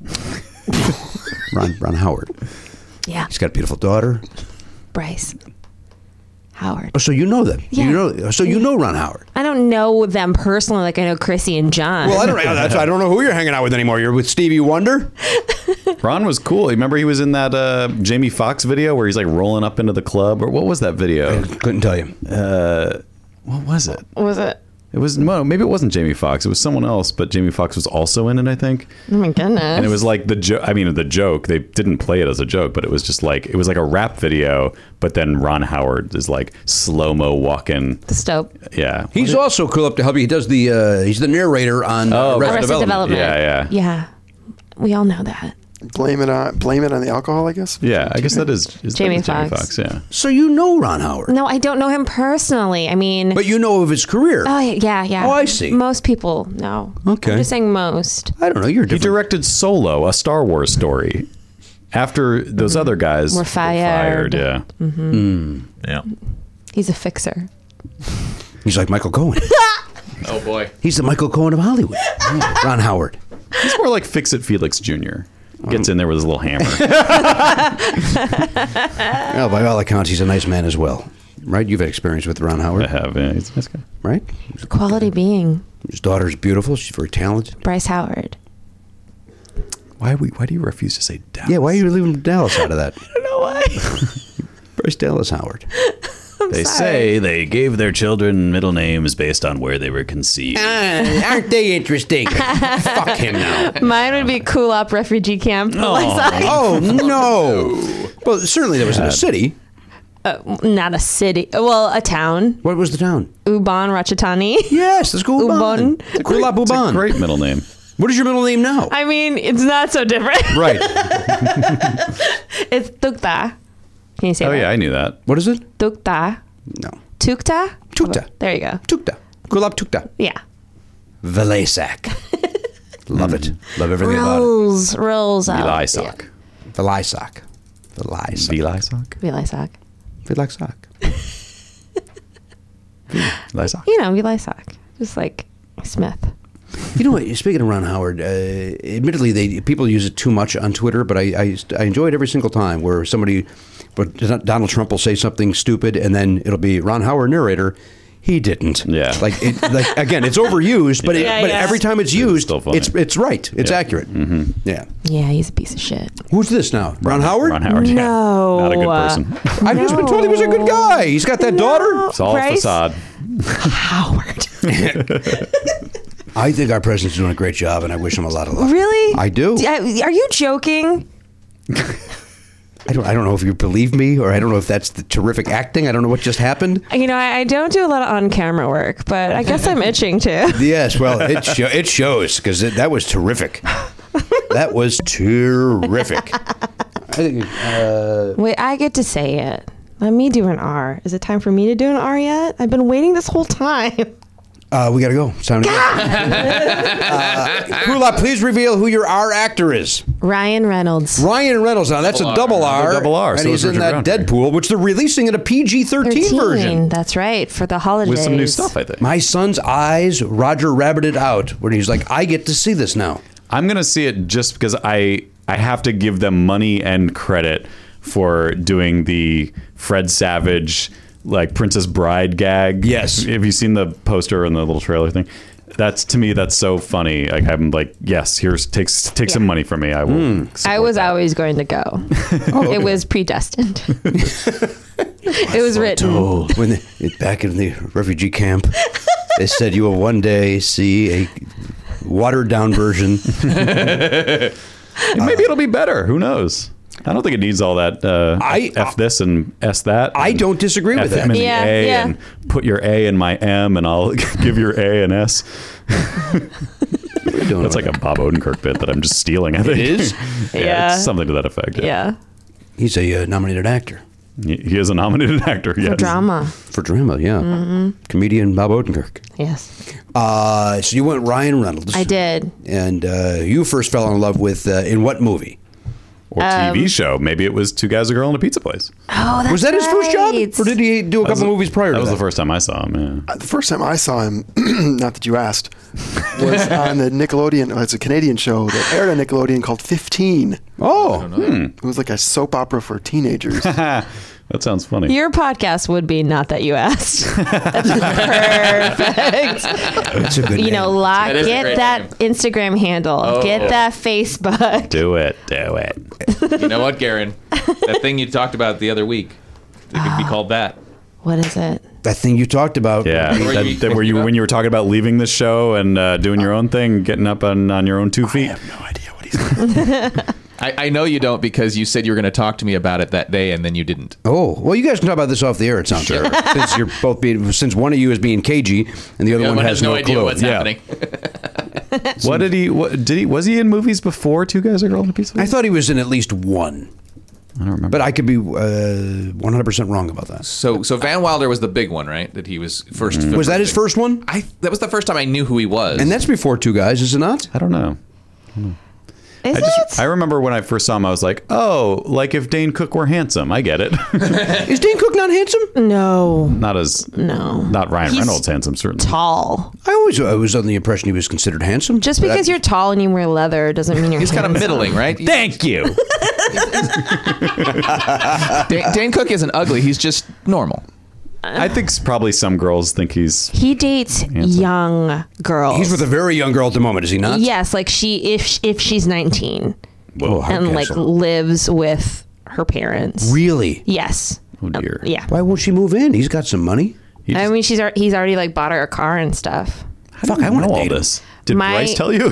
S1: Ron Ron Howard.
S7: Yeah,
S1: He's got a beautiful daughter.
S7: Bryce Howard.
S1: Oh, so you know them?
S7: Yeah.
S1: You know. So you know Ron Howard.
S7: I don't know them personally, like I know Chrissy and John.
S1: Well, I don't know. That's, I don't know who you're hanging out with anymore. You're with Stevie Wonder.
S2: Ron was cool. Remember he was in that uh, Jamie Foxx video where he's like rolling up into the club, or what was that video?
S1: Couldn't tell you.
S2: What was it?
S7: was it?
S2: It was no, maybe it wasn't Jamie Foxx. It was someone else, but Jamie Foxx was also in it, I think.
S7: Oh my goodness!
S2: And it was like the joke. I mean, the joke. They didn't play it as a joke, but it was just like it was like a rap video. But then Ron Howard is like slow mo walking.
S7: the stope.
S2: Yeah,
S1: He's also cool up to hubby. He does the. Uh, he's the narrator on uh, Arrested
S7: Arrested
S1: Development.
S7: Development.
S2: Yeah, yeah.
S7: yeah. We all know that.
S5: Blame it on blame it on the alcohol, I guess.
S2: yeah. I guess that is, is that
S7: Jamie
S2: is Jamie
S7: Foxx.
S2: Foxx. Yeah,
S1: So you know Ron Howard,
S7: No, I don't know him personally. I mean,
S1: but you know of his career.
S7: oh yeah, yeah.
S1: Oh, I see.
S7: Most people know.
S1: Okay.
S7: I'm just saying most.
S1: I don't know. You're
S2: he
S1: different.
S2: directed Solo, a Star Wars story. After those other guys
S7: Mm-hmm. Were
S2: fired,
S7: fired.
S2: yeah.
S7: He's a fixer.
S1: He's like Michael Cohen.
S6: Oh boy.
S1: He's the Michael Cohen of Hollywood. Ron Howard.
S2: He's more like Fix It Felix Jr. Gets in there with his little hammer.
S1: Well, Oh, by all accounts, he's a nice man as well. Right? You've had experience with Ron
S2: I
S1: Howard,
S2: have. Yeah, he's a nice guy.
S1: right?
S7: Quality being
S1: His daughter's beautiful. She's very talented.
S7: Bryce Howard.
S2: Why we? Why do you refuse to say Dallas?
S1: Yeah, why are you leaving Dallas out of that?
S7: I don't know why.
S1: Bryce Dallas Howard.
S2: They say they gave their children middle names based on where they were conceived.
S1: Ah. Uh, aren't they interesting? Fuck him now.
S7: Mine would be cool up refugee camp. Like,
S1: Oh, no. Well, certainly there was in a city.
S7: Uh, Not a city. Well, a town.
S1: What was the town?
S7: Ubon Ratchathani.
S1: Yes, let's go Uban.
S7: Ubon.
S1: Kula
S2: It's a
S1: Uban.
S2: great middle name.
S1: What is your middle name now?
S7: I mean, it's not so different.
S1: right.
S7: It's Tukta. Can you say
S2: Oh
S7: that?
S2: yeah, I knew that.
S1: What is it?
S7: Tukta.
S1: No.
S7: Tukta?
S1: Tukta.
S7: There you go.
S1: Tukta. Kulap Tukta.
S7: Yeah.
S1: Velasak. Love it.
S2: Mm.
S1: Love everything about it.
S7: Rolls. Rolls out.
S2: Elisock.
S1: Velisak. Velisak.
S2: Elisock.
S7: Velisak.
S1: Velisak.
S2: Elisock.
S7: You know, Velisak. Just like Smith.
S1: You know what? Speaking of Ron Howard, uh, admittedly, they people use it too much on Twitter, but I, I, I enjoy it every single time where somebody, but Donald Trump will say something stupid, and then it'll be Ron Howard narrator. He didn't.
S2: Yeah.
S1: Like, it, like again, it's overused, but it,
S7: Yeah,
S1: but
S7: yeah.
S1: every time it's
S2: It's
S1: used,
S2: still funny.
S1: it's it's right. It's
S2: Yeah.
S1: accurate. Mm-hmm. Yeah.
S7: Yeah, he's a piece of shit.
S1: Who's this now? Ron Howard.
S2: Ron Howard. yeah.
S7: No.
S2: Not a good person.
S1: I've just been told he was a good guy. He's got that daughter.
S2: It's all
S7: Bryce?
S2: facade.
S7: Howard.
S1: I think our president's doing a great job, and I wish him a lot of luck.
S7: really?
S1: I do.
S7: I- Are you joking?
S1: I don't. I don't know if you believe me, or I don't know if that's the terrific acting. I don't know what just happened.
S7: You know, I, I don't do a lot of on camera work, but I guess I'm itching to.
S1: Yes, well, it sho- it shows because that was terrific. That was terrific. I think uh,
S7: Wait, I get to say it. Let me do an R. Is it time for me to do an R yet? I've been waiting this whole time.
S1: uh, we got to go. It's time to go. uh, Kula, please reveal who your R actor is.
S7: Ryan Reynolds.
S1: Ryan Reynolds. Now that's a double R.
S2: double R,
S1: And
S2: so
S1: he's
S2: is
S1: in
S2: Richard
S1: that
S2: Roundtree.
S1: Deadpool, which they're releasing in a PG-13 version.
S7: That's right. For the holidays.
S2: with some new stuff. I think
S1: My son's eyes, Roger rabbited out when he's like, "I get to see this now."
S2: I'm gonna see it just because I I have to give them money and credit for doing the Fred Savage like Princess Bride gag.
S1: Yes.
S2: have you seen the poster and the little trailer thing? That's to me. That's so funny. Like I'm like, yes, here's takes take some
S7: Yeah.
S2: money from me. I will.
S7: I
S1: Hmm.
S2: support
S7: was
S2: that.
S7: always going to go. It was predestined. it was written.
S1: Oh, when the, it- back in the refugee camp, they said you will one day see a watered-down version.
S2: Maybe it'll be better. Who knows? I don't think it needs all that. Uh,
S1: I-
S2: f this and s that.
S1: I
S2: and
S1: don't disagree with
S2: F him
S1: that.
S2: in the
S7: Yeah,
S2: A
S7: yeah.
S2: and put your A in my M, and I'll give your A an S. That's like a Bob Odenkirk bit that I'm just stealing. I think.
S1: is?
S2: yeah,
S7: Yeah.
S2: It's something to that effect.
S7: Yeah.
S1: He's a uh, nominated actor
S2: He he is a nominated actor. Yes.
S7: For drama.
S1: for drama. Yeah,
S7: Mm-hmm.
S1: comedian Bob Odenkirk.
S7: Yes.
S1: Uh, so you went Ryan Reynolds.
S7: I did.
S1: And uh, you first fell in love with uh, in what movie?
S2: Or TV
S7: Um,
S2: show. Maybe it was Two Guys, a Girl, and a Pizza Place.
S7: Oh, that's
S1: was that his first job,
S7: right.
S1: or did he do a couple movies prior?
S2: That
S1: to
S2: was the first time I saw him. Yeah.
S5: Uh, The first time I saw him, not that you asked, was on the Nickelodeon. oh, It's a Canadian show that aired on Nickelodeon called 15.
S1: Oh,
S5: It was like a soap opera for teenagers.
S2: That sounds funny.
S7: Your podcast would be not that you asked. That's perfect.
S1: that's a good.
S7: Uh, You
S1: name.
S7: know, lock,
S6: That is a
S7: get
S6: great
S7: that
S6: name. Oh,
S7: Instagram handle, get that Facebook.
S2: do it. Do it.
S6: You know what, Garen? That thing you talked about the other week. It could
S1: Ah.
S6: be called that.
S7: What is it?
S1: that thing you talked about.
S2: Yeah.
S6: Where
S2: that,
S6: you-
S2: that were you when you were talking about leaving the show and uh, doing your own thing, getting up on, on your own two feet?
S6: I, I know you don't because you said you were going to talk to me about it that day and then you didn't.
S1: Oh, well, you guys can talk about this off the air. It sounds sure. since you're both being since one of you is being cagey and the other one, has, no, clue.
S2: Yeah. What did he? What did he? Was he in movies before Two Guys, a Girl, and a Pizza
S1: I
S2: Place?
S1: thought he was in at least one,
S2: I don't remember.
S1: but I could be uh, 100% wrong about that.
S6: So so Van Wilder was the big one, right? That he was first.
S1: Mm. Was that his first one?
S6: I that was the first time I knew who he was.
S1: And that's before two guys, is it not?
S2: I don't know.
S7: Is
S2: I
S7: it?
S2: just I remember when I first saw him, I was like, oh, like if Dane Cook were handsome, I get it.
S1: Is Dane Cook not handsome?
S7: no.
S2: not as
S7: No.
S2: not Ryan
S7: He's
S2: Reynolds handsome certainly.
S7: Tall.
S1: I always I was under the impression he was considered handsome.
S7: Just because you're tall and you wear leather doesn't mean you're.
S6: He's kind of
S7: handsome.
S6: middling, right?
S2: Thank you.
S6: Dan, Dan Cook isn't ugly. He's just normal.
S2: I think s- probably some girls think he's
S7: He dates young girls.
S1: He's with a very young girl at the moment, is he not?
S7: yes, like she if if she's 19
S1: Whoa, hard
S7: and like
S1: cancel.
S7: lives with her parents.
S1: really?
S7: Yes. Um,
S2: oh dear.
S7: Yeah.
S1: Why won't she move in? He's got some money.
S2: He
S7: I
S2: just-
S7: mean, she's al- he's already like bought her a car and stuff.
S2: I don't
S1: Fuck, I wanna
S2: know all
S1: date him.
S2: this. Did
S7: My-
S2: Bryce tell you?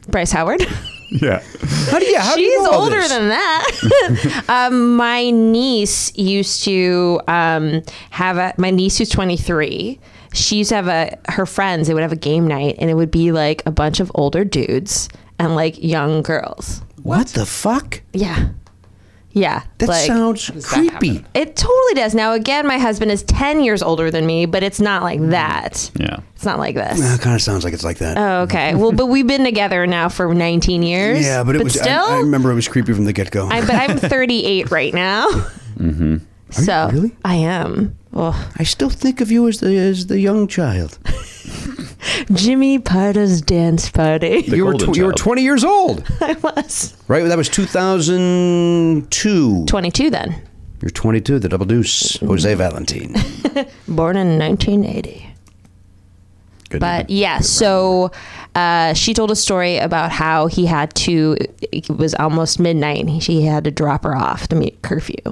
S7: Bryce Howard.
S2: yeah.
S1: How do you? How do
S7: She's
S1: you know all
S7: older
S1: this?
S7: than that. um, my niece used to um, have a. My niece who's 23. She used to have a. Her friends. They would have a game night, and it would be like a bunch of older dudes and like young girls.
S1: What the fuck?
S7: Yeah, yeah.
S1: That
S7: like,
S1: sounds creepy.
S7: It totally does. Now, again, my husband is 10 years older than me, but it's not
S1: Hmm.
S7: like that.
S2: Yeah.
S7: It's not like this.
S1: That kind of sounds like it's like that.
S7: Oh, okay. Well, but we've been together now for 19 years.
S1: yeah, but it was. I-
S7: still.
S1: I, remember it was creepy from the get go.
S7: I,
S1: I,
S7: but I'm 38 right now. Mm-hmm. So
S1: really?
S7: I am. Oh,
S1: still think of you as the as the young child.
S7: Jimmy Parda's dance party.
S2: The
S1: you were
S2: golden
S1: tw- you were
S2: child.
S1: 20 years old,
S7: I was
S1: right? That was 2002.
S7: 22 then,
S1: You're 22. The double deuce, Jose Valentine.
S7: born in 1980.
S2: Good
S7: But yeah, so uh, she told a story about how he had to. It was almost midnight, and he, she had to drop her off to meet curfew,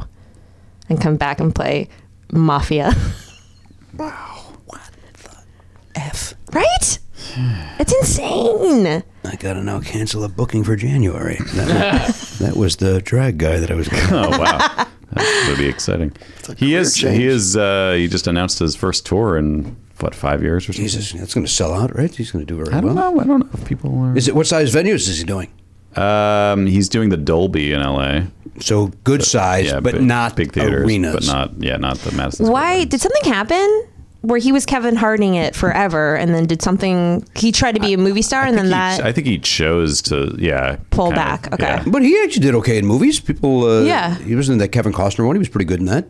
S7: and come back and play mafia. Wow, what the f? Right? It's insane.
S1: I gotta now cancel a booking for January. That, was- that was the drag guy that I was. Going
S2: Oh wow. That would be exciting. He is he is uh he just announced his first tour in what, five years or something?
S1: Jesus, that's gonna sell out, right? He's gonna do very
S2: I don't
S1: well.
S2: know. I don't know if people are
S1: Is it what size venues is he doing?
S2: Um, he's doing the Dolby in LA.
S1: So good size,
S2: Yeah,
S1: but
S2: big-
S1: not
S2: big theaters,
S1: arenas.
S2: but not yeah, not the Madison. Square
S7: Why
S2: Garden.
S7: did something happen where he was Kevin Harding it forever, and then did something? He tried to be a movie star, and
S2: I
S7: then
S2: think
S7: that
S2: he- I think he chose to yeah
S7: Pull
S2: kinda-
S7: back, okay.
S2: yeah.
S1: But he actually did okay in movies. People, uh,
S7: Yeah.
S1: he was in that Kevin Costner one. He was pretty good in that.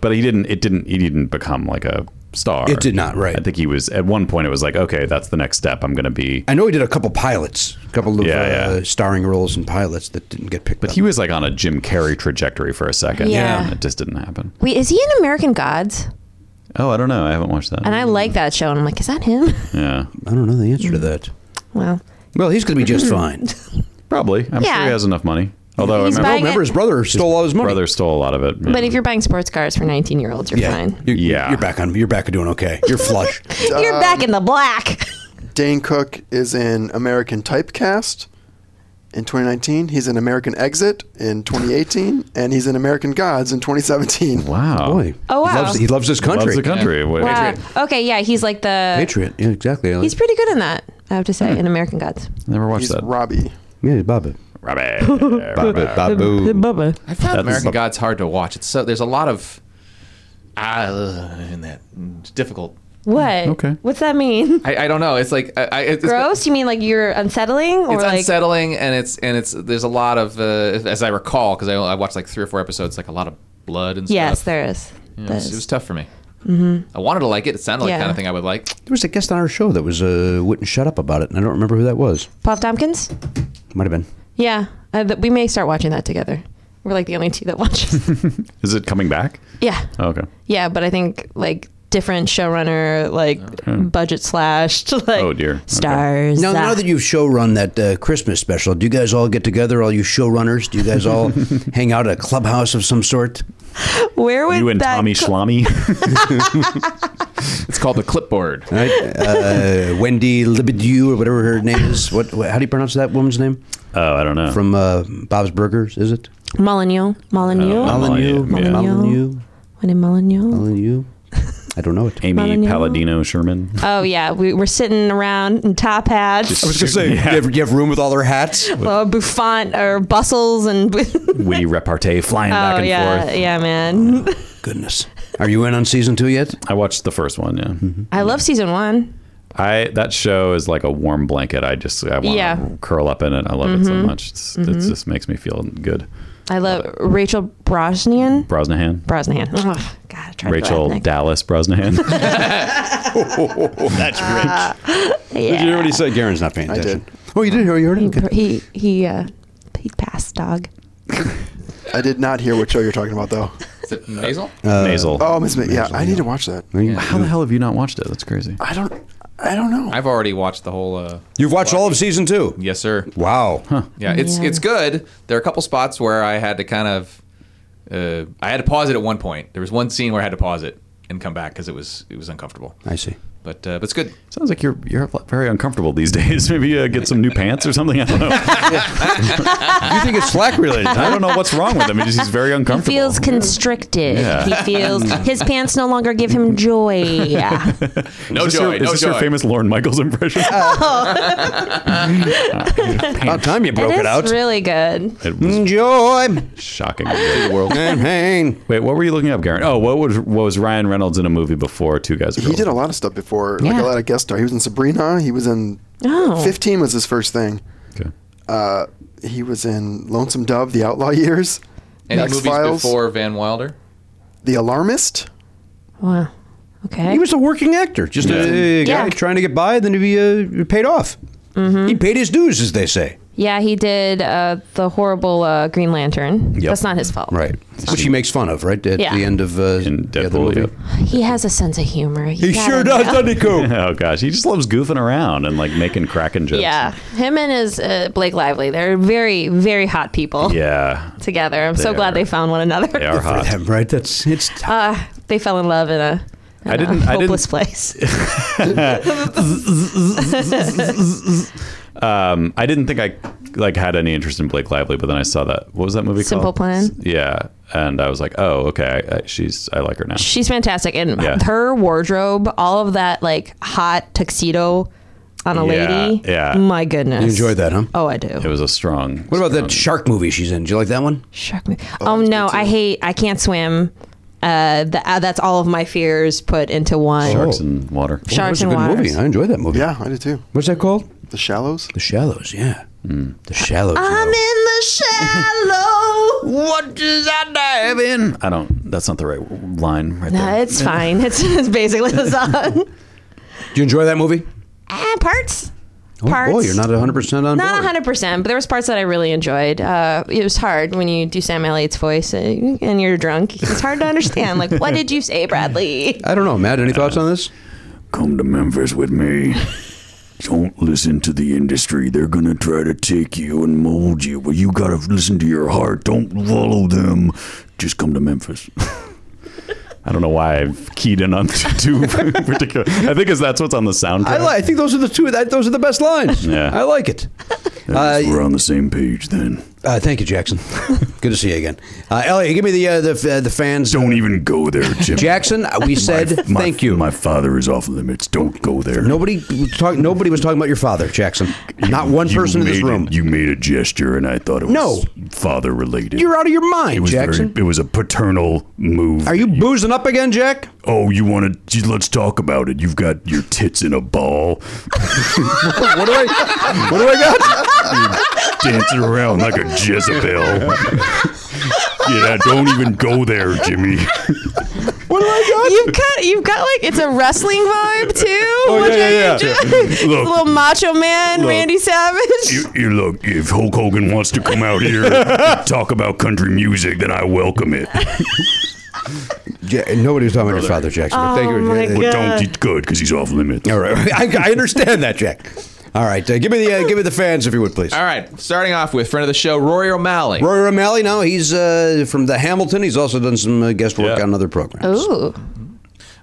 S2: but he didn't it didn't he didn't become like a star
S1: It did not, right.
S2: i think he was at one point it was like okay that's the next step i'm gonna be
S1: I know he did a couple pilots, a couple of
S2: Yeah,
S1: uh,
S2: yeah.
S1: starring roles in pilots that didn't get picked
S2: but
S1: up.
S2: he was like on a jim carrey trajectory for a second
S7: Yeah.
S2: it just didn't happen
S7: wait, is he in American Gods?
S2: oh i don't know i haven't watched that
S7: And I like that show, and I'm like, is that him?
S2: yeah
S1: I don't know the answer to that.
S7: Well,
S1: Hmm. Well, he's going to be just fine.
S2: probably i'm
S7: Yeah.
S2: sure he has enough money although
S7: He's
S2: I
S7: buying
S1: Remember,
S2: remember
S1: his brother stole all his
S2: my
S1: money.
S2: brother stole a lot of it
S7: but if you're buying sports cars for 19 year olds, you're
S1: yeah,
S7: fine.
S1: You're,
S2: Yeah.
S1: you're back on. You're back on doing okay. You're flush.
S7: You're back in the black.
S5: Dane Cook is in American Typecast in 2019. He's in American Exit in 2018, and he's in American Gods in 2017.
S2: wow
S1: Boy,
S7: Oh,
S1: he
S7: wow.
S1: loves, he loves his country.
S2: loves the country Wait,
S7: Wow. Okay, yeah, he's like the.
S1: Patriot, yeah, exactly.
S7: He's pretty good in that, I have to say, in American Gods.
S2: never watched
S5: He's
S2: that
S5: Robbie.
S1: yeah, he's Bubba.
S2: Rabbit. Rabbit.
S1: Babu.
S6: I found American
S2: a-
S6: Gods hard to watch. It's so there's a lot of ah in that mm, it's difficult.
S7: What?
S2: Okay.
S7: What's that mean?
S6: I, I don't know. It's like I, I, it's,
S7: Gross? You mean like you're unsettling? Or
S6: It's
S7: like,
S6: unsettling, and it's and it's there's a lot of uh, as I recall because I, I watched like three or four episodes, like a lot of blood and
S7: Yes,
S6: stuff.
S7: there is.
S6: Yeah, it,
S7: There
S6: was, it
S7: is. Mm-hmm.
S6: was tough for me. I wanted to like it. It sounded like
S7: Yeah.
S6: the kind of thing I would like.
S1: There was a guest on our show that was uh, wouldn't shut up about it, and I don't remember who that was.
S7: Paul Tompkins?
S1: Might have been.
S7: Yeah, uh, th- we may start watching that together. We're like the only two that watch. it.
S2: is it coming back
S7: yeah,
S2: oh, okay
S7: yeah, but I think like different showrunner, like budget slashed, like
S2: Hmm. Oh, dear. Okay.
S7: stars.
S1: Now, now
S7: ah.
S1: that you've showrun that uh, Christmas special, do you guys all get together? All you showrunners, do you guys all hang out at a clubhouse of some sort?
S7: where would
S2: you and
S7: that
S2: tommy
S7: co-
S2: Schlamy.
S6: It's called the clipboard.
S1: All right, uh, Wendy Libidieu or whatever her name is. What, what? How do you pronounce that woman's name?
S2: oh i don't know
S1: From uh, Bob's Burgers, is it?
S7: Molyneux, Molyneux,
S2: Uh, Molyneux,
S1: Molyneux.
S2: yeah.
S1: Molyneux.
S7: When in Molyneux?
S1: Molyneux. I don't know it.
S2: amy
S7: Molyneux.
S2: palladino sherman
S7: Oh yeah, we were sitting around in top hats,
S1: was gonna say, do, you have, do you have room with all their hats?
S7: uh, bouffant or bustles, and oh
S2: witty repartee flying back and
S7: yeah,
S2: forth.
S7: yeah, man.
S1: Goodness, are you in on season two yet?
S2: I watched the first one. Yeah,
S7: I love season one.
S2: I that show is like a warm blanket. I just I want
S7: Yeah. Mm-hmm.
S2: to curl up in it. I love it so much. It's, It just makes me feel good.
S7: I love Rachel Brosnan.
S2: Brosnahan,
S7: Brosnahan. Ugh, God, I tried
S2: Rachel
S7: To go ethnic.
S2: Dallas Brosnahan.
S1: Did you already say Garen's not paying
S5: I did.
S1: attention? Oh, you did. Oh, you heard it. Okay.
S7: he he uh, he passed dog.
S5: I did not hear what show you're talking about, though.
S6: Is it nasal?
S7: Uh,
S2: Nasal.
S5: Oh, Miss Ma- yeah, I need to watch that.
S2: How the hell have you not watched it? That's crazy.
S5: I don't, I don't know.
S6: I've already watched the whole. Uh,
S1: You've watched all of season two.
S6: yes, sir.
S1: Wow.
S6: Yeah, it's
S7: Yeah.
S6: it's good. There are a couple spots where I had to kind of, uh, I had to pause it at one point. There was one scene where I had to pause it and come back because it was it was uncomfortable.
S1: I see.
S6: But uh, but it's good.
S2: Sounds like you're you're very uncomfortable these days. Maybe uh, get some new pants or something. I don't know.
S1: You think it's slack related?
S2: I don't know what's wrong with him. He's just he's very
S7: He
S2: uncomfortable.
S7: feels constricted.
S2: Yeah.
S7: He feels his pants no longer give him joy. Yeah.
S6: No
S2: is this
S6: joy,
S2: your, is
S6: no
S2: this your
S6: joy.
S2: famous Lauren Michaels impression? Ah,
S1: About time you
S7: it
S1: broke
S7: Oh. is
S1: it, out.
S7: really Mm. good.
S2: it was
S1: Enjoy
S2: shocking. The world.
S1: and pain.
S2: Wait, what were you looking up, Garen? Oh, what was what was Ryan Reynolds in a movie before Two Guys?
S5: He did a lot of stuff before, like a
S7: Yeah.
S5: lot of guest star. He was in Sabrina. He was in
S7: Oh.
S5: 15 was his first thing.
S2: Okay.
S5: Uh, he was in Lonesome Dove, The Outlaw Years,
S6: Any
S5: X
S6: movies
S5: Files,
S6: before Van Wilder?
S5: The Alarmist.
S7: Wow. Okay.
S1: He was a working actor, just a, uh, guy
S7: Yeah. Mm-hmm.
S1: trying to get by. Then he uh, paid off. He paid his dues, as they say.
S7: yeah, he did uh, the horrible uh, Green Lantern. That's not his fault.
S1: Right, which he makes fun of, right at
S7: Yeah.
S1: the end of uh,
S2: In
S1: the other
S2: Deadpool,
S1: movie.
S2: yeah.
S7: He has a sense of humor. You
S1: He
S7: gotta
S1: sure does,
S7: know.
S1: doesn't he, Coop?
S2: Oh gosh, he just loves goofing around and like making cracking jokes.
S7: Yeah, him and his uh, Blake Lively, they're very, very hot people
S2: yeah,
S7: together. I'm so
S2: They
S7: glad
S2: are.
S7: they found one another.
S2: they are
S1: For
S2: hot.
S1: them, right? That's it's.
S7: Uh, they fell in love in a, in
S2: I didn't-
S7: a
S2: I didn't-
S7: hopeless place.
S2: Um, I didn't think I like had any interest in Blake Lively, but then I saw that. What was that movie
S7: Simple
S2: called?
S7: Plan?
S2: Yeah, and I was like, oh, okay, I, I, she's I like her now.
S7: She's fantastic, and
S2: Yeah.
S7: her wardrobe, all of that like hot tuxedo on a
S2: Yeah,
S7: lady.
S2: yeah.
S7: My goodness.
S1: You enjoyed that, huh?
S7: Oh, I do.
S2: It was a strong.
S1: What about that shark movie she's in? Do you like that one?
S7: Shark movie. Oh, no, I hate. I can't swim. Uh, the, uh, that's all of my fears put into one.
S2: sharks in water?
S1: That
S7: Sharks
S1: was a
S7: and
S1: good
S7: waters.
S1: movie. I enjoyed that movie.
S5: Yeah, I did too.
S1: What's that called?
S5: The Shallows.
S1: The Shallows. Yeah. The Shallows. you
S7: I'm in
S1: know.
S7: the shallow.
S2: What does I dive in? I don't. That's not the right line, right
S7: no,
S2: there.
S7: it's fine. It's, it's basically the song.
S1: Do you enjoy that movie?
S7: ah, parts.
S1: Oh
S7: Parts.
S1: boy, you're not 100 percent on
S7: Not
S1: board.
S7: 100%, but there was parts that I really enjoyed. Uh, it was hard when you do Sam Elliott's voice and, and you're drunk. It's hard to understand. Like, what did you say, Bradley?
S1: I don't know, Matt. Any thoughts on this?
S10: Come to Memphis with me. Don't listen to the industry. They're going to try to take you and mold you, but you got to listen to your heart. Don't follow them. Just come to Memphis.
S2: I don't know why I've keyed in on two particular. I think is that's what's on the soundtrack.
S1: I, like, I think those are the two. That, those are the best lines.
S2: Yeah.
S1: I like it. Uh,
S10: We're on the same page then.
S1: uh, thank you, Jackson. Good to see you again. Uh, Elliot, give me the uh, the f- uh, the fans.
S10: Don't even go there, Jim.
S1: Jackson, uh, we said
S10: My-
S1: thank you.
S10: My father is off limits. Don't go there.
S1: Nobody was talk, nobody was talking about your father, Jackson. Not one
S10: You
S1: person in this
S10: made a-
S1: room.
S10: you made a gesture, and I thought it was
S1: No.
S10: father related.
S1: You're out of your mind,
S10: It was
S1: Jackson.
S10: Very, it was a paternal move.
S1: Are you boozing up again, Jack?
S10: Oh, you want to? Let's talk about it. You've got your tits in a ball,
S1: what do I What do I got?
S10: dancing around like a Jezebel. yeah, don't even go there, Jimmy.
S1: What do I got?
S7: You've got you've got like it's a wrestling vibe too. Oh,
S2: yeah, yeah, yeah.
S10: Look.
S7: little macho man,
S10: Look.
S7: Randy Savage.
S10: You, you look. If Hulk Hogan wants to come out here and talk about country music, then I welcome it.
S1: Ja- nobody was talking about your father, Jackson. but thank you.
S7: Oh my
S1: Uh,
S7: God.
S10: But don't eat good because he's off limits.
S1: All right, I, I understand that, Jack. All right, uh, give me the uh, give me the fans if you would please.
S6: All right, starting off with friend of the show, Rory O'Malley.
S1: Rory O'Malley, now he's uh, from the Hamilton. He's also done some uh, guest work
S2: Yeah.
S1: on other programs.
S7: Ooh,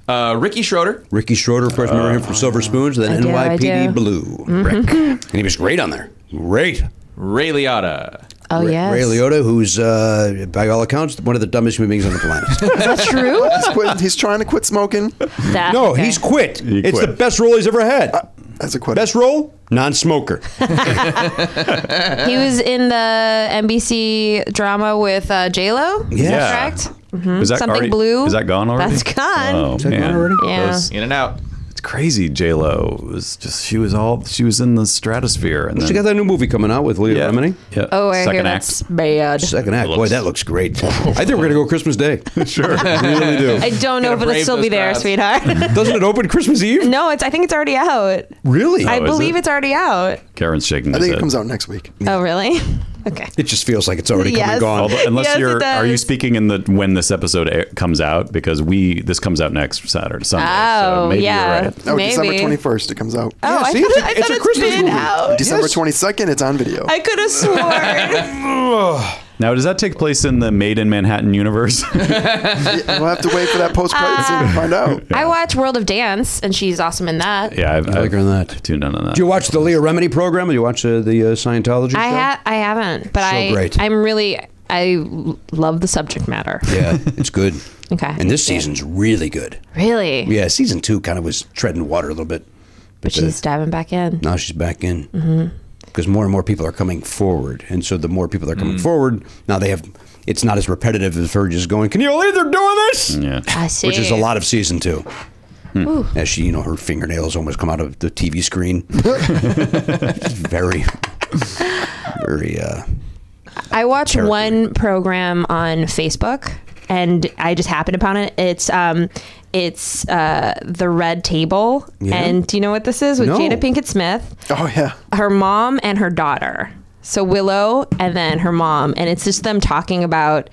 S6: Uh, Ricky Schroeder.
S1: Ricky Schroeder, of course, remember him from Silver Spoons, then
S7: do, I do. Mm-hmm.
S1: NYPD Blue. Rick. And he was great on there. Great.
S6: Ray Liotta.
S7: oh yes,
S1: Ray Liotta, who's, uh, by all accounts, one of the dumbest human beings on the planet.
S7: Is that true?
S5: He's, quit, he's trying to quit smoking.
S7: That-
S1: no,
S7: okay.
S1: Oh, he's quit.
S2: He
S1: It's
S2: quit.
S1: the best role he's ever had.
S5: That's a quit.
S1: best role? Non smoker.
S7: He was in the NBC drama with uh, J Lo.
S1: Yeah.
S7: correct.
S2: Is that
S7: Mm-hmm. Something
S2: already-
S7: blue.
S2: Is that gone already?
S7: That's gone.
S2: Oh
S1: that
S2: man,
S1: gone already?
S7: Yeah.
S2: Those-
S6: In and out.
S2: it's crazy. J Lo was just she was all she was in the stratosphere, and
S1: She
S2: then,
S1: got that new movie coming out with Leo
S2: yeah,
S1: Remini.
S2: yeah.
S7: Oh, I hear
S2: second
S7: that's
S2: act.
S7: bad.
S1: Second act.
S2: It
S1: Boy,
S2: looks-
S1: that looks great. I think we're going to go Christmas Day.
S2: Sure.
S1: really do.
S7: I don't
S6: Gotta
S7: know if it'll
S6: brave
S7: still
S6: those
S7: be there,
S6: crowds.
S7: sweetheart.
S1: Doesn't it open Christmas Eve?
S7: no, it's. I think it's already out.
S1: Really?
S7: I
S2: Oh, is
S7: believe
S2: it?
S7: it's already out.
S2: Karen's shaking.
S5: I think it Mm. comes out next week.
S7: Oh, really? Okay.
S1: It just feels like it's already
S7: Yes.
S1: come and gone.
S2: Although, unless
S7: Yes, it
S2: you're, are you
S7: does.
S2: speaking in the when this episode air, comes out? Because we this comes out next Saturday, Sunday. so
S7: Oh,
S2: maybe
S7: yeah.
S2: You're right.
S5: Oh,
S7: Maybe.
S5: December 21st, it comes out.
S7: Oh, I
S1: see,
S7: thought,
S1: it's a-
S7: I
S1: it's
S7: thought
S1: a
S7: it's
S1: Christmas
S7: been
S1: movie.
S7: out.
S5: December
S1: Yes.
S5: 22nd, it's on video.
S7: Oh, I could have sworn.
S2: Now, does that take place in the Made in Manhattan universe?
S5: we'll have to wait for that post
S7: Ah.
S5: credit scene to find out.
S7: I watch World of Dance, and she's awesome in that.
S2: yeah, I've,
S1: like
S2: I've
S1: her in that.
S2: tuned in on that.
S1: Do you watch the Leo Remini program? Do you watch uh, the uh, Scientology
S7: I
S1: show?
S7: ha- I haven't, but
S1: So
S7: I
S1: great.
S7: I'm really I love the subject matter.
S1: Yeah, it's good.
S7: Okay.
S1: And this season's really good.
S7: Really?
S1: Yeah, season two kind of was treading water a little bit.
S7: But she's diving back in.
S1: Now she's back in.
S7: Mm-hmm.
S1: Because more and more people are coming forward. And so the more people are coming forward, now they have, it's not as repetitive as her just going, Can you believe they're doing this?
S2: yeah.
S7: I see.
S1: Which is a lot of season two. As she, you know, her fingernails almost come out of the TV screen. very, very, uh,
S7: I watch one program on Facebook, and I just happened upon it. It's um, it's uh, the Red Table, and do you know what this is with
S1: No.
S7: Jada Pinkett Smith?
S5: Oh, yeah.
S7: her mom and her daughter. So Willow and then her mom, and it's just them talking about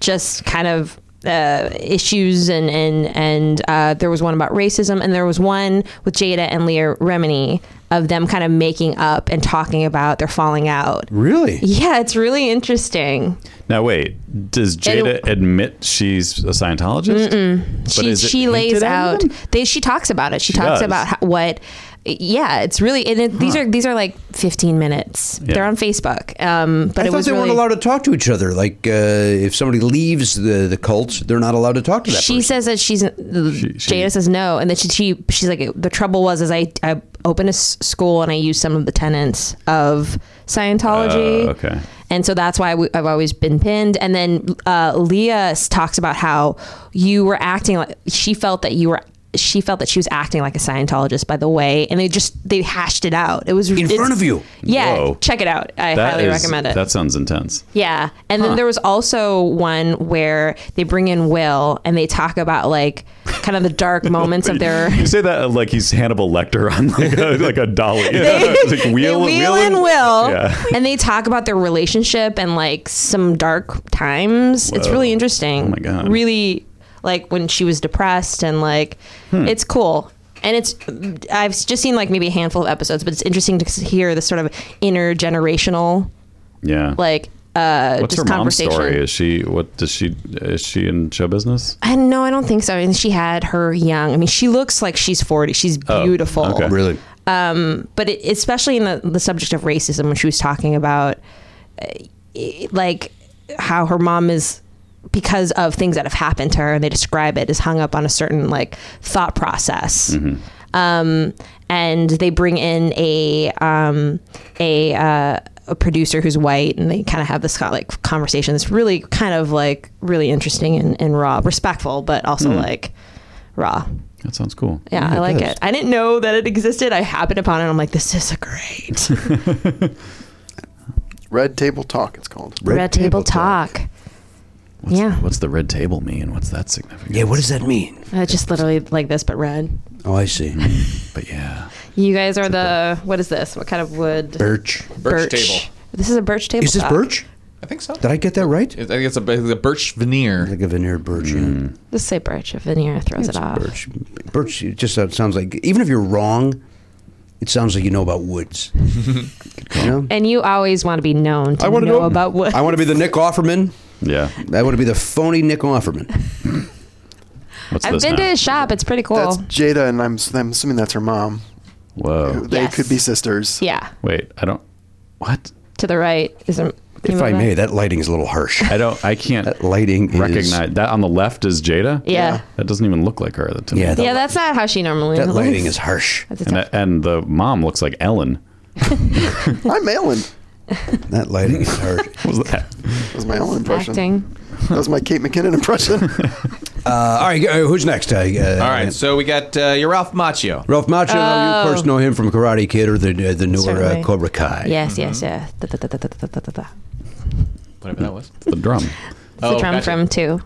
S7: just kind of uh, issues and and and uh, there was one about racism, and there was one with Jada and Leah Remini of them kind of making up and talking about their falling out.
S1: really?
S7: Yeah, it's really interesting.
S2: Now wait, does Jada admit she's a Scientologist? But
S7: she
S2: is it
S7: she
S2: hinted
S7: lays
S2: at
S7: out
S2: them?
S7: they she talks about it she, talks
S2: does.
S7: about how, what yeah it's really and it, these are these are like 15 minutes they're on facebook um
S1: I
S7: but it
S1: thought
S7: was
S1: they
S7: really,
S1: weren't allowed to talk to each other. Like, uh, if somebody leaves the, the cult, they're not allowed to talk to that
S7: she
S1: person.
S7: says that she's Jada says no, and then she, she she's like the trouble was is I I open a s- school and I use some of the tenets of Scientology.
S2: Oh, okay.
S7: And so that's why we, I've always been pinned. And then uh, Leah s- talks about how you were acting like she felt that you were. She felt that she was acting like a Scientologist by the way, and they just they hashed it out. It was in
S1: front of you.
S7: Yeah,
S2: Whoa.
S7: check it out. I
S2: That
S7: highly
S2: is-
S7: recommend it.
S2: That sounds intense.
S7: Yeah. And then there was also one where they bring in Will and they talk about like kind of the dark moments of their
S2: You say that uh, like he's Hannibal Lecter on like a, like a dolly. It's like
S7: they
S2: wheel,
S7: wheel
S2: wheeling.
S7: and will
S2: Yeah.
S7: and they talk about their relationship and like some dark times. It's
S2: Whoa.
S7: really interesting.
S2: Oh my God.
S7: Really like when she was depressed and like
S2: Hmm.
S7: it's cool. And it's I've just seen like maybe a handful of episodes, but it's interesting to hear this sort of intergenerational
S2: Yeah.
S7: like uh
S2: What's her
S7: just
S2: mom's
S7: conversation.
S2: story? Is she what does she is she in show business?
S7: I no, I don't think so. And she had her young. I mean, she looks like she's forty. She's beautiful.
S2: okay.
S1: Really?
S7: But it, especially in the the subject of racism, when she was talking about uh, i- like how her mom is because of things that have happened to her, and they describe it as hung up on a certain like thought process. Um, and they bring in a um, a uh, a producer who's white, and they kind of have this kind of, like conversation. It's really kind of like really interesting and, and raw, respectful, but also like raw.
S2: That sounds cool.
S7: Yeah, I like it. I didn't know that it existed. I happened upon it. and I'm like, this is great.
S5: Red Table Talk, it's called.
S7: Red, Table Talk.
S2: What's,
S7: yeah.
S2: What's the red table mean? What's that significant?
S1: Yeah, what does that mean?
S7: Uh, just literally like this, but red.
S1: Oh, I see.
S2: But yeah.
S7: You guys are the what is this? What kind of wood?
S1: Birch. Uh,
S6: Birch table.
S7: This is a birch table.
S1: Is this
S7: talk.
S1: birch?
S6: I think so.
S1: Did I get that right?
S6: I think it's a, it's a birch veneer.
S1: Like a veneered birch. yeah.
S2: Hmm.
S7: Just say birch. If veneer throws it off.
S1: Birch. Birch it just uh, sounds- sounds like, even if you're wrong, it sounds like you know about woods. you know?
S7: And you always want to be known to
S1: wanna
S7: know about wood.
S1: I want to be the Nick Offerman.
S2: Yeah.
S1: I want to be the phony Nick Offerman.
S2: What's
S7: I've
S2: this
S7: been
S2: now?
S7: to his shop. It's pretty cool.
S5: That's Jada, and I'm, s- I'm assuming that's her mom.
S2: Whoa.
S5: They
S7: Yes.
S5: could be sisters.
S7: yeah.
S2: Wait, I don't what?
S7: To the right is a.
S1: If I may, that lighting is a little harsh.
S2: I don't I can't
S1: That lighting is-
S2: recognize that on the left is Jada?
S7: Yeah.
S2: That doesn't even look like her to me.
S1: Yeah, that,
S7: Yeah, that's not how she normally.
S1: that
S7: looks.
S1: lighting is harsh.
S7: That's a
S2: And,
S7: tough-
S2: and the mom looks like Ellen.
S5: I'm Ellen.
S1: That lighting is harsh.
S2: What was that?
S5: That was my Ellen impression.
S7: acting.
S5: That was my Kate McKinnon impression.
S1: Uh, all right, uh, who's next? Uh, uh,
S6: All right, so we got uh, your Ralph Macchio.
S1: Ralph Macho, you
S7: Oh.
S1: of course know him from Karate Kid or the uh, the newer uh,
S7: Certainly.
S1: Cobra Kai.
S7: Yes, yes, yes. Da, da, da, da, da, da, da, da, da.
S6: Whatever that was.
S2: The drum.
S7: It's the drum from two.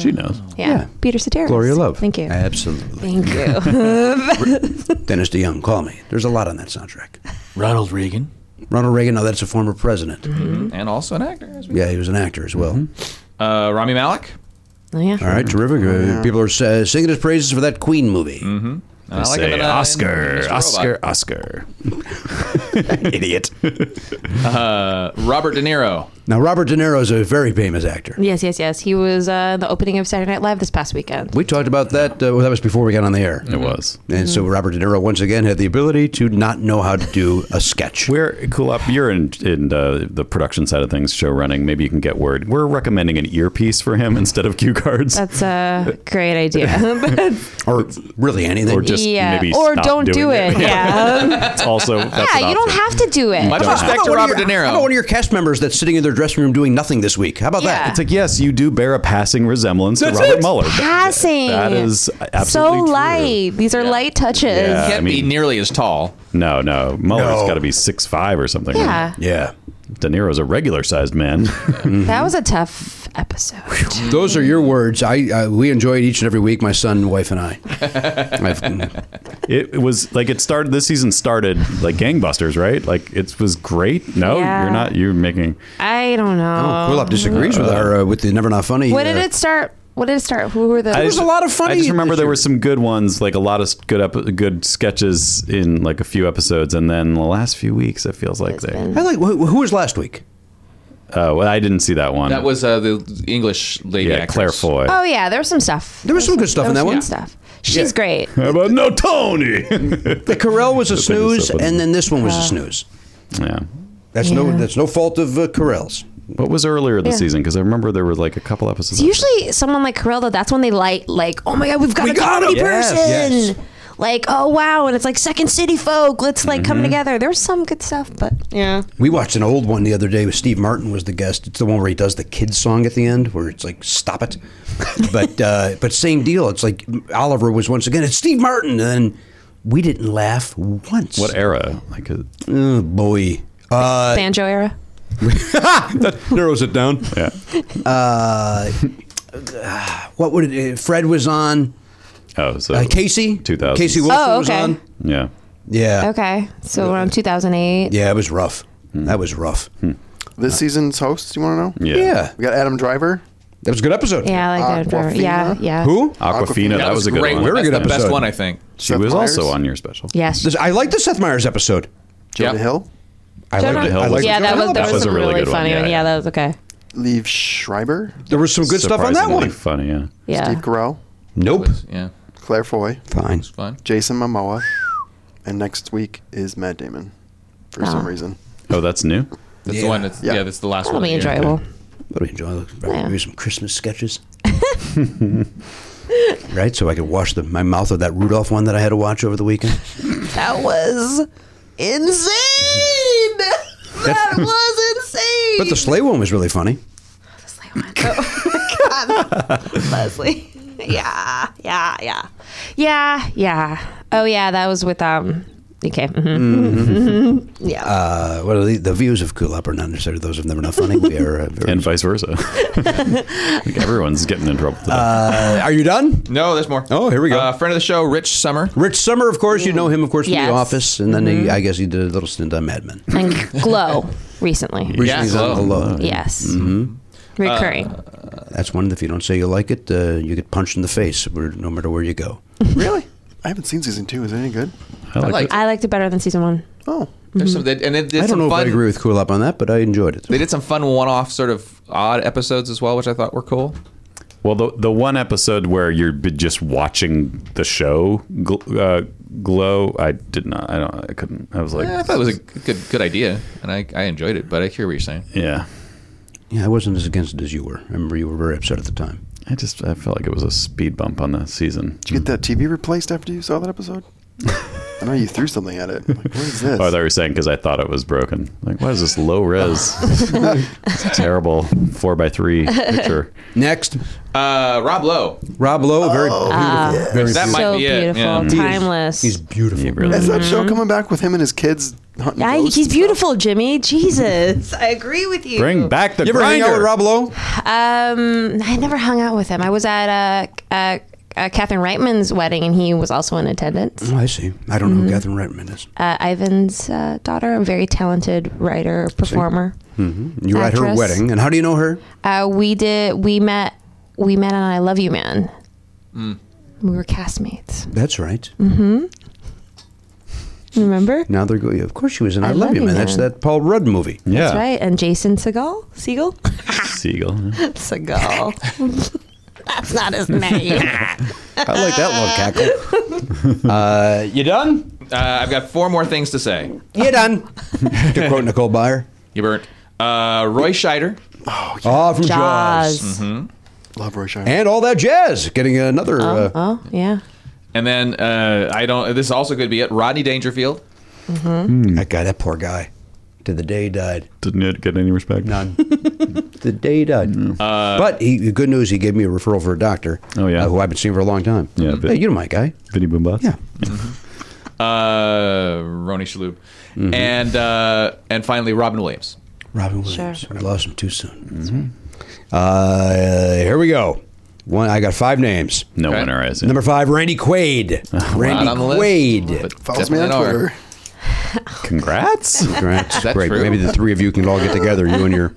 S2: She knows.
S7: Yeah. Peter Soteris.
S1: Gloria Love.
S7: Thank you.
S1: Absolutely.
S7: Thank you.
S1: Dennis DeYoung, call me. There's a lot on that soundtrack.
S3: Ronald Reagan.
S1: Ronald Reagan, now that's a former president.
S6: and also an actor. As well.
S1: Yeah, he was an actor as well.
S6: Uh, Rami Malek.
S7: Oh, yeah.
S1: All right, terrific. Uh, People are uh, singing his praises for that Queen movie.
S6: And I like him
S2: Say
S6: in, uh, in Mr.
S2: Oscar,
S6: Robot.
S2: Oscar, Oscar. Idiot.
S6: Uh, Robert De Niro.
S1: Now, Robert De Niro is a very famous actor.
S7: Yes, yes, yes. He was uh, the opening of Saturday Night Live this past weekend.
S1: We talked about that. Uh, well, that was before we got on the air.
S2: It was.
S1: And so Robert De Niro once again had the ability to not know how to do a sketch.
S2: We're cool up. You're in in uh, the production side of things, show running. Maybe you can get word. We're recommending an earpiece for him instead of cue cards,
S7: That's a great idea.
S1: or really anything.
S2: or just
S7: yeah.
S2: maybe
S7: Or
S2: stop
S7: don't
S2: doing
S7: do it. Yeah.
S2: It's also that's an
S7: yeah, you don't
S2: option.
S7: have to do it.
S6: Much
S2: don't
S6: respect to
S1: one of
S6: Robert
S1: your-
S6: De Niro.
S1: How about one of your cast members that's sitting in their dressing room doing nothing this week? How about
S7: Yeah.
S1: that?
S2: It's like yes, you do bear a passing resemblance to Robert Mueller. That-
S7: Passing.
S2: That is
S7: so
S2: absolutely true.
S7: light. These are light touches.
S2: Yeah,
S7: Yeah.
S6: Can't
S2: I mean-
S6: be nearly as tall.
S2: No, no, Mueller's
S1: No.
S2: got to be six five or something.
S1: Yeah.
S2: De Niro's a regular sized man.
S7: That was a tough episode.
S1: Those are your words. I, I we enjoy it each and every week. My son, wife, and I. I've- mm,
S2: it, it was like it started. This season started like gangbusters, right? Like it was great. No,
S7: Yeah.
S2: you're not. You're making.
S7: I don't know.
S1: Quillop disagrees with our uh, with the never not funny.
S7: Um, What did
S1: uh,
S7: it start? What did it start? Who were the?
S2: I
S1: was
S2: just-
S1: a lot of funny
S2: I just remember
S1: this
S2: there
S1: year.
S2: were some good ones, like a lot of good ep- good sketches in like a few episodes, and then the last few weeks it feels like they.
S7: been-
S1: I like who, who was last week?
S2: Oh, well, I didn't see that one.
S6: That was uh, the English lady.
S2: yeah,
S6: actress.
S2: Claire Foy.
S7: oh yeah, there was some stuff.
S1: There was some good stuff
S7: there
S1: in that
S7: was
S1: one.
S7: some Good stuff. She's great.
S2: How about no Tony?
S1: The Carell was a snooze,
S2: something.
S1: and then this one was a snooze.
S2: yeah.
S1: That's no
S7: Yeah.
S1: that's no fault of uh, Carell's.
S2: What was earlier this
S7: Yeah.
S2: season? Because I remember there were like a couple episodes.
S7: It's usually someone like Corella. That's when they like, like, oh my god, we've got
S1: We
S7: a
S1: got
S7: comedy
S1: him!" Yes,
S7: person.
S1: yes. Mm-hmm.
S7: like oh wow, and it's like Second City folk. Let's like come together. There was some good stuff, but yeah.
S1: We watched an old one the other day with Steve Martin was the guest. It's the one where he does the kids song at the end, where it's like "Stop it," but uh, but same deal. It's like Oliver was once again. It's Steve Martin, and then we didn't laugh once.
S2: What era? Like, uh, a,
S1: Oh, boy, uh,
S7: Banjo era.
S1: that narrows it down.
S2: yeah.
S1: What would it? uh, Fred was on.
S2: Oh, so
S1: Uh, Casey.
S2: 2000s.
S1: Casey Wilson
S7: Oh,
S1: was
S7: okay.
S1: on.
S2: Yeah.
S1: Yeah.
S7: Okay, so around 2008.
S1: Yeah, it was rough. That was rough.
S5: This season's hosts, you want to know?
S2: Yeah.
S1: Yeah.
S5: We got Adam Driver.
S1: That was a good episode.
S7: Yeah, I like that.
S5: Aquafina?
S7: driver. Yeah, yeah.
S1: Uh, Who?
S2: Aquafina. That, was a good
S6: great
S2: one.
S1: Very
S6: That's
S1: good
S6: the Best
S1: episode.
S6: one, I think.
S2: She
S5: Seth
S2: was
S5: Meyers?
S2: also on your special.
S7: Yes.
S1: This- I liked the Seth Meyers episode.
S5: Jonah
S6: Yep.
S5: Hill.
S1: I
S7: Jonah-
S1: liked it.
S2: Hill
S1: I liked
S7: yeah,
S1: the
S7: that
S1: Jonah Hill
S7: was, there
S1: episode.
S7: was some
S2: a really
S7: really,
S2: good one,
S7: funny one.
S2: yeah,
S7: Yeah,
S2: yeah.
S7: that was okay.
S5: Leave Schreiber.
S1: There was some good stuff on that
S2: Surprisingly
S1: one.
S2: Funny, yeah.
S7: Yeah.
S5: Steve Carell.
S1: Nope.
S6: Yeah,
S5: Claire Foy.
S1: Fine.
S6: it's fun.
S5: Jason Momoa. And next week is Matt Damon. For some
S7: Ah.
S5: reason.
S2: Oh, that's new.
S6: That's
S1: Yeah.
S6: the one. That's
S5: Yeah.
S6: yeah. that's the last
S7: That'll
S6: one.
S7: be
S6: of the year.
S7: enjoyable.
S1: But I enjoy looking
S7: Yeah.
S1: maybe some Christmas sketches. right, so I could wash the, my mouth of that Rudolph one that I had to watch over the weekend.
S7: That was insane. That was insane.
S1: But the sleigh one was really funny.
S7: Leslie went, Oh my god. Leslie. Yeah, yeah, yeah. Yeah, yeah. Oh yeah, that was with um okay. hmm Yeah.
S1: Uh, well, the, the views of Cool Up are not necessarily those of Never Not Funny. We are. Uh, very-
S2: And vice versa. I think everyone's getting in trouble today.
S1: Uh, are you done?
S6: No, there's more.
S1: Oh, here we go.
S6: Uh, friend of the show, Rich Summer.
S1: Rich Summer, of course, you know him, of course, from
S7: Yes. Mm-hmm.
S1: The Office, and then he, I guess he did a little stint on Mad Men.
S7: and Glow recently.
S1: Recently he's on
S6: Glow.
S2: Oh.
S1: Glow.
S7: Yes. Recurring.
S1: That's one. that If you don't say you like it, uh, you get punched in the face, where, no matter where you go.
S5: Really? I haven't seen season two. Is it any good?
S2: I like,
S6: like-
S2: it.
S7: I liked it better than season one.
S5: Oh.
S6: There's some, they, and they did
S1: I don't
S6: some
S1: know
S6: fun.
S1: if I agree with Cool Up on that, but I enjoyed it.
S6: They did some fun one-off sort of odd episodes as well, which I thought were cool.
S2: Well, the the one episode where you're b- just watching the show gl- uh, glow, I did not. I don't. I couldn't. I was like,
S6: Yeah, I thought it was a good good idea, and I, I enjoyed it. But I hear what you're saying.
S2: yeah.
S1: Yeah, I wasn't as against it as you were. I remember you were very upset at the time.
S2: I just I felt like it was a speed bump on the season.
S5: Did you get that TV replaced after you saw that episode? I know you threw something at it. Like, what is this?
S2: Oh, I thought you were saying because I thought it was broken. Like, why is this low res? It's a terrible four by three picture.
S1: Next,
S6: Uh, Rob Lowe.
S1: Rob Lowe, very
S7: Oh.
S1: beautiful. Very
S6: That might
S7: so
S6: be it,
S7: beautiful.
S6: yeah.
S7: Timeless.
S1: he's beautiful.
S2: He really
S5: Is that show coming back with him and his kids? Hunting
S7: I,
S5: ghosts?
S7: he's beautiful, Jimmy. Jesus. I agree with you.
S2: Bring back the
S1: You ever hang out with
S2: grinder.
S1: Rob Lowe?
S7: Um, I never hung out with him. I was at uh, uh, uh, Catherine Reitman's wedding, and he was also in attendance.
S1: Oh, I see. I don't know who Catherine Reitman is.
S7: Uh, Ivan's uh, daughter, a very talented writer performer.
S1: You were at her
S7: Actress.
S1: wedding, and how do you know her?
S7: Uh, we did. We met. We met on "I Love You, Man."
S6: Mm.
S7: We were castmates.
S1: That's right.
S7: Remember?
S1: Now they're going. Of course, she was in "I,
S7: I
S1: Love You Man. That's that Paul Rudd movie.
S2: Yeah,
S7: That's right. And Jason Segal. Siegel.
S2: Seagull.
S7: Segal. That's not his name.
S1: I like that little cackle. uh, you done?
S6: Uh, I've got four more things to say.
S1: You done? to quote Nicole Byer.
S6: You burnt. Uh, Roy Scheider.
S1: Oh, from Jaws.
S7: Jaws.
S5: Love Roy Scheider.
S1: And all that jazz. Getting another. uh,
S7: Oh yeah.
S6: And then uh, I don't. This also could be it. Rodney Dangerfield.
S1: That guy, that poor guy. To the day he died.
S2: Didn't it get any respect?
S1: None. the day he died. Mm. Uh, but he, the good news, he gave me a referral for a doctor.
S2: Oh, yeah?
S1: uh, who I've been seeing for a long time.
S2: Yeah, but-
S1: Hey, you know my guy.
S2: Vinny Boombas.
S1: Yeah.
S6: Uh, Ronnie Shalhoub.
S1: Mm-hmm.
S6: And uh, and finally Robin Williams.
S1: Robin Williams. We lost him too soon. Uh, here we go. One. I got five names.
S2: No
S6: Okay.
S2: winner, is it?
S1: Number five, Randy Quaid. Randy
S6: Not on the list.
S1: Quaid.
S6: But
S5: Follows me on
S6: definitely are.
S5: Twitter.
S2: Congrats.
S1: That's
S6: that
S1: great.
S6: true?
S1: Maybe the three of you can all get together. You and your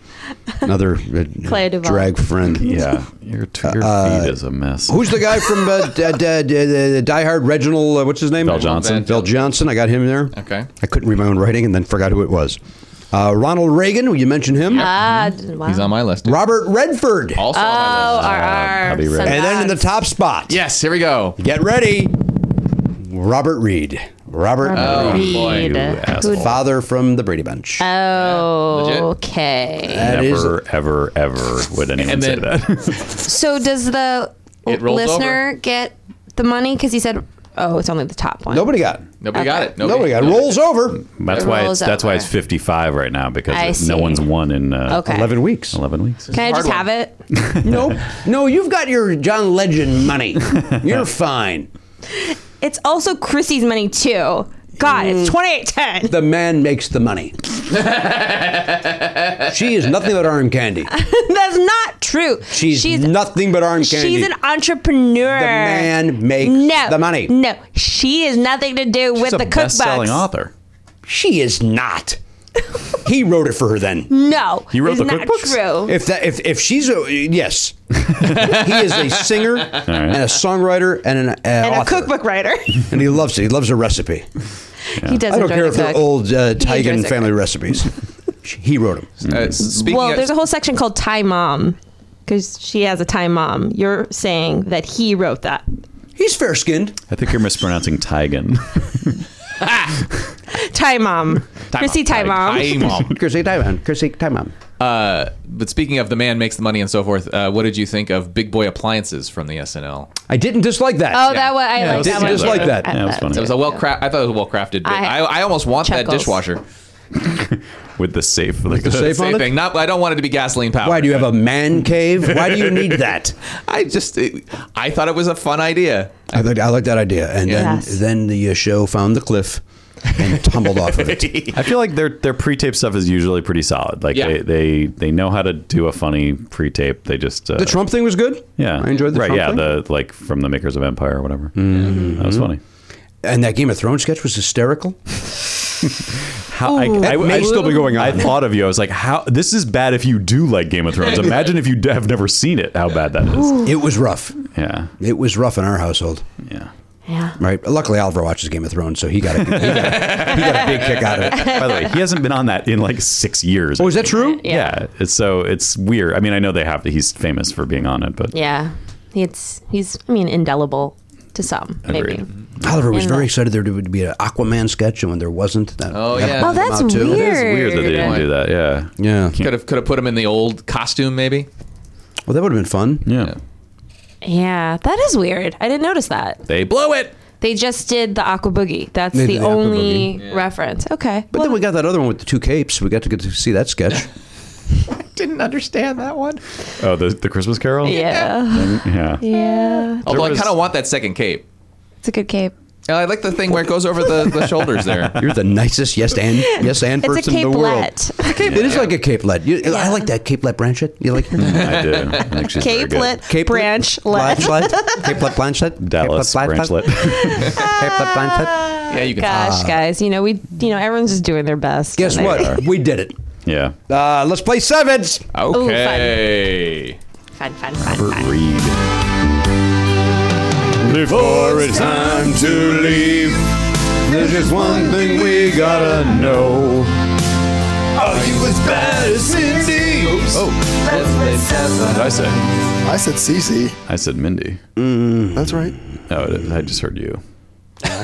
S1: another uh,
S7: Claire Duvall.
S1: drag friend.
S2: yeah, your t- your
S1: Uh,
S2: feed is a mess.
S1: Who's the guy from uh, d- d- d- d- Die Hard? Reginald, uh, what's his name?
S2: Bell Johnson.
S1: Bell Johnson. I got him there.
S6: Okay.
S1: I couldn't read my own writing and then forgot who it was. Uh, Ronald Reagan. Will you mention him?
S7: Ah. d- Wow.
S6: Mm-hmm. He's on my list.
S1: Robert Redford.
S6: Also
S7: Oh,
S6: on my list.
S7: our, our
S2: I'll be ready.
S1: and then in the top spot.
S6: Yes. Here we go.
S1: Get ready. Robert Reed. Robert Reed.
S7: Robert
S6: Oh,
S7: Reed.
S2: boy, you
S7: Who-
S2: asshole.
S1: Father from the Brady Bunch.
S7: Oh,
S6: Legit.
S7: Okay.
S1: That is-
S2: Never, ever, ever would anyone
S6: And
S2: say
S6: then-
S2: that.
S7: So does the
S6: It rolls
S7: listener get the money? Because he said Oh, it's only the top one.
S1: Nobody got.
S6: Nobody got it.
S1: Nobody Oh, got. Rolls over.
S2: That's
S7: It
S2: why it's,
S7: rolls
S2: that's why it's
S7: over.
S2: 55 right now because
S7: I
S2: no
S7: see.
S2: one's won in uh,
S7: Okay.
S1: 11 weeks.
S2: 11 weeks.
S7: Can I
S6: Hard
S7: just
S6: one.
S7: have it?
S1: nope. No, you've got your John Legend money. You're fine.
S7: It's also Chrissy's money too. God, it's twenty eight ten.
S1: The man makes the money. she is nothing but arm candy.
S7: That's not true.
S1: She's, nothing but arm candy.
S7: She's an entrepreneur.
S1: The man makes
S7: no,
S1: the money.
S7: No, she has nothing to do with
S2: She's
S7: the
S2: a best-selling
S7: cookbooks.
S2: author.
S1: she is not. he wrote it for her then.
S7: No,
S2: You wrote
S7: it's
S2: the
S7: not
S2: cookbooks?
S7: True.
S1: If that if, if she's a yes, he is a singer and a songwriter and an uh,
S7: and
S1: author.
S7: a cookbook writer.
S1: and he loves it. He loves a recipe.
S7: He does.
S1: I don't
S7: enjoy
S1: care
S7: to
S1: if they're
S7: cook.
S1: old uh,
S7: He enjoys
S1: Tigan
S7: to
S1: family
S7: cook.
S1: recipes. he wrote them.
S6: Uh, speaking
S7: Well,
S6: of,
S7: there's a whole section called Thai Mom because she has a Thai mom. You're saying that he wrote that.
S1: He's fair skinned.
S2: I think you're mispronouncing Tigan.
S7: Thai Mom. Chrissy Thai Mom.
S6: Hi, mom.
S1: Chrissy Taiwan. Chrissy Taiwan.
S6: But speaking of the man makes the money and so forth, uh, what did you think of Big Boy Appliances from the SNL?
S1: I didn't dislike that.
S7: Oh, that was I
S6: Yeah,
S7: like
S6: didn't
S7: that one.
S1: dislike that.
S7: I
S2: Yeah, it was
S7: thought
S2: funny.
S6: It was a well cra- I thought it was a well crafted. I,
S7: I-
S6: I almost want that
S7: Chuckles.
S6: dishwasher.
S2: with the safe. Like
S1: the safe
S6: Same
S1: on it?
S6: thing. Not. I don't want it to be gasoline powered.
S1: Why do you have a man cave? Why do you need that?
S6: I just. It, I thought it was a fun idea.
S1: I like I like that idea. And then
S7: Yes.
S1: then the uh, show found the cliff and tumbled off of it.
S2: I feel like their their pre-tape stuff is usually pretty solid. Like
S6: Yeah.
S2: they, they they know how to do a funny pre-tape. They just uh,
S1: The Trump thing was good.
S2: Yeah,
S1: I enjoyed the
S2: right.
S1: Trump
S2: yeah,
S1: thing. Mm-hmm.
S2: the like from the makers of Empire or whatever. That was funny.
S1: and that Game of Thrones sketch was hysterical.
S2: How, I, I,
S1: That may
S2: I-
S1: still be going on.
S2: I thought of you. I was like, how? This is bad. If you do like Game of Thrones, imagine if you d- have never seen it. How bad that is.
S1: It was rough.
S2: Yeah,
S1: It was rough in our household.
S2: yeah.
S7: Yeah.
S1: Right. Luckily, Oliver watches Game of Thrones, so he got a, he got a, he got a big kick out of it.
S2: By the way, he hasn't been on that in like six years.
S1: Oh, is that true?
S2: Yeah. It's, so it's weird. I mean, I know they have. He's famous for being on it, but
S7: Yeah. It's he's I mean indelible to some maybe.
S2: Agreed.
S1: Oliver was
S7: And
S1: very
S7: the-
S1: excited there would be an Aquaman sketch, and when there wasn't, that
S6: Oh,
S1: that
S6: yeah.
S1: bummed
S7: Oh,
S1: him
S7: that's
S1: out,
S7: weird.
S1: too.
S2: it's weird that they didn't do that. Yeah.
S1: Yeah.
S6: Could have could have put him in the old costume maybe.
S1: Well, that would have been fun.
S2: Yeah.
S7: Yeah, that is weird. I didn't notice that.
S6: They blew it.
S7: They just did the Aqua Boogie. That's
S1: They
S7: the,
S1: did the Aqua
S7: only reference. Okay.
S1: But then we got that other one with the two capes. We got to get to see that sketch.
S6: Didn't understand that one.
S2: Oh, the the Christmas Carol. Mm,
S7: yeah.
S2: Yeah.
S7: Yeah.
S6: Although
S2: was-
S6: I kind of want that second cape.
S7: It's a good cape.
S6: And I like the thing where it goes over the, the shoulders there.
S1: You're the nicest yes and yes and
S7: It's a
S1: person in the world.
S7: capelet.
S1: It is like a capelet. You, I like that capelet branchet. You like
S2: I do. I think she's very good.
S7: Capelet, branchlet.
S1: Branchlet. Capelet branchlet.
S2: Dallas
S1: Capelet
S2: Branchlet.
S1: Capelet branchlet.
S6: Yeah, you can.
S7: Gosh, guys, you know we, you know everyone's just doing their best.
S1: Guess
S7: and they-
S1: what? We did it.
S2: yeah.
S1: Uh, let's play sevens.
S6: Okay.
S7: Fun, fun, fun, fun.
S2: Before it's time to leave, there's just one thing we gotta know. Are you as bad as Cindy? Oh, what did I say?
S5: I said CC.
S2: I said Mindy.
S5: That's right.
S2: No, it- I just heard you.
S5: I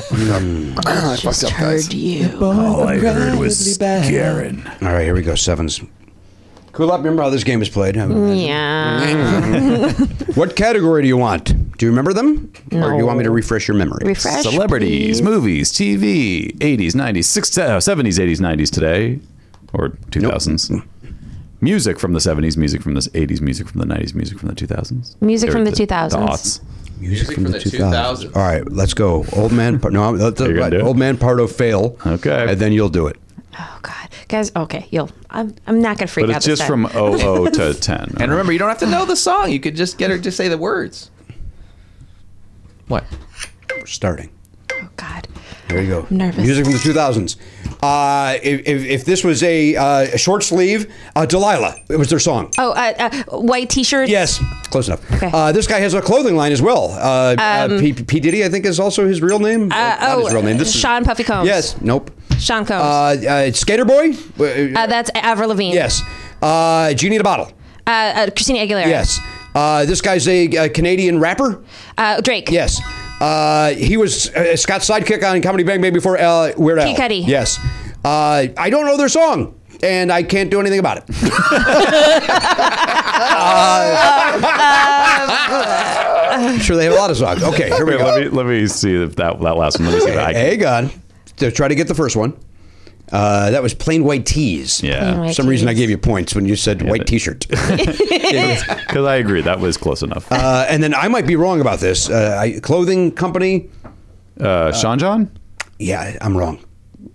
S5: fucked up, guys.
S7: you.
S10: All Oh, I heard was Karen.
S1: All right, here we go. Sevens. Cool up. Remember how this game is played?
S7: Mm. Yeah.
S1: What category do you want? Do you remember them, or do you want me to refresh your memory?
S7: Refresh.
S2: Celebrities, movies, TV, 80s, 90s, 60s, uh, 70s, 80s, 90s today, or 2000s. Music from the 70s, music from the 80s, music from the 90s, music from the 2000s.
S7: Music
S2: Or
S7: from the 2000s.
S2: aughts.
S1: Music
S6: from the 2000s.
S1: Uh, All right, let's go. Old man. Par- No, that's
S2: you gonna
S1: right.
S2: do it?
S1: old man Pardo fail.
S2: Okay.
S1: and then you'll do it.
S7: Oh God, guys. Okay, you'll. I'm. I'm not gonna freak
S2: But
S7: out.
S2: it's
S7: this
S2: just
S7: time.
S2: from 00 to 10.
S6: And remember, you don't have to know the song. You could just get her to say the words. What?
S1: We're starting.
S7: Oh God.
S1: There you go.
S7: I'm nervous.
S1: Music from the 2000s. Uh, if, if, if this was a uh, short sleeve, uh, Delilah. It was their song.
S7: Oh, uh, uh, white T-shirts.
S1: Yes, close enough.
S7: Okay. Um,
S1: Uh, this guy has a clothing line as well. Uh, uh, P, P Diddy, I think, is also his real name.
S7: Uh,
S1: Not
S7: oh,
S1: his real name. This is-
S7: Sean Puffy Combs.
S1: Yes. Nope.
S7: Sean Combs.
S1: Uh, uh, Skater Boy. Uh,
S7: Uh, that's Avril Lavigne.
S1: yes. Uh, Genie in a Bottle.
S7: Uh, uh, Christina Aguilera.
S1: Yes. Uh, this guy's a, uh Canadian rapper.
S7: Uh, Drake.
S1: Yes. Uh, he was uh, Scott's sidekick on Comedy Bang Bang before uh, Weird Al.
S7: P. Cudi.
S1: Yes. Uh, I don't know their song, and I can't do anything about it. Uh, sure they have a lot of songs. Okay, here we
S2: Wait,
S1: go.
S2: let me let me see if that that last one. Let me see if I
S1: Hey, God. So try to get the first one. Uh, that was plain white tees.
S2: Yeah. Plain
S1: For
S7: white
S1: some reason, I
S7: tees.
S1: gave you points when you said white
S2: but-
S1: t shirt.
S2: because I agree that was close enough. Uh,
S1: uh, and then I might be wrong about this. Uh, I, clothing company.
S2: Uh, Sean John.
S1: Yeah, I'm wrong.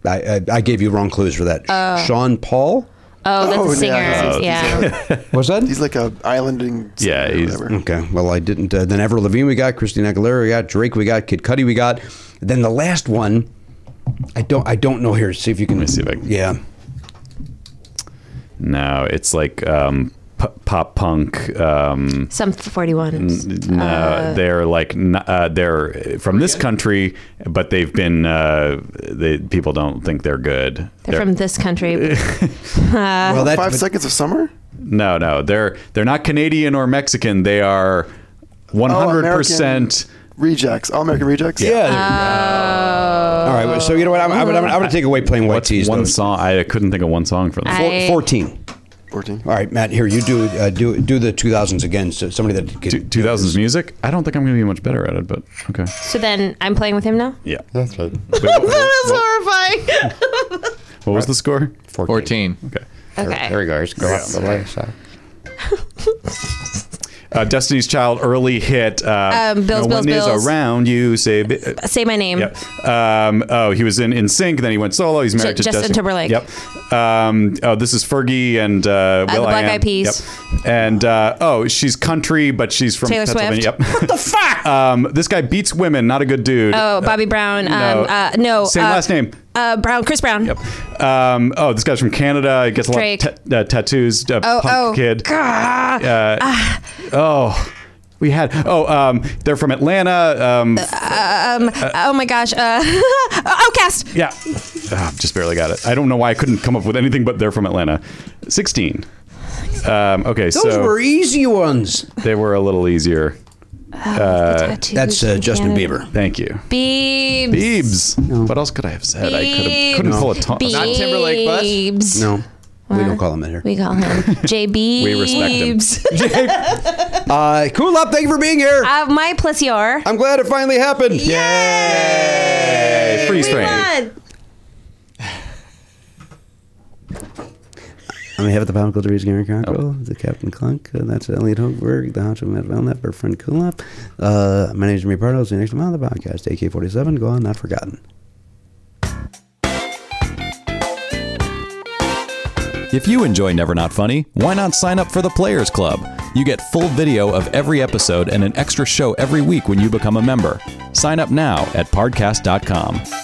S1: I, I, I gave you wrong clues for that. Sean Paul?
S7: Oh, that's
S5: Oh, yeah.
S7: a singer.
S5: Oh,
S7: yeah.
S1: Was that?
S5: He's like a islanding. singer
S2: Yeah,
S5: or
S2: he's-
S5: whatever.
S1: Okay. Well, I didn't. Uh, then Avril Lavigne we got, Christina Aguilera we got, Drake we got, Kid Cudi we got. Then the last one, I don't. I don't know here. See if you can.
S2: Let me see if I can-
S1: Yeah.
S2: No, it's like um, p- pop punk. Um,
S7: Some 41.
S2: no, Uh, they're like n- uh, they're from this country, but they've been uh, they, people don't think they're good.
S7: They're from this country.
S1: well, that.
S5: Five
S1: but-
S5: seconds of summer.
S2: no, no, they're they're not Canadian or Mexican. They are one
S5: Oh,
S2: hundred
S5: American
S2: percent.
S5: Rejects. All American Rejects.
S1: yeah. All right. well, So you know what? I'm, I'm, I'm, I'm going to take away playing white
S2: What's
S1: tees.
S2: one
S1: though.
S2: song? I couldn't think of one song for them.
S1: Four-
S7: I-
S1: Fourteen.
S5: 14.
S1: All right, Matt. Here you do uh, do do the 2000s again. So somebody that could,
S2: Two thousands music. I don't think I'm going to be much better at it, but okay.
S7: so then I'm playing with him now?
S2: Yeah.
S11: That's right.
S7: that was horrifying.
S2: What was the score?
S6: 14.
S2: Okay.
S7: okay.
S11: There we go. Just go off the left side.
S2: Uh, Destiny's Child early hit. Uh,
S7: Um, Bills,
S2: no one
S7: Bills, Bills.
S2: is around you. Say. bi- uh,
S7: Say my name.
S2: Yep. Um, oh, he was in In Sync. Then he went solo. He's married
S7: Ju-
S2: to
S7: Justin
S2: Destiny.
S7: Timberlake.
S2: Yep. Um, oh, this is Fergie and uh,
S7: the
S2: Will
S7: Black
S2: I Am.
S7: Eyed
S2: Yep.
S7: Peas.
S2: And uh, oh, she's country, but she's from
S7: Taylor
S2: Pennsylvania.
S7: Swift.
S2: Yep. What the fuck? um, this guy beats women. Not a good dude.
S7: Oh, Bobby Brown. Um,
S2: no.
S7: Uh, no
S2: Same
S7: uh,
S2: last name.
S7: Uh, Brown. Chris Brown.
S2: Yep. Um, oh, this guy's from Canada. He gets a lot
S7: Drake.
S2: of ta- uh, tattoos. Uh,
S7: Oh,
S2: punk
S7: oh.
S2: kid.
S7: Gah.
S2: Uh, oh, we had. Oh, um, they're from Atlanta. Um,
S7: oh my gosh. Uh, Outcast.
S2: yeah, Ah, just barely got it. I don't know why I couldn't come up with anything, but they're from Atlanta. Sixteen. Um, okay,
S1: those
S2: so
S1: were easy ones.
S2: they were a little easier.
S1: That's uh, Justin Bieber.
S2: Thank you.
S7: Biebs.
S2: Biebs. What else could I have said? I could have, couldn't
S7: Biebs.
S2: pull a tongue.
S7: Biebs.
S6: Not Timberlake, but-
S1: No, we don't call them in here.
S7: We call him J Biebs.
S2: We respect him.
S1: Uh, cool up. Thank you for being here.
S7: Uh, my plus your.
S1: I'm glad it finally happened.
S2: Yay! Freeze
S7: we
S2: frame.
S7: won.
S1: I mean, have the Pound Culture Gary Cockrell, the Captain Clunk, uh, that's Elliot Hochberg, the Honcho Matt Valnep, our friend Kulop. Uh, my name is Jimmy Pardo. See you next time on the podcast. AK 47, go on, not forgotten.
S4: If you enjoy Never Not Funny, why not sign up for the Players Club? You get full video of every episode and an extra show every week when you become a member. Sign up now at podcast.com.